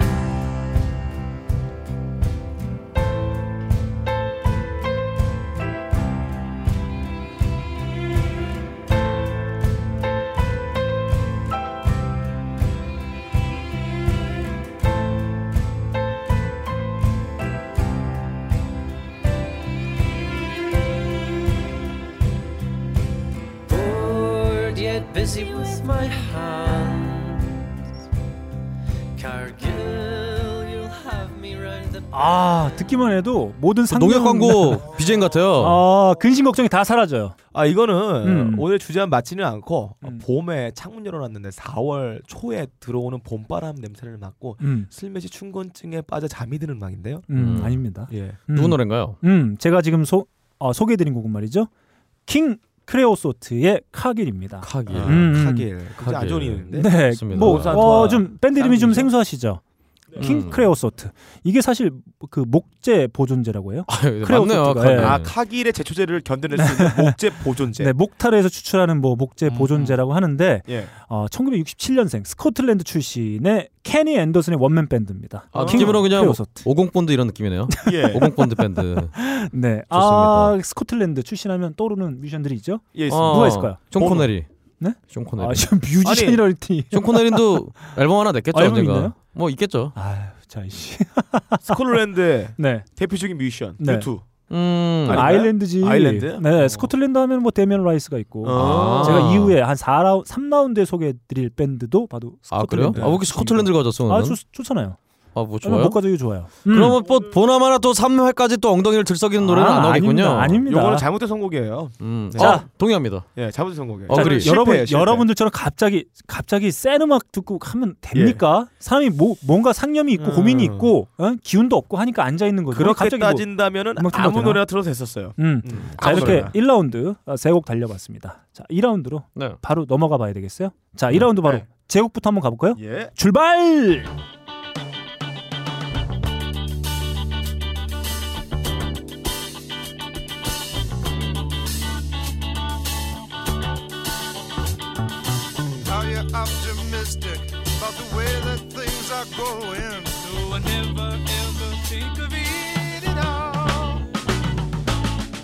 bored yet busy with my hands. Cargill, you'll have me round the
아, 듣기만 해도 모든 상념
농약 광고 BGM 같아요.
(laughs) 아, 근심 걱정이 다 사라져요.
아 이거는
음.
오늘 주제와 맞지는 않고
음.
봄에 창문 열어놨는데 4월 초에 들어오는 봄바람 냄새를 맡고
음.
슬며시 춘곤증에 빠져 잠이 드는 음악인데요.
음,
음.
아닙니다.
예.
음.
누구 노래인가요?
음, 제가 지금 소, 어, 소개해드린 곡은 말이죠. 킹 크레오소트의 카길입니다.
카기.
음.
아, 카길. 굉장히 안 좋은
카길.
이름인데.
네,
좋습니다.
뭐,
오산
어,
투아
좀 밴드 이름이 좀
쌍둥이죠.
생소하시죠. 킹
음.
크레오소트. 이게 사실 그 목재 보존제라고 해요.
아, 맞네요.
크레오소트가,
카기.
예.
아 카길의 제초제를 견뎌낼 수 있는 목재 보존제.
네, 목탈에서 추출하는 뭐
음,
목재 보존제라고 하는데
예.
어, 1967년생 스코틀랜드 출신의 케니 앤더슨의 원맨 밴드입니다.
아,
킹
느낌으로 그냥
크레오소트.
50 본드 이런 느낌이네요.
예.
50 본드 밴드.
네. 아, 스코틀랜드 출신하면 떠오르는 뮤지션들이 있죠.
예. 있습니다.
어,
누가 있을까요?
존
보너.
코네리.
네? 아,
존 코네리.
지금 뮤지션이라니. (laughs)
존 코네리도 앨범 하나 냈겠죠,
아, 앨범
언젠가.
있나요?
뭐 있겠죠.
아유, 자,
(laughs)
씨.
스코틀랜드의
네.
대표적인 뮤지션
네.
유투.
음.
아니,
아일랜드지
아일랜드?
네,
어.
스코틀랜드 하면 뭐 데미안 라이스가 있고.
아.
제가 이후에 한 4라운 3라운드에 소개해 드릴 밴드도 봐도
아 그래요?
스코틀랜드.
아, 왜 이렇게 스코틀랜드를 가졌어?
아,
오늘?
좋, 좋잖아요.
아, 뭐
저는
좋아요?
못 가져요, 좋아요. 음.
그러면 또 보나마나 또 3회까지 또 엉덩이를 들썩이는 노래는
아,
안 나오겠군요.
아닙니다. 아닙니다.
요거는 잘못된 선곡이에요.
음.
네.
자,
자.
동의합니다.
예, 잘못된 선곡이에요.
어, 그리.
실패예요,
여러분
실패.
여러분들처럼 갑자기 갑자기 센 음악 듣고 하면 됩니까? 사람이 뭐 뭔가 상념이 있고
음.
고민이 있고 어? 기운도 없고 하니까 앉아 있는 거죠.
그렇게
갑자기 뭐-
따진다면은
음악 틀어도
아무
되나?
노래나 들어도 됐었어요.
음.
음.
자,
아무
이렇게
노래나.
1라운드 어, 세 곡 달려봤습니다. 자, 2라운드로
네.
바로 넘어가 봐야 되겠어요? 자, 2라운드 바로
네.
제곡부터 한번 가볼까요?
예.
출발!
How you optimistic about the way that things are going? No, I never ever think of it at all.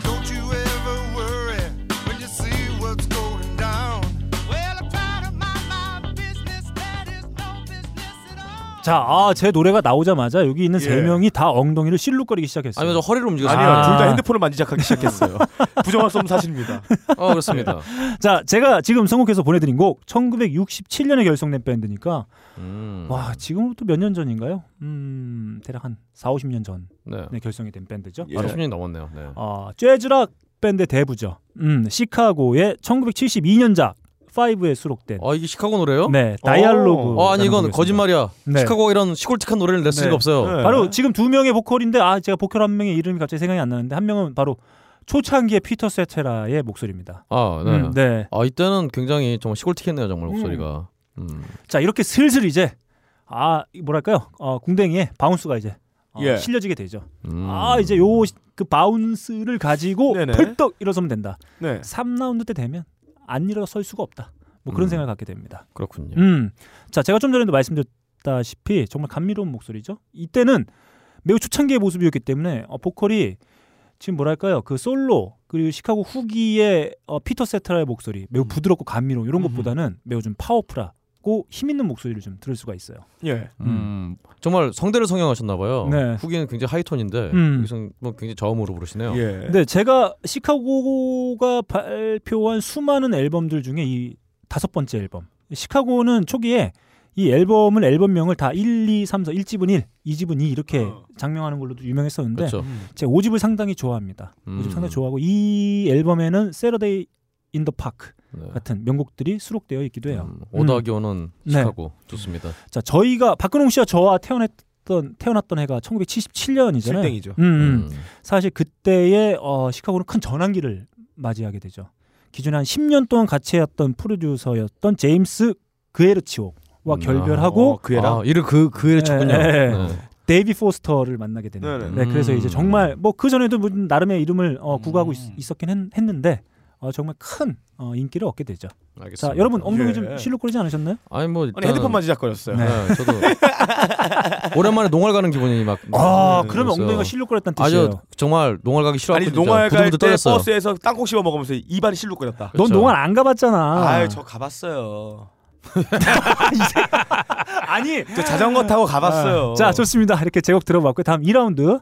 Don't you ever worry when you see what's going down? Well, I'm proud of my, my business. That is no business at all.
자, 아, 제 노래가 나오자마자 여기 있는 세
예.
명이 다 엉덩이를 실룩거리기 시작했어요.
아니면 저 허리를 움직였어요.
아니요,
아.
둘 다 핸드폰을 만지작하기 시작했어요. (laughs) 부정할 수 없는 사실입니다.
어, 그렇습니다.
자, 제가 지금 선곡해서 보내드린 곡 1967년에 결성된 밴드니까
음.
와, 지금부터 몇 년 전인가요? 음, 대략 한 4, 50년 전에
네.
결성이 된 밴드죠.
예.
아, 10년이 넘었네요. 네.
아, 재즈락 밴드 대부죠. 음, 시카고의 1972년작 5에 수록된
아, 이게 시카고 노래예요?
네, 다이알로그.
어, 아니 이건 거짓말이야.
네.
시카고가 이런 시골틱한 노래를 냈을
네.
리가 없어요.
네.
바로 지금 두 명의 보컬인데 아, 제가 보컬 한 명의 이름이 갑자기 생각이 안 나는데 한 명은 바로 초창기의 피터 세테라의 목소리입니다.
아, 네.
음, 네.
아, 이때는 굉장히 정말 시골틱했네요, 정말 목소리가. 음.
자 이렇게 슬슬 이제 아이 뭐랄까요 어, 궁뎅이에 바운스가 이제 어,
예.
실려지게 되죠.
음.
아 이제 요 그 바운스를 가지고
네네.
펄떡 일어서면 된다.
네.
3라운드 때 되면 안 일어설 수가 없다. 뭐 그런
음.
생각을 갖게 됩니다.
그렇군요.
음. 자, 제가 좀 전에도 말씀드렸다시피 정말 감미로운 목소리죠. 이때는 매우 초창기의 모습이었기 때문에 어, 보컬이 지금 뭐랄까요? 그 솔로 그리고 시카고 후기의 어, 피터 세트라의 목소리 매우 부드럽고 감미로운 이런 것보다는 매우 좀 파워풀하고 힘 있는 목소리를 좀 들을 수가 있어요.
예.
음. 정말 성대를 성형하셨나 봐요.
네.
후기는 굉장히 하이톤인데
음.
여기서 뭐 굉장히 저음으로 부르시네요.
예.
근데 제가 시카고가 발표한 수많은 앨범들 중에 이 다섯 번째 앨범. 시카고는 초기에 이 앨범을 앨범명을 다 1, 2, 3, 4, 1집은 1, 2집은 2 이렇게
어.
장명하는 걸로도 유명했었는데
그렇죠.
제가 5집을 상당히 좋아합니다.
음.
5집 상당히 좋아하고 이 앨범에는 세러데이 인 더 파크
네.
같은 명곡들이 수록되어 있기도 해요.
음, 오다기 오는
네.
시카고 좋습니다.
자, 저희가 박근홍 씨와 저와 태어났던 태어났던 해가 1977년이잖아요.
실땡이죠.
음, 음.
음.
사실 그때의 어, 시카고는 큰 전환기를 맞이하게 되죠. 기존에 한 10년 동안 같이 해왔던 프로듀서였던 제임스 그에르치오와
음,
결별하고
어, 그 애랑
아, 이를 그 그의 쳤군요.
예, 예.
네.
데이비 포스터를 만나게 되는.
네네.
네, 그래서
음.
이제 정말 뭐 그 전에도 나름의 이름을 어, 구가하고
음.
있, 었긴 했, 는데 정말 큰 어, 인기를 얻게 되죠. 자,
알겠습니다.
여러분 엉덩이
예.
좀 실룩거리지 않으셨나요?
아니 뭐
아니
일단은-
핸드폰만 지작거렸어요.
네.
네, 저도 오랜만에 농활 가는 기분이 막.
아,
네,
그러면
그래서-
엉덩이가 실룩거렸다는
아저
뜻이에요.
정말 농활 가기
아니
싫어하고
농활 갈 때
부들부들 떨렸어요.
버스에서 땅콩 씹어 먹으면서 입안이 실룩거렸다.
넌
그렇죠.
동안 안 가봤잖아.
아유 저 가봤어요.
아니,
저 자전거 타고 가봤어요.
아, 자 좋습니다. 이렇게 제곡 들어봤고요. 다음 2라운드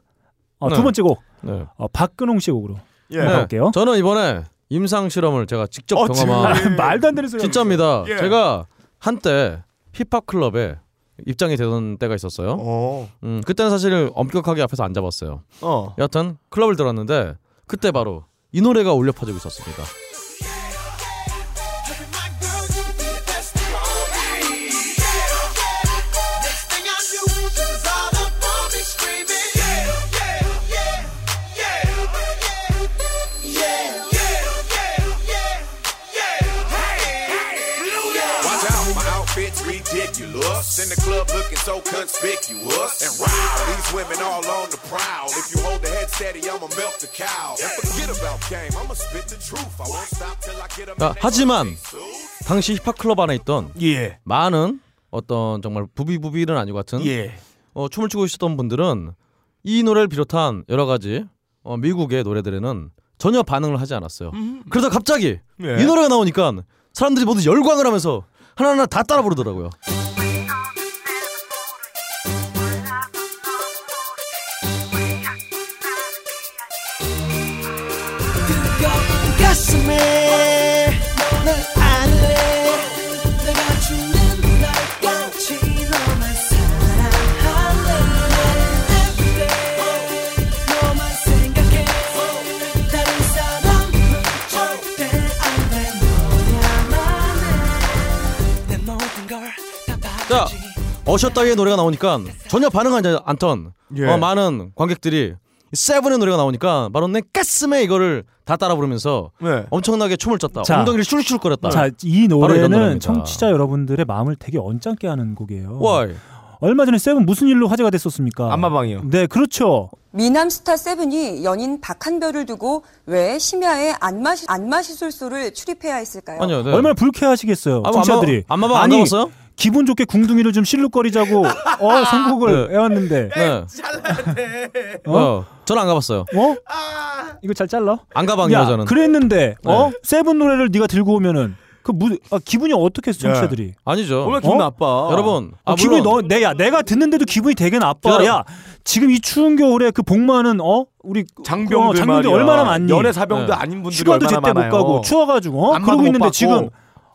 어, 두
네.
번째 곡
네.
어, 박근홍 씨 곡으로
예.
네. 가볼게요.
저는 이번에 임상 실험을 제가 직접
어,
경험한
지금-
(laughs) 말도 안 되는 소리.
아, (laughs) 네. 진짜입니다.
예.
제가 한때 힙합 클럽에 입장이 되던 때가 있었어요.
어.
음, 그때는 사실 엄격하게 앞에서 안 잡았어요.
어.
여하튼 클럽을 들었는데 그때 바로 이 노래가 울려 퍼지고 있었습니다.
Watch out, my outfit's ridiculous. In the club looking so conspicuous. And wow, these women all on the prowl. If you hold the head steady, I'ma milk the cow. And forget about game, I'ma spit the truth. I won't stop till I get 'em
자,
in they
아, 하지만
suit.
당시 힙합 클럽 안에 있던
예.
많은 어떤 정말 부비부비는 아니고 같은
예.
어, 춤을 추고 있었던 분들은 이 노래를 비롯한 여러 가지 어, 미국의 노래들에는 전혀 반응을 하지 않았어요.
음.
그러다 갑자기
예.
네.
이 노래가 나오니까 사람들이 모두 열광을 하면서 하나하나 다 따라 부르더라고요.
가슴에 널 안을래 내가 죽는 날까지 너만 사랑할래 Everyday 너만 생각해 다른 사람은 절대 안돼 너야만 해내 모든 걸다
자,
바꾸지
어셔 따위의 노래가 나오니까 전혀 반응하지 않던
예.
어, 많은 관객들이 세븐의 노래가 나오니까 바로 내 가슴에 이거를 다 따라 부르면서
네.
엄청나게 춤을 췄다.
자.
엉덩이를 슈룩슈룩거렸다.
자, 이
이런
노래는
노래입니다.
청취자 여러분들의 마음을 되게 언짢게 하는 곡이에요.
Why?
얼마 전에 세븐 무슨 일로 화제가 됐었습니까?
안마방이요.
네, 그렇죠.
미남 스타 세븐이 연인 박한별을 두고 왜 심야에 안마시, 안마시술소를 출입해야 했을까요?
아니요. 네.
얼마나 불쾌하시겠어요,
아, 뭐
청취자들이.
안마- 안마방 안
아니,
가봤어요?
기분 좋게 궁둥이를 좀 실룩거리자고
(laughs)
어 선곡을 해왔는데
네.
어?
어, 저는 안 가봤어요.
어? 이거 잘 잘라?
안 가방이요
야,
저는. 네.
그랬는데 어 세븐 노래를 네가 들고 오면은 그 무, 아, 기분이 어떻게 했어, 청취자들이?
아니죠.
얼마나 기분
어?
나빠.
여러분,
아,
아,
기분이
물론
너 내야 내가 듣는데도 기분이 되게 나빠.
기다려.
야 지금 이 추운 겨울에 그 복만은 어 우리
장병들
어, 장병들
말이야.
얼마나 많니?
연애 사병도
네.
아닌 분들이
휴가도
얼마나
제때 못
많아요.
가고 추워가지고 어
안마도
그러고
못
있는데
받고.
지금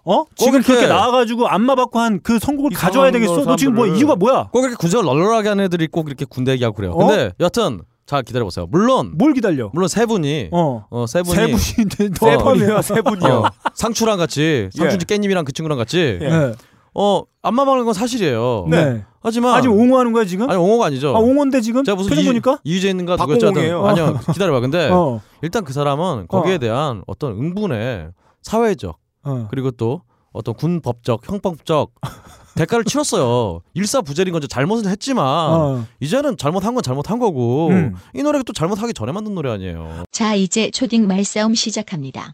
어 지금
이렇게
그렇게 나와가지고 안마 받고 한 그 선곡을
이상한
가져와야 되겠어? 너 지금 뭐
사람들을.
이유가 뭐야?
꼭 이렇게 군생활 널널하게 하는 애들이 꼭 이렇게 군대 얘기하고 그래요.
어?
근데 여하튼 잘 기다려보세요. 물론
뭘 기다려?
물론 세 분이 어,
어
세 분이
세분인데
세
너세분이야
분이요, (laughs) 세 분이요.
어, 상추랑 같이
예.
상추지 깻잎이랑 그 친구랑 같이
예.
네.
어 안마 먹는 건 사실이에요.
네.
하지만
아직 옹호하는 거야 지금?
아니 옹호가 아니죠.
아 옹호인데 지금?
제가 무슨
표정
이,
보니까?
이재인가 누구였죠?
박공홍이에요.
(laughs)
아니요 기다려봐.
네.
근데
어.
일단 그 사람은 거기에
어.
대한 어떤 응분의 사회적
어.
그리고 또 어떤 군법적 형법적 (laughs) 대가를 치렀어요. 일사부재인 건지 잘못은 했지만
어.
이제는 잘못한 건 잘못한 거고
음.
이 노래가 또 잘못하기 전에 만든 노래 아니에요.
자, 이제 초딩 말싸움 시작합니다. 어.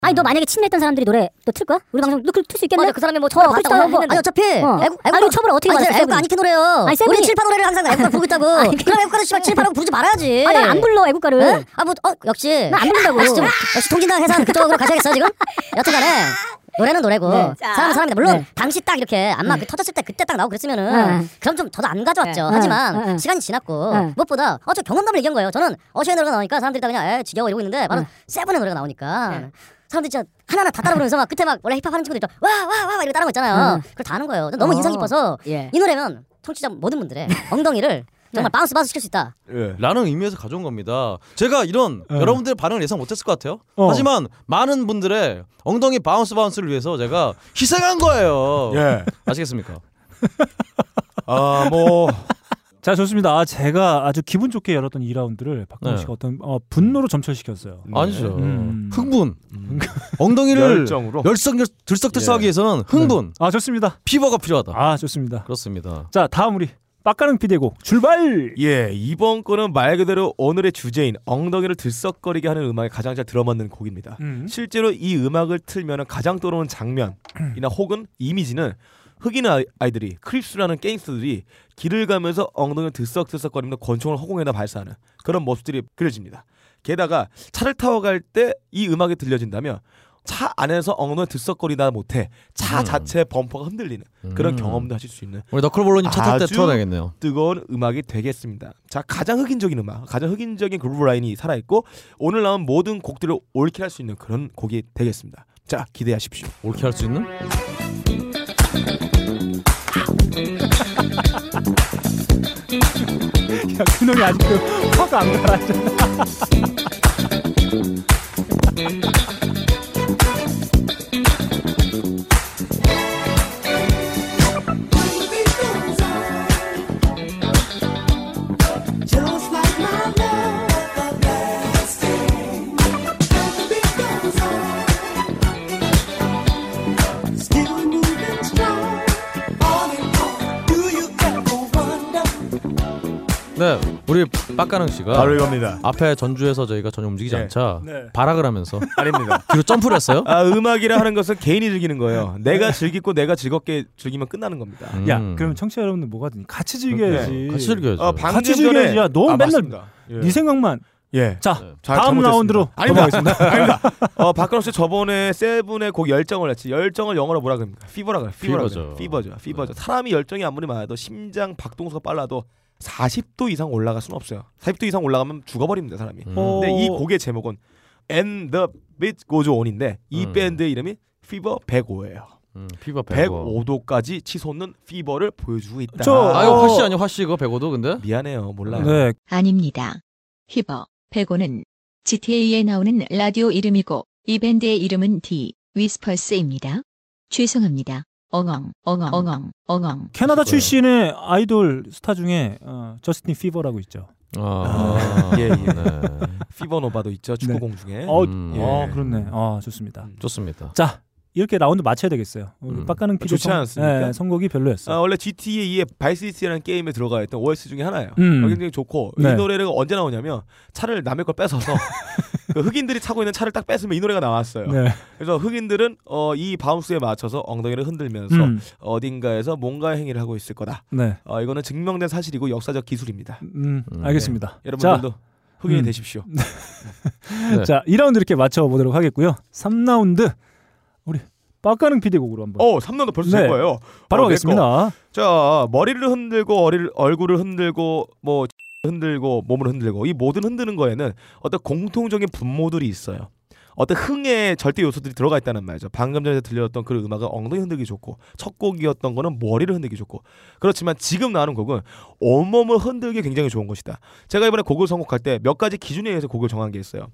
아니 너 만약에 친했던 사람들이 노래 또 틀 거야? 우리 방송 너틀수 있겠네?
맞아, 그 사람이 뭐 처벌
어,
받았다고
그렇다.
했는데.
아니 어차피
어.
애국,
아니,
애국 처벌 어떻게
아니,
받았어?
애국 아니게 그 노래요.
아니 세븐이
우리 칠파 노래를 항상 애국가 부르고 (laughs) 있다고.
아니,
그럼 애국가를 씨발 칠파라고 부르지 말아야지.
아니, 난안 불러, 애국가를.
아, 뭐, 어, 역시.
나안 부른다고.
아, 진짜, 역시 통진당 해산 그쪽으로 가셔야겠어, 지금? 여튼간에. 노래는 노래고
네.
사람은 사람이다 물론
네.
당시 딱 이렇게 안마 그 터졌을 때 그때 딱 나오고 그랬으면은
네.
그럼 좀 저도 안 가져왔죠
네.
하지만
네. 네.
시간이 지났고
네.
무엇보다 어저 경험담을 얘기한 거예요 저는 어시의 노래가 나오니까 사람들이 다 그냥 에 지겨워 이러고 있는데 바로
네.
세븐의 노래가 나오니까 사람들이 진짜 하나하나 다 따라 부르면서 막 끝에 막 원래 힙합 하는 친구들 있죠 와와와 와, 와 이러고 따라 하는 거 있잖아요
네.
그걸 다 하는 거예요 너무
어.
인상 깊어서
예. 네.
이 노래면 청취자 모든 분들의 엉덩이를 정말 바운스 바운스 시킬 수 있다
예.
라는 의미에서 가져온 겁니다. 제가 이런
예.
여러분들의 반응을 예상 못했을 것 같아요.
어.
하지만 많은 분들의 엉덩이 바운스 바운스를 위해서 제가 희생한 거예요.
예.
아시겠습니까?
아, 뭐.
자 좋습니다. 아, 제가 아주 기분 좋게 열었던 2라운드를 박근혜
네.
씨가 어떤 어, 분노로 점철시켰어요.
아니죠.
음.
흥분. 엉덩이를
열정으로. 네.
열성 들썩들썩하기
예.
위해서는 흥분.
아 좋습니다.
피버가 필요하다.
아 좋습니다.
그렇습니다.
자 다음 우리 빡가는 피대곡 출발.
예, 이번 거는 말 그대로 오늘의 주제인 엉덩이를 들썩거리게 하는 음악에 가장 잘 들어맞는 곡입니다.
음.
실제로 이 음악을 틀면 가장 떠오르는 장면이나 혹은 이미지는 흑인 아이- 아이들이 크립스라는 갱스터들이 길을 가면서 엉덩이를 들썩들썩거리며 권총을 허공에다 발사하는 그런 모습들이 그려집니다. 게다가 차를 타고 갈 때 이 음악이 들려진다면 차 안에서 엉덩이 들썩거리다 못해 차
음.
자체 범퍼가 흔들리는 그런
음.
경험도 하실 수 있는
우리 너클볼로님 차 탈 때
아주
틀어야겠네요.
뜨거운 음악이 되겠습니다. 자, 가장 흑인적인 음악, 가장 흑인적인 그루브 라인이 살아 있고 오늘 나온 모든 곡들을 올킬할 수 있는 그런 곡이 되겠습니다. 자, 기대하십시오.
올킬 할수 있는?
야 그놈이 아직도 화가 안 가라앉아.
Just like my love, the last thing. The beat goes on. Still moving strong. All in all, do you ever wonder?
네, 우리 빡가능 씨가
바로 이겁니다.
앞에 전주에서 저희가 전혀 움직이지
네.
않자
네.
발악을 하면서
아닙니다.
(laughs) 뒤로 점프를 했어요.
아, 음악이라 하는 것은 개인이 즐기는 거예요. 내가 즐기고 내가 즐겁게 즐기면 끝나는 겁니다.
네. 음. 네.
야 그럼 청취자 여러분들 뭐가 되니 같이 즐겨야지.
같이 즐겨야죠.
어, 방금
같이
전에-
즐겨야지. 야, 넌
아,
맨날
맞습니다. 예.
네 생각만.
예.
자
잘
다음
잘못했습니다.
라운드로
아닙니다.
넘어가겠습니다. (laughs)
(laughs) 아닙니다. 어, 박근혜 씨 저번에 세븐의 곡 열정을 했지. 열정을 영어로 뭐라 그럽니까? 피버라 그래. 피버라
피버죠. 네.
그래요. 피버죠. 피버죠. 사람이 열정이 아무리 많아도 심장 박동수가 빨라도 40도 이상 올라갈 수는 없어요. 40도 이상 올라가면 죽어버립니다, 사람이.
네,
음.
근데 이 곡의 제목은 And the Beat Goes On인데 이
음.
밴드의 이름이 피버 105예요.
음, 피버 105.
105도까지 치솟는 피버를 보여주고 있다.
저-
아, 이거
어.
화씨 아니야? 화씨 이거 105도 근데?
미안해요. 몰라요.
네
아닙니다. 히버 105는 GTA에 나오는 라디오 이름이고 이 밴드의 이름은 디 위스퍼스입니다. 죄송합니다. 엉엉 엉엉 엉엉 엉엉.
캐나다 출신의 아이돌 스타 중에 어, 저스틴 피버라고 있죠.
아,
예, 예.
네.
피버 노바도 있죠. 축구공 중에.
어,
음.
예. 음.
어 그렇네. 아 좋습니다.
좋습니다.
자 이렇게 라운드 마쳐야 되겠어요. 오늘
음.
빡가는 피디
좋지 않습니까?
예, 선곡이
아,
별로였어.
원래 GTA 2의 바이시티라는 게임에 들어가 있던 OS 중에 하나예요.
음.
어, 굉장히 좋고
네.
이 노래가 언제 나오냐면 차를 남의
(laughs)
걸 뺏어서 그 흑인들이 타고 있는 차를 딱 뺏으면 이 노래가 나왔어요.
네.
그래서 흑인들은 어, 이 바운스에 맞춰서 엉덩이를 흔들면서
음.
어딘가에서 뭔가 행위를 하고 있을 거다.
네.
어, 이거는 증명된 사실이고 역사적 기술입니다.
음,
음,
알겠습니다. 자,
네. 여러분들도 흑인이
음.
되십시오.
네.
자, 2라운드 이렇게 맞춰 보도록 하겠고요. 3라운드 우리 빡가는 피디 곡으로 한번
어, 3라운드 벌써
네.
된 거예요.
바로
어,
가겠습니다.
자 머리를 흔들고 어리를, 얼굴을 흔들고 뭐 (laughs) 흔들고 몸을 흔들고 이 모든 흔드는 거에는 어떤 공통적인 분모들이 있어요. 어떤 흥의 절대 요소들이 들어가 있다는 말이죠. 방금 전에 들려줬던 그 음악은 엉덩이 흔들기 좋고 첫 곡이었던 거는 머리를 흔들기 좋고 그렇지만 지금 나오는 곡은 온몸을 흔들기 굉장히 좋은 것이다. 제가 이번에 곡을 선곡할 때 몇 가지 기준에 의해서 곡을 정한 게 있어요.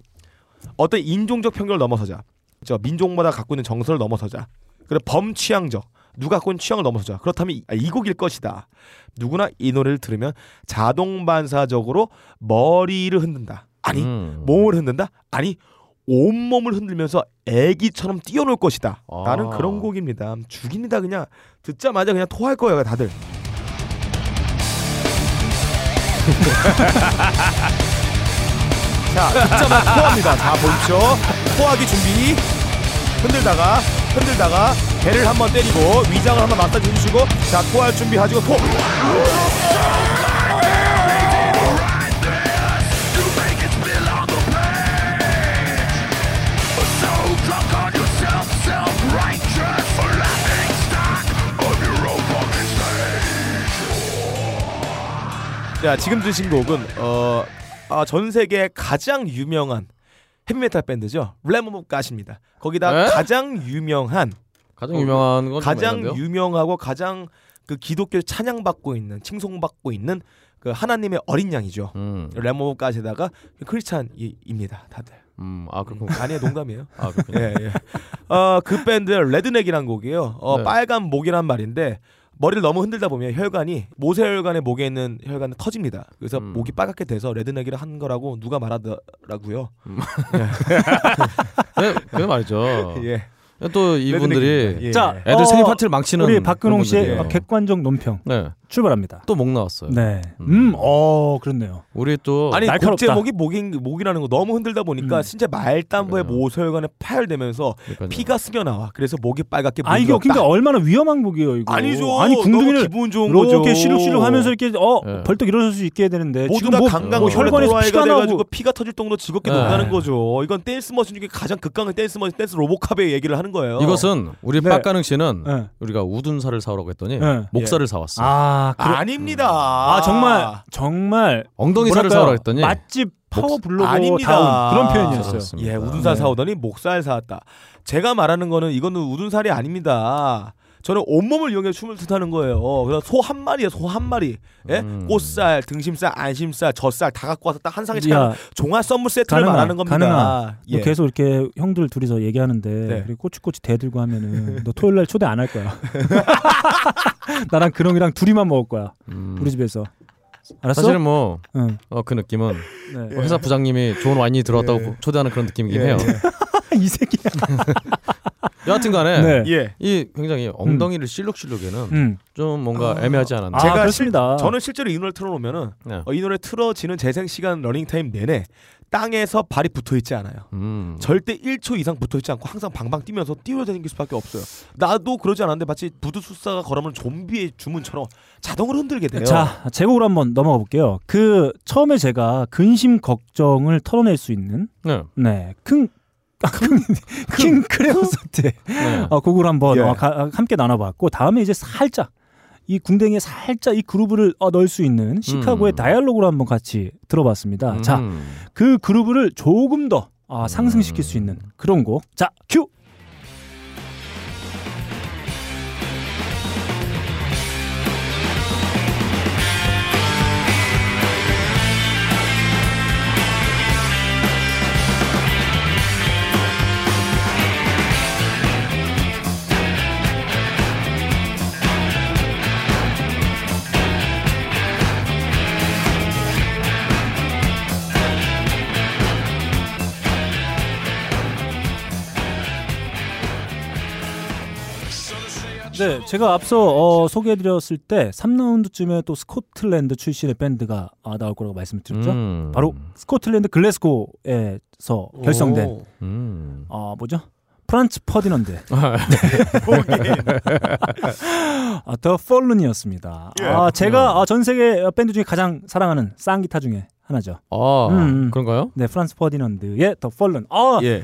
어떤 인종적 편견을 넘어서자, 저 민족마다 갖고 있는 정서를 넘어서자, 그리고 범취향적 누가 갖고 있는 취향을 넘어서자. 그렇다면 이- 이 곡일 것이다. 누구나 이 노래를 들으면 자동 반사적으로 머리를 흔든다. 아니
음.
몸을 흔든다. 아니 온몸을 흔들면서 애기처럼 뛰어놀 것이다.
아.
라는 그런 곡입니다. 죽입니다 그냥 듣자마자 그냥 토할 거예요 다들. 자 듣자마자 토합니다. 자 보십시오. 토하기 준비. 흔들다가 흔들다가 배를 한번 때리고 위장을 한번 마사지 해주시고 자 토할 준비 하시고 토. 자 지금 드신 곡은 어, 어아전 세계 가장 유명한 헤비메탈 밴드죠 램오브 가십니다. 거기다
에?
가장 유명한
가장 유명한 건좀
어, 가장
애매한데요?
유명하고 가장 그 기독교 찬양받고 있는 칭송받고 있는 그 하나님의 어린 양이죠. 램오브 가시다가 크리스찬입니다. 다들.
음, 아 그렇군.
아니에요 농담이에요.
아 그렇군.
예, 예. 어, 그 밴드 레드넥이란 곡이에요. 어,
네.
빨간 목이란 말인데 머리를 너무 흔들다 보면 혈관이 모세혈관의 목에 있는 혈관이 터집니다. 그래서
음.
목이 빨갛게 돼서 레드넥이라 한 거라고 누가 말하더라고요.
네, 그게 말이죠.
(laughs)
네,
예.
또 이분들이
레드넥입니다. 예.
자,
애들
어,
생일 파티를 망치는
우리 박근홍 씨의
그런 분들이에요.
객관적 논평
네.
출발합니다.
또 목 나왔어요.
네. 음, 어, 그렇네요.
우리 또
아니
날카롭다. 음.
국제목이 목인, 목이라는 거 너무 흔들다 보니까 진짜 말단부에
네.
모세혈관에 파열되면서
그렇죠.
피가 스겨 나와. 그래서 목이 빨갛게
아 이게
물들었다.
그러니까 얼마나 위험한 곡이에요 이거.
아니죠.
아니 궁둥이를
너무 기분 좋은
이렇게
거죠.
시룩시룩하면서 이렇게 어
예.
벌떡 일어설 수 있게 해야 되는데
모두
지금
다
뭐,
네, 강강
뭐 혈관에서
혈관에
피가
피가
나고
나가지고 피가 터질 정도로 지겹게
네.
논다는 거죠. 이건 댄스 머신 중에 가장 극강의 댄스 머신 댄스 로보캅의 얘기를 하는 거예요.
이것은 우리
네.
빡가능 씨는
네.
우리가 우둔살을 사오라고 했더니
네.
목살을 사왔어.
아, 그래-
아닙니다.
아 정말 정말
엉덩이 살을
뭐랄까요?
사오라 했더니
맛집 파워 블로거
아닙니다.
다운 그런 표현이었어요.
예, 우둔살
네.
사오더니 목살 사왔다. 제가 말하는 거는 이거는 우둔살이 아닙니다. 저는 온몸을 이용해 춤을 추다는 거예요. 그래서 소 한 마리에 소 한 마리, 예?
음.
꽃살, 등심살, 안심살, 젖살 다 갖고 와서 딱 한 상에
야.
차려 종합 선물 세트를
가능하-
말하는 겁니다.
가능하. 뭐
예.
계속 이렇게 형들 둘이서 얘기하는데
네.
그리고 꼬치꼬치 대들고 하면은 너 토요일 날 초대 안 할 거야. (laughs) 나랑 근홍이랑 둘이만 먹을 거야. 우리 집에서. 알았어?
사실은 뭐 그
응.
느낌은
네.
뭐 회사 부장님이 좋은 와인이 들어왔다고
예.
초대하는 그런 느낌이긴
예,
해요.
이 새끼야.
(laughs) 여하튼간에
네. 예.
이 굉장히 엉덩이를 실룩실룩에는
음.
좀 뭔가 애매하지
아,
않았나.
제가 실- 저는 실제로 이 노래 틀어놓으면은
어. 네.
어, 이 노래 틀어지는 재생 시간 러닝 타임 내내 땅에서 발이 붙어 있지 않아요.
음.
절대 1초 이상 붙어 있지 않고 항상 방방 뛰면서 뛰어다니는 수밖에 없어요. 나도 그러지 않았는데 마치 부두수사가 걸으면 좀비의 주문처럼 자동으로 흔들게 돼요.
자, 제목으로 한번 넘어가 볼게요. 그 처음에 제가 근심 걱정을 털어낼 수 있는
네.
네. 큰 아, 큰- 킹 크레오소트
네.
어, 곡을 한번
예.
어, 가- 아, 함께 나눠봤고 다음에 이제 살짝 이 궁뎅이에 살짝 이 그루브를 어, 넣을 수 있는 시카고의 다이얼로그를 한번 같이 들어봤습니다. 자,
음.
그 그루브를 조금 더 아, 상승시킬 수 있는 그런 곡. 자, 큐. 네, 제가 앞서 어, 소개해드렸을 때 3라운드쯤에 또 스코틀랜드 출신의 밴드가 아, 나올 거라고 말씀드렸죠.
음.
바로 스코틀랜드 글래스고에서 결성된
오. 음.
어, 뭐죠? 프란츠
(laughs)
퍼디넌드. 아, 더 폴룬이었습니다.
예.
아, 제가 아, 전 세계 밴드 중에 가장 사랑하는 쌍기타 중에 하나죠.
아
음, 음.
그런가요?
네, 프란스 퍼디넌드의 더 폴룬. 아,
예.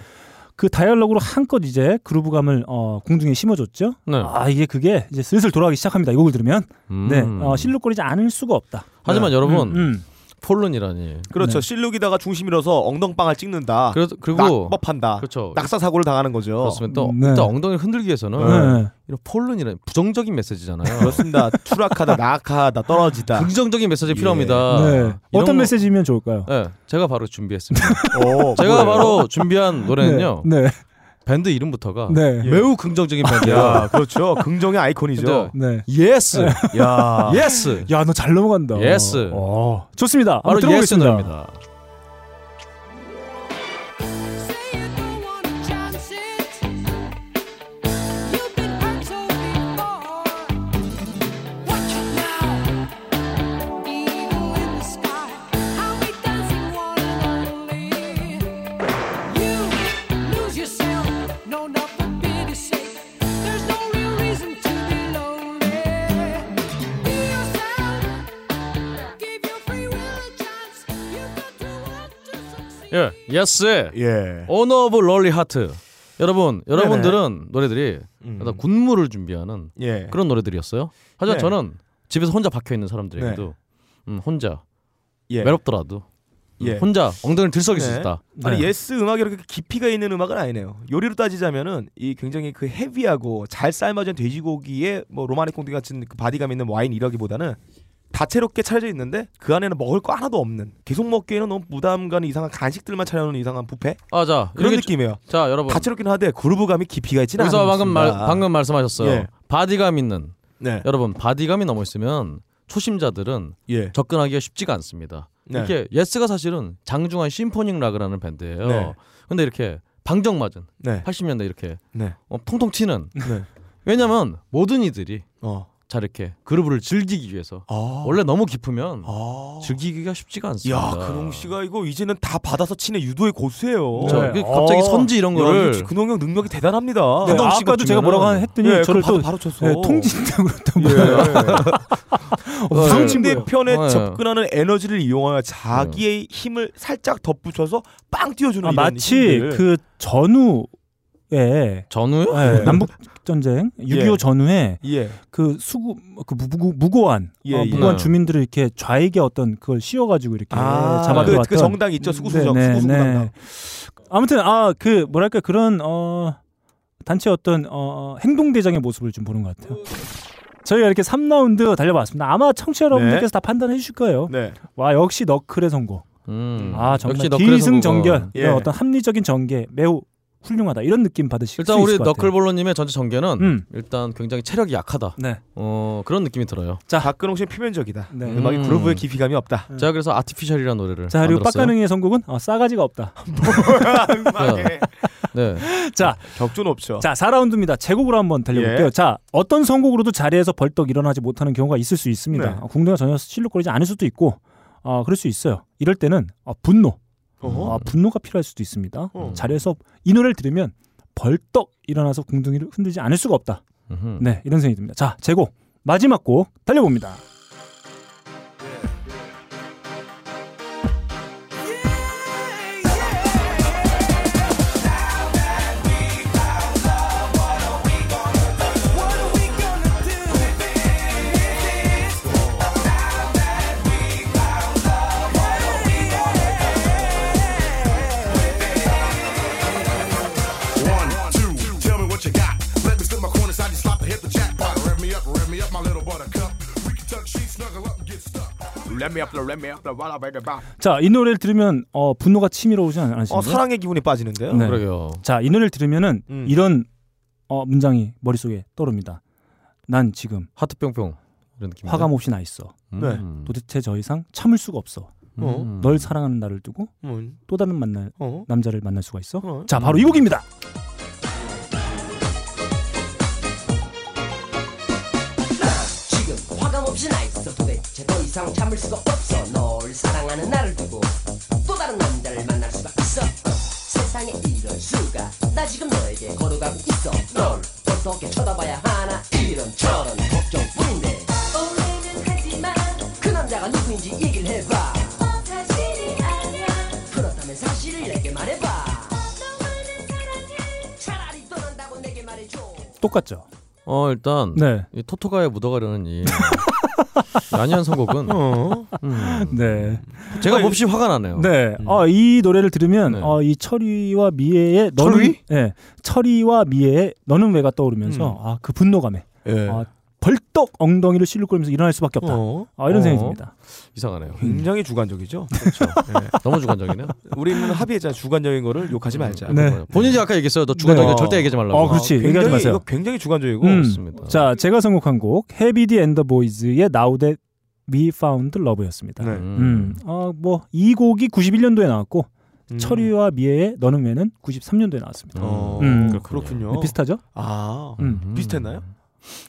그 다이얼로그로 한껏 이제 그루브감을 어, 공중에 심어줬죠.
네.
아 이게 그게 이제 슬슬 돌아가기 시작합니다. 이 곡을 들으면
음.
네 어, 실룩거리지 않을 수가 없다.
하지만
네.
여러분
음, 음.
폴론이라니.
그렇죠. 실룩이다가 중심이라서 엉덩방을 찍는다.
네. 그래서- 그리고
낙법한다.
그렇죠.
낙사 사고를 당하는 거죠.
그렇습니다. 또
네.
일단 엉덩이를 흔들기 위해서는
네.
이런 폴론이라는 부정적인 메시지잖아요.
그렇습니다.
(laughs)
추락하다, 낙하다, 떨어지다.
긍정적인 메시지
예.
필요합니다.
네.
아, 이런
어떤
거-
메시지면 좋을까요?
네, 제가 바로 준비했습니다. (laughs)
오,
제가
아, 뭐예요?
바로 준비한 노래는요.
네. 네.
밴드 이름부터가 예.
네.
매우 긍정적인
야,
밴드야.
그렇죠. 긍정의 아이콘이죠.
네.
예스.
야.
아, 예스.
야, 너 잘 넘어간다.
예스.
어, 좋습니다. 한번
바로 예스
들어보겠습니다.
노래입니다.
Say it
예, 예스.
예.
On of Lonely Heart. 여러분, 여러분들은 노래들이
음.
어떤 군무를 준비하는
예.
그런 노래들이었어요. 하지만
네.
저는 집에서 혼자 박혀 있는 사람들에게도 음, 혼자
예.
외롭더라도 음,
예.
혼자 엉덩이를 들썩일 수
네.
있다.
아니 예스 음악이 이렇게 깊이가 있는 음악은 아니네요. 요리로 따지자면은 이 굉장히 그 헤비하고 잘 삶아진 돼지고기에 뭐 로마니 콩디 같은 그 바디감 있는 와인 이러기보다는 다채롭게 차려져 있는데 그 안에는 먹을 거 하나도 없는 계속 먹기에는 너무 부담 가는 이상한 간식들만 차려놓은 이상한 뷔페
아, 자
그런
이렇게
느낌이에요.
자 여러분,
다채롭긴 하되 그루브감이 깊이가 있지는 않습니다.
여기서 뭐 방금 말, 방금 말씀하셨어요.
예.
바디감 있는
네.
여러분 바디감이 넘어 있으면 초심자들은
네.
예.
접근하기가 쉽지가 않습니다.
네.
이렇게 예스가 사실은 장중한 심포닉 락이라는 밴드예요.
네.
근데 이렇게 방정맞은
네.
80년대 이렇게
네.
어, 통통 튀는 (laughs)
네.
왜냐면 모든 이들이
어. 아.
자 이렇게 그루브를 즐기기 위해서 원래 너무 깊으면
아.
즐기기가 쉽지가 않습니다. 네.
야, 근홍 씨가 이거 이제는 다 받아서 치는 유도의 고수예요.
그쵸. 그 갑자기 선지 이런 거를-
야, 이거 근홍 형 능력이 대단합니다.
네, 어. 아까도 제가 뭐라고 했더니
예,
저를
그럼
또
바로, 바로 쳤어.
예, 통진당으로 또
(laughs) 무슨
네. 친구예요?
상대편에
네.
어, 예.
접근하는 에너지를 이용하여 자기의 힘을 살짝 덧붙여서 빵 띄워주는
아,
이런
마치
힘들.
그 전후에
전후
네, 남북 전쟁 6.25
예.
전후에
예.
그 수구 그 무고 무고한
예,
어,
예.
무고한
네.
주민들을 이렇게 좌익의 어떤 그걸 씌워가지고 이렇게
아,
잡아들어왔던 네,
그- 그 정당 있죠. 수구수정, 수구수구 당당.
아무튼 아 그 뭐랄까 그런 어 단체 어떤 어 행동 대장의 모습을 좀 보는 것 같아요. 저희가 이렇게 3라운드 달려봤습니다. 아마 청취자 여러분들께서 다 판단해 주실 거예요.
네.
와 역시 너클의 성공.
음.
아 정말
역시 너클의
기승전결
선곡은.
이런
예.
어떤 합리적인 전개 매우 훌륭하다 이런 느낌 받으실 수
일단
있을
우리
것 같아요.
너클볼러님의 전체 전개는
음.
일단 굉장히 체력이 약하다.
네.
어 그런 느낌이 들어요.
자,
박근홍 씨는 피면적이다.
네.
음악이
음.
그루브의 깊이감이 없다.
제가 그래서 아티피셜이라는 노래를
자 그리고
만들었어요.
빡가능의 선곡은 어, 싸가지가 없다. (laughs)
(laughs)
네.
자
격전 없죠.
자 4라운드입니다. 제곡으로 한번 달려볼게요.
어. 예.
자 어떤 선곡으로도 자리에서 벌떡 일어나지 못하는 경우가 있을 수 있습니다.
네.
어, 궁둥이가 전혀 실룩거리지 않을 수도 있고 어, 그럴 수 있어요. 이럴 때는 어, 분노, 어, 분노가 필요할 수도 있습니다.
음. 어.
자리에서 이 노래를 들으면 벌떡 일어나서 궁둥이를 흔들지 않을 수가 없다.
음흠.
네 이런 생각이 듭니다. 자 제곡 마지막 곡 달려봅니다.
One, two, tell me what you got. Let me slip my corner side, you slap to hit the jackpot. Rev me up, rev me up, my little buttercup. We can tuck sheets, snuggle up and get stuck. Let me up, let me up, while I break it back.
자 이 노래를 들으면 어, 분노가 치밀어 오지 않- 않으신가요?
어, 사랑의 기분이 빠지는데요.
네. 자, 이 노래를 들으면은
음.
이런 어, 문장이 머릿속에 떠오릅니다. 난 지금
하트뿅뿅 이런 느낌.
화가 뭐- 몹시 나 있어.
네.
도대체 더 이상 참을 수가 없어.
음.
널 사랑하는 나를 두고
음.
또 다른 만날
어.
남자를 만날 수가 있어.
어.
자, 바로 이 곡입니다.
지금 화가 몹시 나 있어 도대체 더 이상 참을 수가 없어 널 사랑하는 나를 두고 또 다른 남자를 만날 수가 있어 어, 세상에 이럴 수가 나 지금 너에게 걸어가고 있어 널 어떻게 쳐다봐야 하나 이런 저런 걱정뿐인데 오해는 하지만 그 남자가 누구인지 얘기를 해봐 어, 사실이 아니야 그렇다면 사실을 내게 말해봐 차라리 떠난다고 내게 말해줘
똑같죠.
어 일단
네.
이 토토가에 묻어가려는 이 (laughs) 난이한 선곡은
어.
음.
네.
제가 몹시 화가 나네요.
네. 어, 이 노래를 들으면
네.
어, 이 철이와 미애의 너는
철이?
네. 철이와 미애의 너는 왜가
음.
떠오르면서 아, 그 분노감에
예.
네.
아, 벌떡 엉덩이를 실룩거리면서 일어날 수밖에 없다. 아, 이런 생각이
어.
듭니다.
이상하네요.
굉장히 주관적이죠. (laughs)
네.
(laughs)
너무 주관적이네요.
예.
음.
우리는 합의했잖아. 주관적인 거를 욕하지 말자.
네.
본인이 아까 얘기했어요. 너 주관적인
네.
거 절대 얘기하지 말라고.
어, 그렇지. 얘기하지
굉장히
마세요.
이거 굉장히 주관적이고
음.
그렇습니다.
어.
자, 제가 선곡한 곡 헤비디 앤더 보이즈의 Now That We Found
네.
Love였습니다.
네.
음. 어, 뭐이 곡이 91년도에 나왔고 철이와 미애의 너는 왜는 93년도에
음.
나왔습니다.
음. 어, 그렇군요.
네, 비슷하죠?
아,
음.
비슷했나요?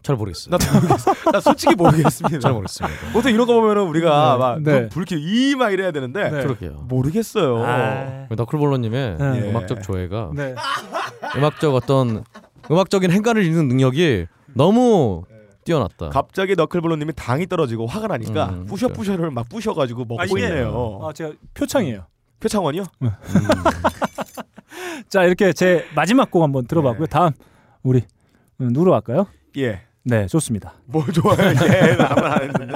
잘 모르겠어요.
나도 모르겠어요. 나 솔직히 모르겠습니다.
잘 모르겠습니다.
보통 이런 거 보면은 우리가
네,
막
네.
불쾌 이막 이래야 되는데
네. 그러게요.
모르겠어요.
아.
아.
우리 너클볼러님의
네.
음악적 조예가
네.
아,
음악적 어떤 음악적인 행간을 읽는 능력이 너무 뛰어났다.
갑자기 너클볼로님이 당이 떨어지고 화가 나니까
음,
뿌셔뿌셔를 막 뿌셔가지고 먹고
이게,
있네요.
아, 제가 아, 표창이에요.
표창원이요?
자 이렇게 제
네.
마지막 곡 한번 들어봤고요. 다음 우리 음, 누구 할까요?
예.
네 좋습니다.
뭘 좋아요? 예, 나만 안 했는데.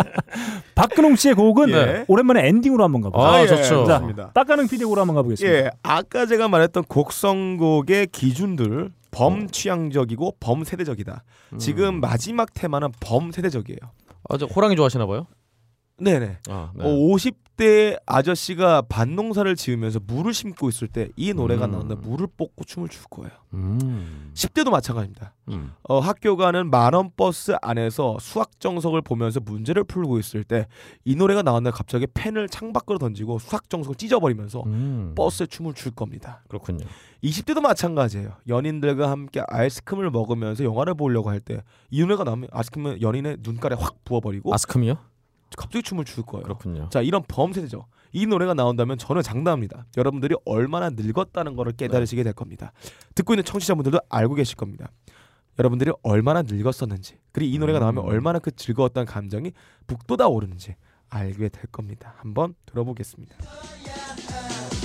박근홍 씨의 곡은
(laughs) 예.
오랜만에 엔딩으로 한번 가보죠.
아, 예,
자,
좋습니다.
빡가는 피디곡으로 한번 가보겠습니다.
예, 아까 제가 말했던 곡선곡의 기준들 음. 범취향적이고 범세대적이다. 지금 마지막 테마는 범세대적이에요.
아, 저 호랑이 좋아하시나 봐요.
네네.
아, 네.
어, 50대 아저씨가 밭농사를 지으면서 물을 심고 있을 때 이 노래가 나온다. 물을 뽑고 춤을 출 거예요.
음.
10대도 마찬가지입니다.
음.
어, 학교 가는 만원 버스 안에서 수학 정석을 보면서 문제를 풀고 있을 때 이 노래가 나왔는데 갑자기 펜을 창밖으로 던지고 수학 정석을 찢어버리면서 버스에 춤을 출 겁니다.
음, 그렇군요.
20대도 마찬가지예요. 연인들과 함께 아이스크림을 먹으면서 영화를 보려고 할 때 이 노래가 나오면 아이스크림은 연인의 눈가에 확 부어버리고
아스크미요?
갑자기 춤을 출 거예요.
그렇군요.
자 이런 범세대죠. 이 노래가 나온다면 저는 장담합니다. 여러분들이 얼마나 늙었다는 것을 깨달으시게 될 겁니다. 듣고 있는 청취자분들도 알고 계실 겁니다. 여러분들이 얼마나 늙었었는지 그리고 이 노래가
음.
나오면 얼마나 그 즐거웠던 감정이 북돋아 오르는지 알게 될 겁니다. 한번 들어보겠습니다.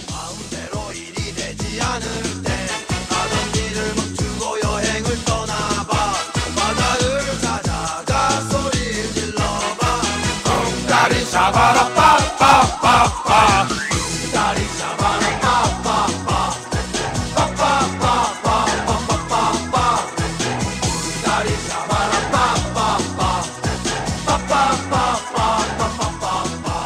마음대로 일이 되지 않을 때 하던 일을 멈추고 여행을 떠나봐 바다를 찾아가 소리 질러봐 엉다리 잡아라 빠빠빠빠 엉다리 잡아라 빠빠빠 빠빠빠빠 빠빠빠빠 엉다리 잡아라 빠빠빠 빠빠빠빠 빠빠빠빠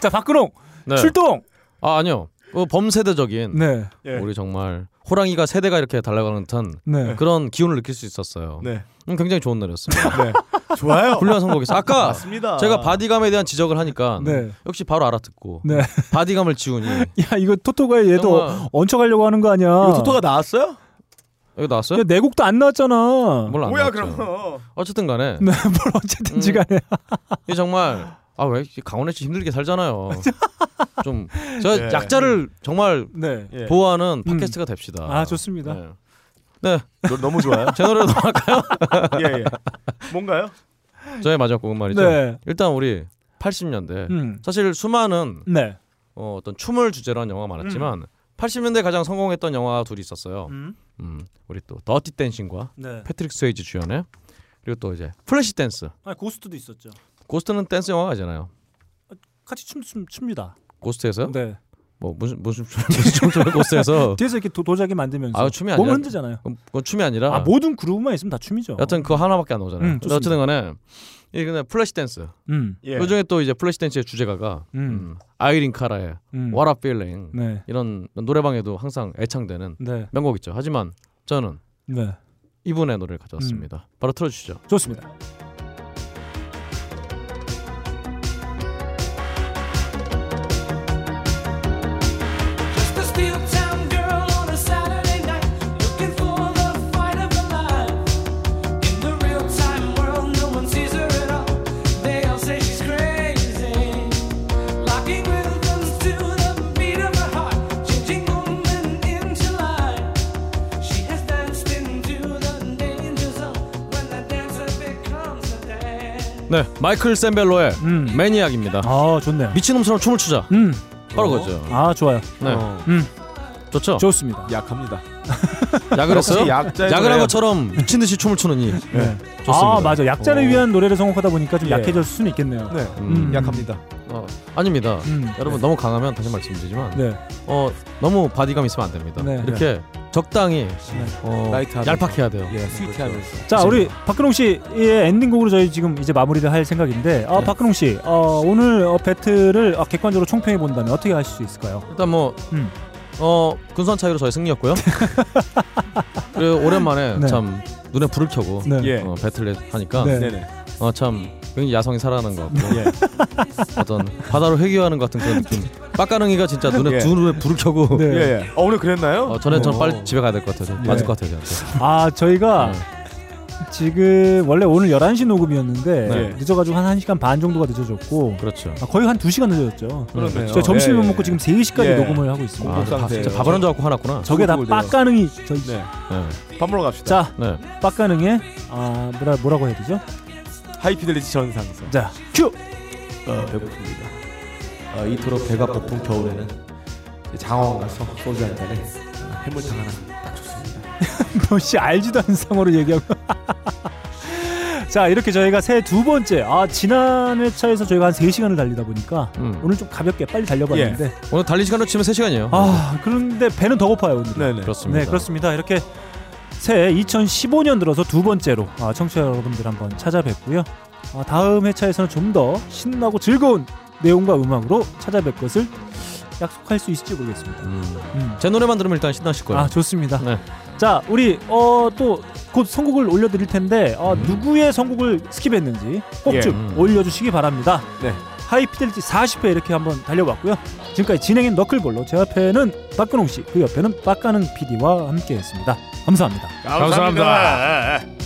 자 박근홍
네.
출동.
아 아니요. 어, 범세대적인
네.
예.
우리 정말 호랑이가 세대가 이렇게 달라가는 듯한
네.
그런 기운을 느낄 수 있었어요.
네.
음, 굉장히 좋은 노래였습니다.
네. 좋아요. (laughs)
훌륭한
(laughs)
선곡이었어요. 아까
맞습니다.
제가 바디감에 대한 지적을 하니까
네.
역시 바로 알아듣고
네.
바디감을 지우니
야 이거 토토가 (laughs) 얘도
정말.
얹혀가려고 하는 거 아니야?
나왔어요?
여기 나왔어요?
내 곡도 안 나왔잖아.
몰라.
뭐야,
그럼? 어쨌든 간에
네, (laughs) 뭘 어쨌든지 간에
이 정말 아 왜 강원래 씨
(laughs)
힘들게 살잖아요. 좀 제가
네.
약자를 정말
네. 예.
보호하는
음.
팟캐스트가 됩시다.
아 좋습니다.
네. 네.
노래 너무 좋아요.
(laughs) 제 노래로 넘어갈까요?
(laughs) 예, 예. 뭔가요?
저의 마지막 곡은 말이죠.
네.
일단 우리 80년대
음.
사실 수많은
네.
어, 어떤 춤을 주제로 한 영화가 많았지만
음.
80년대 가장 성공했던 영화 둘이 있었어요.
음.
음. 우리 또 더티 댄싱과
네.
패트릭 스웨이즈 주연의 그리고 또 이제 플래시 댄스.
아 고스트도 있었죠.
고스트는 댄스 영화가 아니잖아요.
같이 춤, 춤 춥니다.
고스트에서요?
네.
뭐 무슨 무슨 춤- 무슨 춤을
(laughs)
고스트에서
뒤에서 이렇게 도, 도자기 만들면서
아 춤이 아니라
몸을 흔들잖아요.
그건, 그건 춤이 아니라
아
뭐?
모든 그룹만 있으면 다 춤이죠.
여튼 그거 하나밖에 안 나오잖아요.
음, 좋습니다.
어쨌든 간에 이 그냥 플래시 댄스.
음.
예. 요즘에 또 이제 플래시 댄스의 주제가가
음.
음, 아이린 카라의
음.
What a Feeling
네.
이런 노래방에도 항상 애창되는
네.
명곡 있죠. 하지만 저는
네.
이분의 노래를 가져왔습니다.
음.
바로 틀어주시죠.
좋습니다.
Just a steel town girl on a Saturday night, looking for the fight of her life. In the real time world, no one sees her at all. They all say she's crazy. Locking rhythms to the beat of her heart, changing woman into life. She has danced into the danger zone when the dancer becomes a dance.
네, 마이클 샌벨로의 매니악입니다.
음. 아 좋네요.
미친놈처럼 춤을 추자.
음.
바로 그죠.
아 좋아요.
네.
어. 음.
좋죠.
좋습니다.
약합니다.
약을 했어요?
역시 그렇죠? 약자의
약을 한
노래요.
것처럼 미친 듯이 춤을 추는 이.
네.
좋습니다.
아 맞아. 약자를
어.
위한 노래를 선곡하다 보니까 좀
예.
약해질 수는 있겠네요.
네.
음.
약합니다.
어, 아닙니다.
음.
여러분 너무 강하면 다시 말씀드리지만
네.
어, 너무 바디감 있으면 안 됩니다.
네.
이렇게 적당히 어,
라이트하면서.
얄팍해야 돼요.
예, 스위트하면서.
자 우리 박근홍 씨의 엔딩곡으로 저희 지금 이제 마무리를 할 생각인데 아,
네.
박근홍 씨 어, 오늘 어, 배틀을 어, 객관적으로 총평해 본다면 어떻게 하실 수 있을까요?
일단 뭐
음.
어, 근소한 차이로
(laughs)
저희 승리였고요. 그리고 오랜만에
네.
참 눈에 불을 켜고
네. 예.
어, 배틀을 하니까
네. 예. 네네.
어, 참 굉장히 야성이 살아나는 것 같고 어떤 바다로 회귀하는 것 같은 그런 느낌. 빡가능이가 진짜 눈에
예.
두 눈에 불을 켜고
네.
예, 예. 어, 오늘 그랬나요?
어, 저는 저는
어.
빨리 집에 가야 될 것 같아요.
예.
예. 맞을 것 같아요. 저한테.
아 저희가 지금 원래 오늘 11시 녹음이었는데
네.
늦어가지고 한 1시간 반 정도가 늦어졌고
그렇죠.
아, 거의 한 2시간 늦어졌죠
그러네요.
제가 점심을
예,
먹고
예.
지금 3시까지
예.
녹음을 하고 있습니다
아, 밥, 진짜 밥을 한줄 알고 화났구나.
예. 저게 다 빡가능이 저희
밥 먹으러 갑시다.
자
네.
빡가능의 아 뭐라, 뭐라고 해야 되죠?
하이피델리티 전상서.
자 큐! (laughs)
어, 배고픕니다. 어, 이토록 배가 고픈 겨울에는 이제 장어원 가서 소주 한 잔에 어, 해물탕 하나 딱 좋습니다.
뭐씨 알지도 않은 상어로 얘기하고. (laughs) 자 이렇게 저희가 새 두 번째 아 지난 회차에서 저희가 한3 시간을 달리다 보니까
음.
오늘 좀 가볍게 빨리 달려봤는데
오늘 달리 시간으로 치면 3시간이에요.
아 그런데 배는 더 고파요 오늘. 네네
네. 그렇습니다.
네 그렇습니다. 이렇게 새 2015년 들어서 두 번째로 아, 청취자 여러분들 한번 찾아뵙고요. 아, 다음 회차에서는 좀 더 신나고 즐거운 내용과 음악으로 찾아뵐 것을 약속할 수 있을지 모르겠습니다.
제 노래만 들으면 일단 신나실 거예요. 네.
아 좋습니다. 자 우리 어, 또 곧 선곡을 올려드릴 텐데 어, 누구의 선곡을 스킵했는지 꼭
음. 예.
좀
음.
올려주시기 바랍니다.
네.
하이피델리티 40회 이렇게 한번 달려봤고요. 지금까지 진행인 너클볼로 제 앞에는 박근홍 씨, 그 옆에는 박가능 PD와 함께했습니다. 감사합니다.
감사합니다.